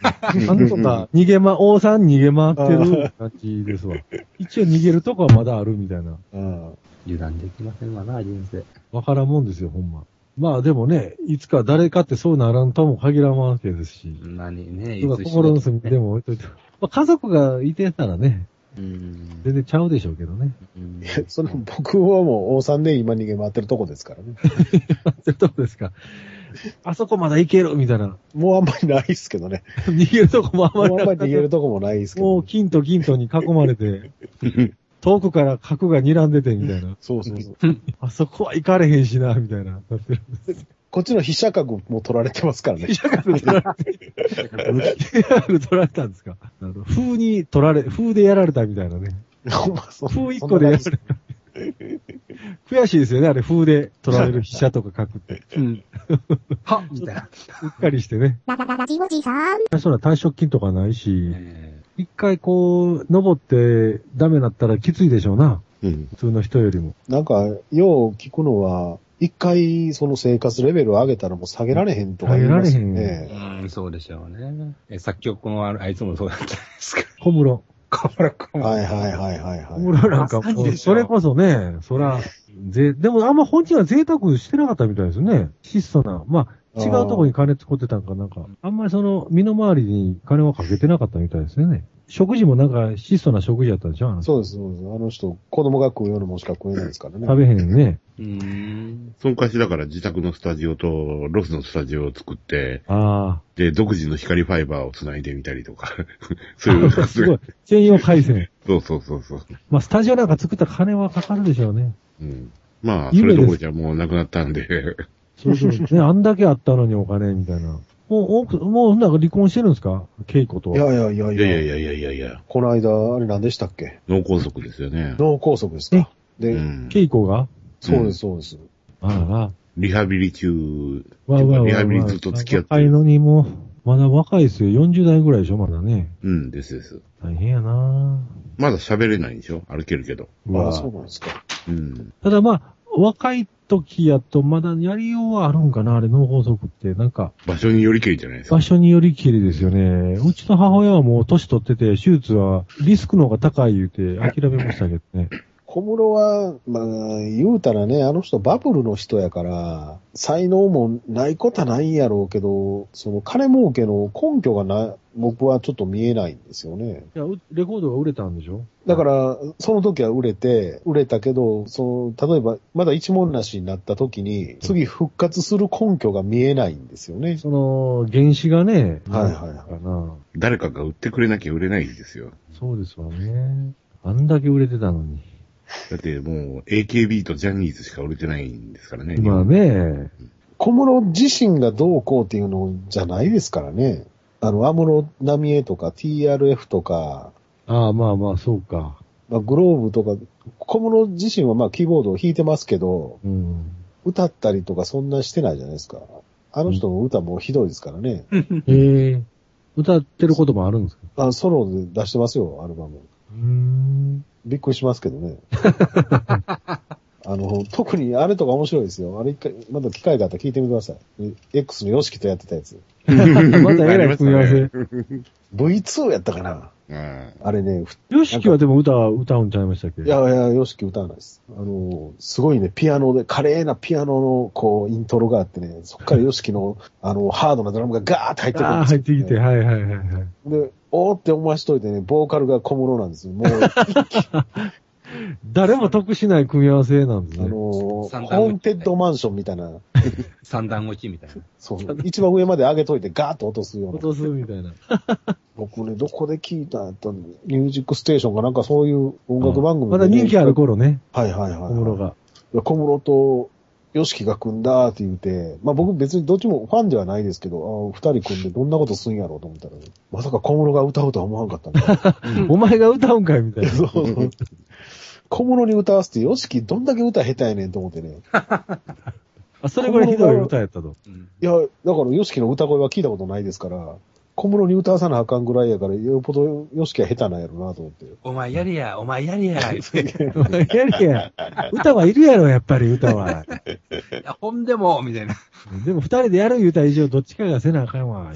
Speaker 2: なんとか逃げま、王さん逃げ回ってる感じです わ。一応逃げるとこはまだあるみたいな。
Speaker 3: うん
Speaker 1: 油断できませんわな、人生。
Speaker 2: わからんもんですよ、ほんま。まあでもね、いつか誰かってそうならんとも限らんわけですし。
Speaker 1: 何ね、
Speaker 2: だから心の隅で
Speaker 1: も。
Speaker 2: も置いといて。まあ家族がいてたらね、
Speaker 1: うん。
Speaker 2: 全然ちゃうでしょうけどね。
Speaker 1: うん
Speaker 3: その僕はもう王さんで今逃げ回ってるとこですからね。
Speaker 2: どうですか。あそこまだ行けるみたいな。
Speaker 3: もうあんまりないですけどね。
Speaker 2: 逃げるとこもあん
Speaker 3: もう
Speaker 2: ま
Speaker 3: あ
Speaker 2: り
Speaker 3: ん
Speaker 2: な
Speaker 3: ま
Speaker 2: か
Speaker 3: り
Speaker 2: った
Speaker 3: 逃げるとこもないですけ
Speaker 2: もう
Speaker 3: ど。
Speaker 2: 金と銀とに囲まれ て、遠くから角が睨んでてみたいな。
Speaker 3: そうそうそう。
Speaker 2: あそこは行かれへんしな、みたいな。なってる
Speaker 3: こっちの被写角も取られてますからね。
Speaker 2: VR 取られたんですかなるほど風に取られ、風でやられたみたいなね。
Speaker 3: ほんまそ
Speaker 2: 風一個でやられ
Speaker 3: そ
Speaker 2: た。悔しいですよね、あれ風で取られる飛車とか書くって。
Speaker 1: うん。はみたいな。
Speaker 2: うっかりしてね。
Speaker 7: ララララジオジさん。
Speaker 2: そら退職金とかないし、
Speaker 1: え
Speaker 2: 一回こう、登ってダメだったらきついでしょうな。
Speaker 4: ん
Speaker 2: 普通の人よりも。
Speaker 3: なんか、よう聞くのは、一回その生活レベルを上げたらもう下げられへんとか言いますよ
Speaker 2: 下げられ
Speaker 3: ね。
Speaker 1: ーうん、そうでしょうね。え、作曲家のああいつもそうだったん ですか。
Speaker 2: 小室。
Speaker 1: 小村小村。
Speaker 3: はいはいはいはい
Speaker 2: 小
Speaker 3: はい。
Speaker 2: 室なんか
Speaker 1: まさ
Speaker 2: も
Speaker 1: に
Speaker 2: う、
Speaker 1: でしょ
Speaker 2: それこそね、そら、ぜ、でもあんま本人は贅沢してなかったみたいですね。質素な。まあ、違うとこに金使ってたんかなんか、あんまりその、身の回りに金はかけてなかったみたいですよね。食事もなんか質素な食事やったんでしょあの
Speaker 3: そうです、そうです。あの人、子供が食うようなもんしか食えないですからね。
Speaker 2: 食べへんね。
Speaker 1: うーん。
Speaker 4: その昔だから自宅のスタジオとロスのスタジオを作って、
Speaker 2: あ
Speaker 4: で、独自の光ファイバーを繋いでみたりとか、そういう
Speaker 2: あ。すごい。専用回線。
Speaker 4: そうそうそうそう。
Speaker 2: まあ、スタジオなんか作ったら金はかかるでしょうね。
Speaker 4: うん、まあ、それどころじゃもうなくなったんで、
Speaker 2: そうそう。ね、あんだけあったのにお金みたいな。もう、奥もう、なんか離婚してるんですか稽古と
Speaker 3: い
Speaker 2: は。
Speaker 3: やいやいや
Speaker 4: い
Speaker 3: い
Speaker 4: や
Speaker 3: や。
Speaker 4: いやいやいやいやいや、
Speaker 3: この間、あれ何でしたっけ
Speaker 4: 脳梗塞ですよね。
Speaker 3: 脳梗塞ですか。で、
Speaker 4: うん
Speaker 2: 稽古が
Speaker 3: そうです、そうです。
Speaker 2: あらら。
Speaker 4: リハビリ中、
Speaker 2: わあわあわあわあ
Speaker 4: リハビリずっと付き合ってる
Speaker 2: 若いのにも、まだ若いですよ。40代ぐらいでしょ、まだね。
Speaker 4: うん、ですです。
Speaker 2: 大変やな
Speaker 4: まだ喋れないんでしょ歩けるけど。
Speaker 2: う
Speaker 3: あ
Speaker 2: わ
Speaker 3: あ、そうなんですか。
Speaker 4: うん。
Speaker 2: ただまあ、若い時やとまだやりようはあるんかな、あれ、脳梗塞って。なんか、
Speaker 4: 場所によりけりじゃないですか
Speaker 2: 場。所によりきりですよね。うちの母親はもう年取ってて、手術はリスクの方が高い言うて諦めましたけどね。
Speaker 3: 小室は、まあ、言うたらね、あの人バブルの人やから、才能もないことはないんやろうけど、その金儲けの根拠がな、僕はちょっと見えないんですよね。
Speaker 2: いや、うレコードが売れたんでしょ
Speaker 3: だから、その時は売れて、売れたけど、その、例えば、まだ一文なしになった時に、次復活する根拠が見えないんですよね。
Speaker 2: その、原子がね、
Speaker 3: はいはいはい
Speaker 2: かな。
Speaker 4: 誰かが売ってくれなきゃ売れないんですよ。
Speaker 2: そうですわね。あんだけ売れてたのに。
Speaker 4: だってもう AKB とジャニーズしか売れてないんですからね。
Speaker 2: まあね、
Speaker 3: 小室自身がどうこうっていうのじゃないですからね。あの、安室奈美恵とか TRF とか、
Speaker 2: ああまあまあ、そうか。
Speaker 3: まあ、グローブとか、小室自身はまあキーボードを弾いてますけど、
Speaker 2: うん。
Speaker 3: 歌ったりとかそんなしてないじゃないですか。あの人の歌もひどいですからね。
Speaker 2: ええ歌ってることもあるんですか
Speaker 3: あソロで出してますよ、アルバム。
Speaker 2: うーん。
Speaker 3: びっくりしますけどね。あの、特にあれとか面白いですよ。あれ一回、まだ機会があったら聞いてみてください。X の YOSHIKI とやってたやつ。
Speaker 2: またえらい組み合わ
Speaker 4: あり
Speaker 2: せ。
Speaker 3: V2 やったかな
Speaker 4: うん
Speaker 3: あれね、ふ
Speaker 2: よしきはでも歌は歌うんちゃいましたっけ
Speaker 3: いや、いや、YOSHIKI 歌わないです。あの、すごいね、ピアノで、華麗なピアノの、こう、イントロがあってね、そっから YOSHIKI の、あの、ハードなドラムがガーって入ってくる
Speaker 2: あ
Speaker 3: ん
Speaker 2: あ、
Speaker 3: です
Speaker 2: 入
Speaker 3: よ
Speaker 2: ってきて、はいはいはいはい。
Speaker 3: で、おーって思わしといてね、ボーカルが小室なんですよ。もう、
Speaker 2: 誰も得しない組み合わせなんです
Speaker 3: あ
Speaker 2: ね
Speaker 3: の。ホ
Speaker 1: 三段落ち
Speaker 3: ーンテッドマンションみたいな、
Speaker 1: 三段落ちみたいな。
Speaker 3: そう、一番上まで上げといてガーッと落とすよう
Speaker 2: 落
Speaker 3: な。
Speaker 2: とすみたいな。
Speaker 3: 僕ね、どこで聞いたんやったのミュージックステーションかなんかそういう音楽番組、
Speaker 2: まだ人気ある。頃ね、
Speaker 3: はいはいはい。
Speaker 2: 小室が。
Speaker 3: いや小室と、ヨシキが組んだって言うて、まあ僕別にどっちもファンではないですけど、ああ二人組んでどんなことすんやろうと思ったら、まさか小室が歌うとは思わんかったん だ。
Speaker 2: お前が歌うんかいみたいな。
Speaker 3: そうそう。小室に歌わせて、ヨシキどんだけ歌下手やねんと思ってね。
Speaker 2: あ、それぐらいひどい歌やったと。
Speaker 1: うん
Speaker 3: いや、だからヨシキの歌声は聞いたことないですから、小室に歌わさなあかんぐらいやから、よっぽどヨシキは下手なんやろうなと思って。
Speaker 1: お前やれや、お前やれや。い
Speaker 2: やりや。歌はいるやろ、やっぱり歌は。
Speaker 1: やほんでも、みたいな。
Speaker 2: でも二人でやる言うた以上、どっちかがせなあかんわ。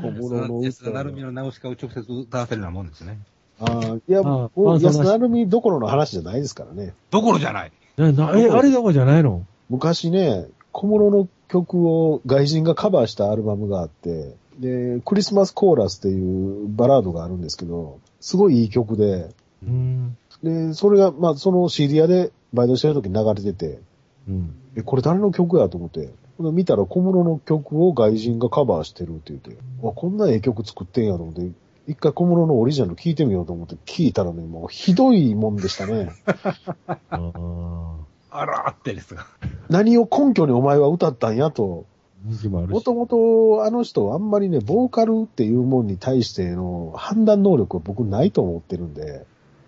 Speaker 3: 小室の
Speaker 1: 安田成美
Speaker 3: 歌。
Speaker 1: の直しかを直接歌わせるようなもんですね。
Speaker 3: ああ、いや、
Speaker 2: あ
Speaker 3: も
Speaker 2: あ
Speaker 3: う安
Speaker 2: 安田
Speaker 3: 田成美どころの話じゃないですからね。
Speaker 1: どころじゃない。
Speaker 2: ななえ、あれどこじゃないの
Speaker 3: 昔ね、小室の曲を外人がカバーしたアルバムがあって、で、クリスマスコーラスっていうバラードがあるんですけど、すごいいい曲で、
Speaker 2: うん。
Speaker 3: で、それが、まあ、その CD 屋でバイトしてる時に流れてて、
Speaker 2: うん。
Speaker 3: え、これ誰の曲やと思って、ほんで見たら小室の曲を外人がカバーしてるって言って、わ、こんなええ曲作ってんやと思って、一回小室のオリジナル聞いてみようと思って聞いたらね、もうひどいもんでしたね。
Speaker 2: ああ。
Speaker 1: あらーってです が。
Speaker 3: 何を根拠にお前は歌ったんやと、
Speaker 2: 人気もある
Speaker 3: も
Speaker 2: し。
Speaker 3: ともとあの人はあんまりね、ボーカルっていうもんに対しての判断能力は僕ないと思ってるんで、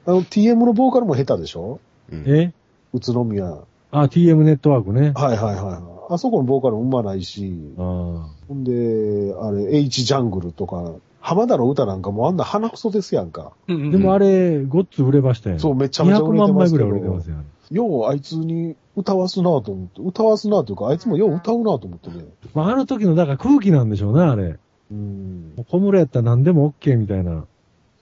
Speaker 3: あの TM のボーカルも下手でしょ
Speaker 4: うん
Speaker 2: え
Speaker 3: 宇都宮。はい
Speaker 2: あ、TM ネットワークね。あ
Speaker 3: はいはいはい。あそこのボーカルもうまないし、
Speaker 2: あ。
Speaker 3: ほんで、あれ、H ジャングルとか、浜田の歌なんかもうあんな鼻くそですやんか。
Speaker 2: で
Speaker 1: で
Speaker 2: もあれ、ごっつ売れましたよね。
Speaker 3: そう、めちゃめちゃ
Speaker 2: 200
Speaker 3: 売れて
Speaker 2: 万
Speaker 3: ま
Speaker 2: 枚
Speaker 3: す
Speaker 2: ぐ
Speaker 3: け
Speaker 2: らい売れて
Speaker 3: ど
Speaker 2: ま。すよ。
Speaker 3: ようあいつに歌わすなと思って、歌わすなというか、あいつもよう歌うなと思ってね。
Speaker 2: まあ、あの時の、だから空気なんでしょうな、あれ。
Speaker 3: うん。
Speaker 2: もう小室やったら何でも OK みたいな。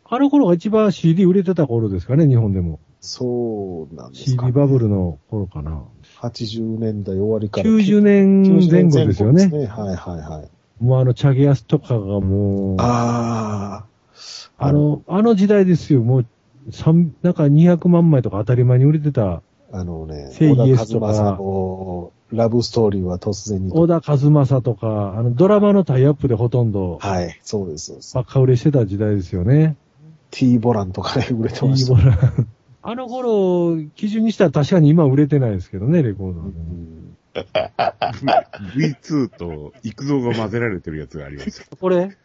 Speaker 2: あの頃が一番 CD 売れてた頃ですかね、日本でも。
Speaker 3: そうなんです
Speaker 2: CD
Speaker 3: か、ね。
Speaker 2: バブルの頃かな。
Speaker 3: 80年代終わりから。
Speaker 2: 90年前後ですよね。
Speaker 3: はいはいはい。
Speaker 2: もうあの、チャゲアスとかがもう、あ
Speaker 3: ああ。
Speaker 2: の、あの時代ですよ、もう、三なんか200万枚とか当たり前に売れてた、
Speaker 3: あのね、
Speaker 2: 正義
Speaker 3: 小
Speaker 2: Yes
Speaker 3: 田和正のラブストーリーは突然に。
Speaker 2: 小田和正とか、あの、ドラマのタイアップでほとんど、
Speaker 3: はい、そうです、そうです。
Speaker 2: バカ売れしてた時代ですよね。
Speaker 3: T ボランとかね、売れてました。
Speaker 2: いいもの あの頃、基準にしたら確かに今売れてないですけどね、レコードは
Speaker 3: う
Speaker 2: ね、
Speaker 3: ん
Speaker 4: V2 と、育造が混ぜられてるやつがありました。
Speaker 2: これ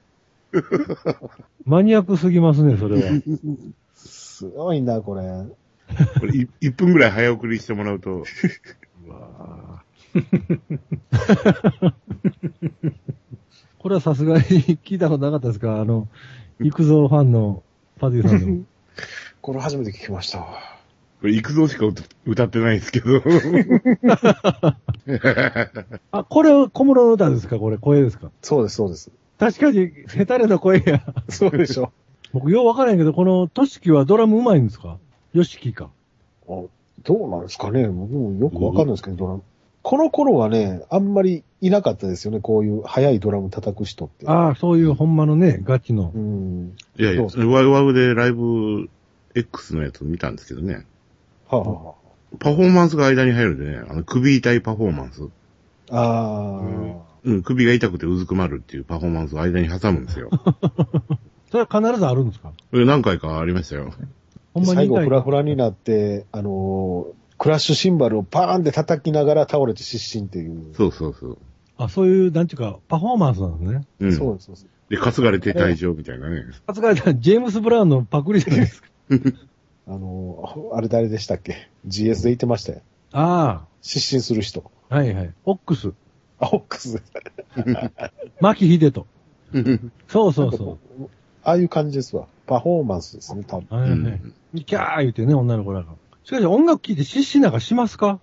Speaker 2: マニアックすぎますね、それは。
Speaker 3: すごいな、これ。
Speaker 4: これ、い1分ぐらい早送りしてもらうと、
Speaker 2: これはさすがに聞いたことなかったですかあの、育造ファンのパディさんの。
Speaker 3: これ初めて聞きましたわ。
Speaker 4: これ、育造しか歌歌ってないですけど。
Speaker 2: あ、これ、小室の歌ですかこれ、声ですか
Speaker 3: そうです、そ うです。
Speaker 2: 確かに、ヘタレの声や。
Speaker 3: そうでしょ。
Speaker 2: 僕、ようわからへんけど、この、トシキはドラムうまいんですかヨシキか。
Speaker 3: あどうなんですかね僕もよくわかんないですけど、ドラム。この頃はね、あんまりいなかったですよね、こういう速いドラム叩く人って。
Speaker 2: ああ、そういうほんまのね、ガチの
Speaker 3: う。ん。
Speaker 4: いやいや、
Speaker 3: そうそ
Speaker 4: ワウワウでライブ X のやつ見たんですけどね。
Speaker 3: はあ、は
Speaker 4: パフォーマンスが間に入るんでね、あの、首痛いパフォーマンス。
Speaker 3: あ、ああ、
Speaker 4: うん、首が痛くてうずくまるっていうパフォーマンスを間に挟むんで すよ。
Speaker 2: それは必ずあるんですか
Speaker 4: これ何回かありましたよ。
Speaker 2: ほんまに
Speaker 3: 最後
Speaker 2: 痛い
Speaker 3: フラフラになって、あのークラッシュシンバルをパーンって叩きながら倒れて失神っていう。
Speaker 4: そうそうそう。
Speaker 2: あ、そういう、なんていうか、パフォーマンスなんですね。
Speaker 4: うん。
Speaker 3: そうですそうです。
Speaker 4: で、担がれて退場みたいなね。
Speaker 2: 扱いたジェームス・ブラウンのパクリじゃないですか。
Speaker 3: あのーあれ誰でしたっけ ?GS で言ってましたよ。
Speaker 2: あ
Speaker 3: 失神する人。
Speaker 2: あ、はいはい。オックス。
Speaker 3: あ、オックス。
Speaker 2: 牧秀 人。そうそうそ
Speaker 3: なんかこう。ああいう感じですわ。パフォーマンスですね、多分。
Speaker 2: う。はいは
Speaker 4: う
Speaker 2: い。
Speaker 4: ん
Speaker 2: キャー言うてね、女の子らが。しかし、音楽聴いて失神なんかしますか、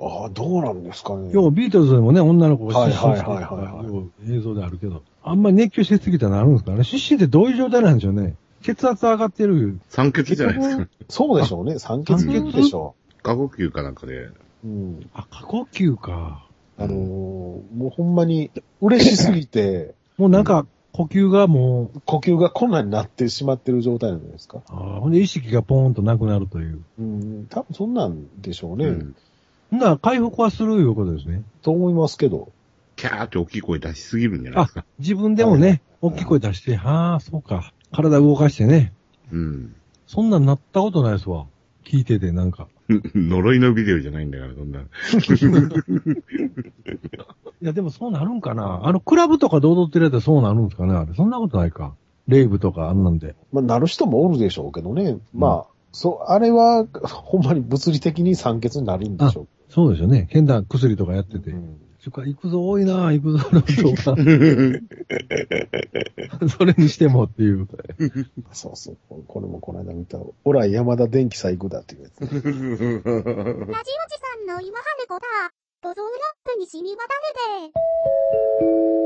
Speaker 3: ああ、どうなんですかね。
Speaker 2: 要はビートルズでもね、女の子が失神して
Speaker 3: はいはいはいはいはい
Speaker 2: 要は映像であるけど。あんまり熱狂しすぎたらなるんですかね。失神ってどういう状態なんでしょうね。血圧上がってる。
Speaker 4: 酸欠じゃないですか。
Speaker 3: そうでしょうね。酸欠
Speaker 2: 酸欠
Speaker 3: でしょ
Speaker 4: 過呼吸かなんかで。
Speaker 3: う。うん。
Speaker 2: あ、過呼吸か。
Speaker 3: あのーもうほんまに嬉しすぎて、
Speaker 2: もうなんか、呼吸がもう、
Speaker 3: 呼吸が困難になってしまってる状態なんじゃないですか。
Speaker 2: あーほんで意識がポーンとなくなるという。
Speaker 3: うん。多分そんなんでしょうね。
Speaker 4: うん
Speaker 2: ほんなら回復はするいうことですね。
Speaker 3: と思いますけど。
Speaker 4: キャーって大きい声出しすぎるんじゃないですか。
Speaker 2: 自分でもね、大きい声出して、ああ、そうか。体動かしてね。
Speaker 4: うん。
Speaker 2: そんなんなったことないですわ。聞いてて、なんか。
Speaker 4: 呪いのビデオじゃないんだから、そんな。
Speaker 2: いや、でもそうなるんかな。あの、クラブとかで踊ってるやつはそうなるんですかね。あれ、そんなことないか。レイブとかあんなんで。
Speaker 3: まあ、なる人もおるでしょうけどね。まあ、そう、あれは、ほんまに物理的に酸欠になるんでしょう
Speaker 2: そうですよね。変な薬とかやってて。
Speaker 3: けど。う
Speaker 2: ち
Speaker 3: ん
Speaker 2: ょか、行くぞ多いな、行くぞの 人が。それにしてもっていう。
Speaker 3: そうそう。これもこの間見た。ほら、山田電機さ行くだっていうやつ。
Speaker 7: ラジオジさんの今はねこだ。ボゾンラップに染み渡るで。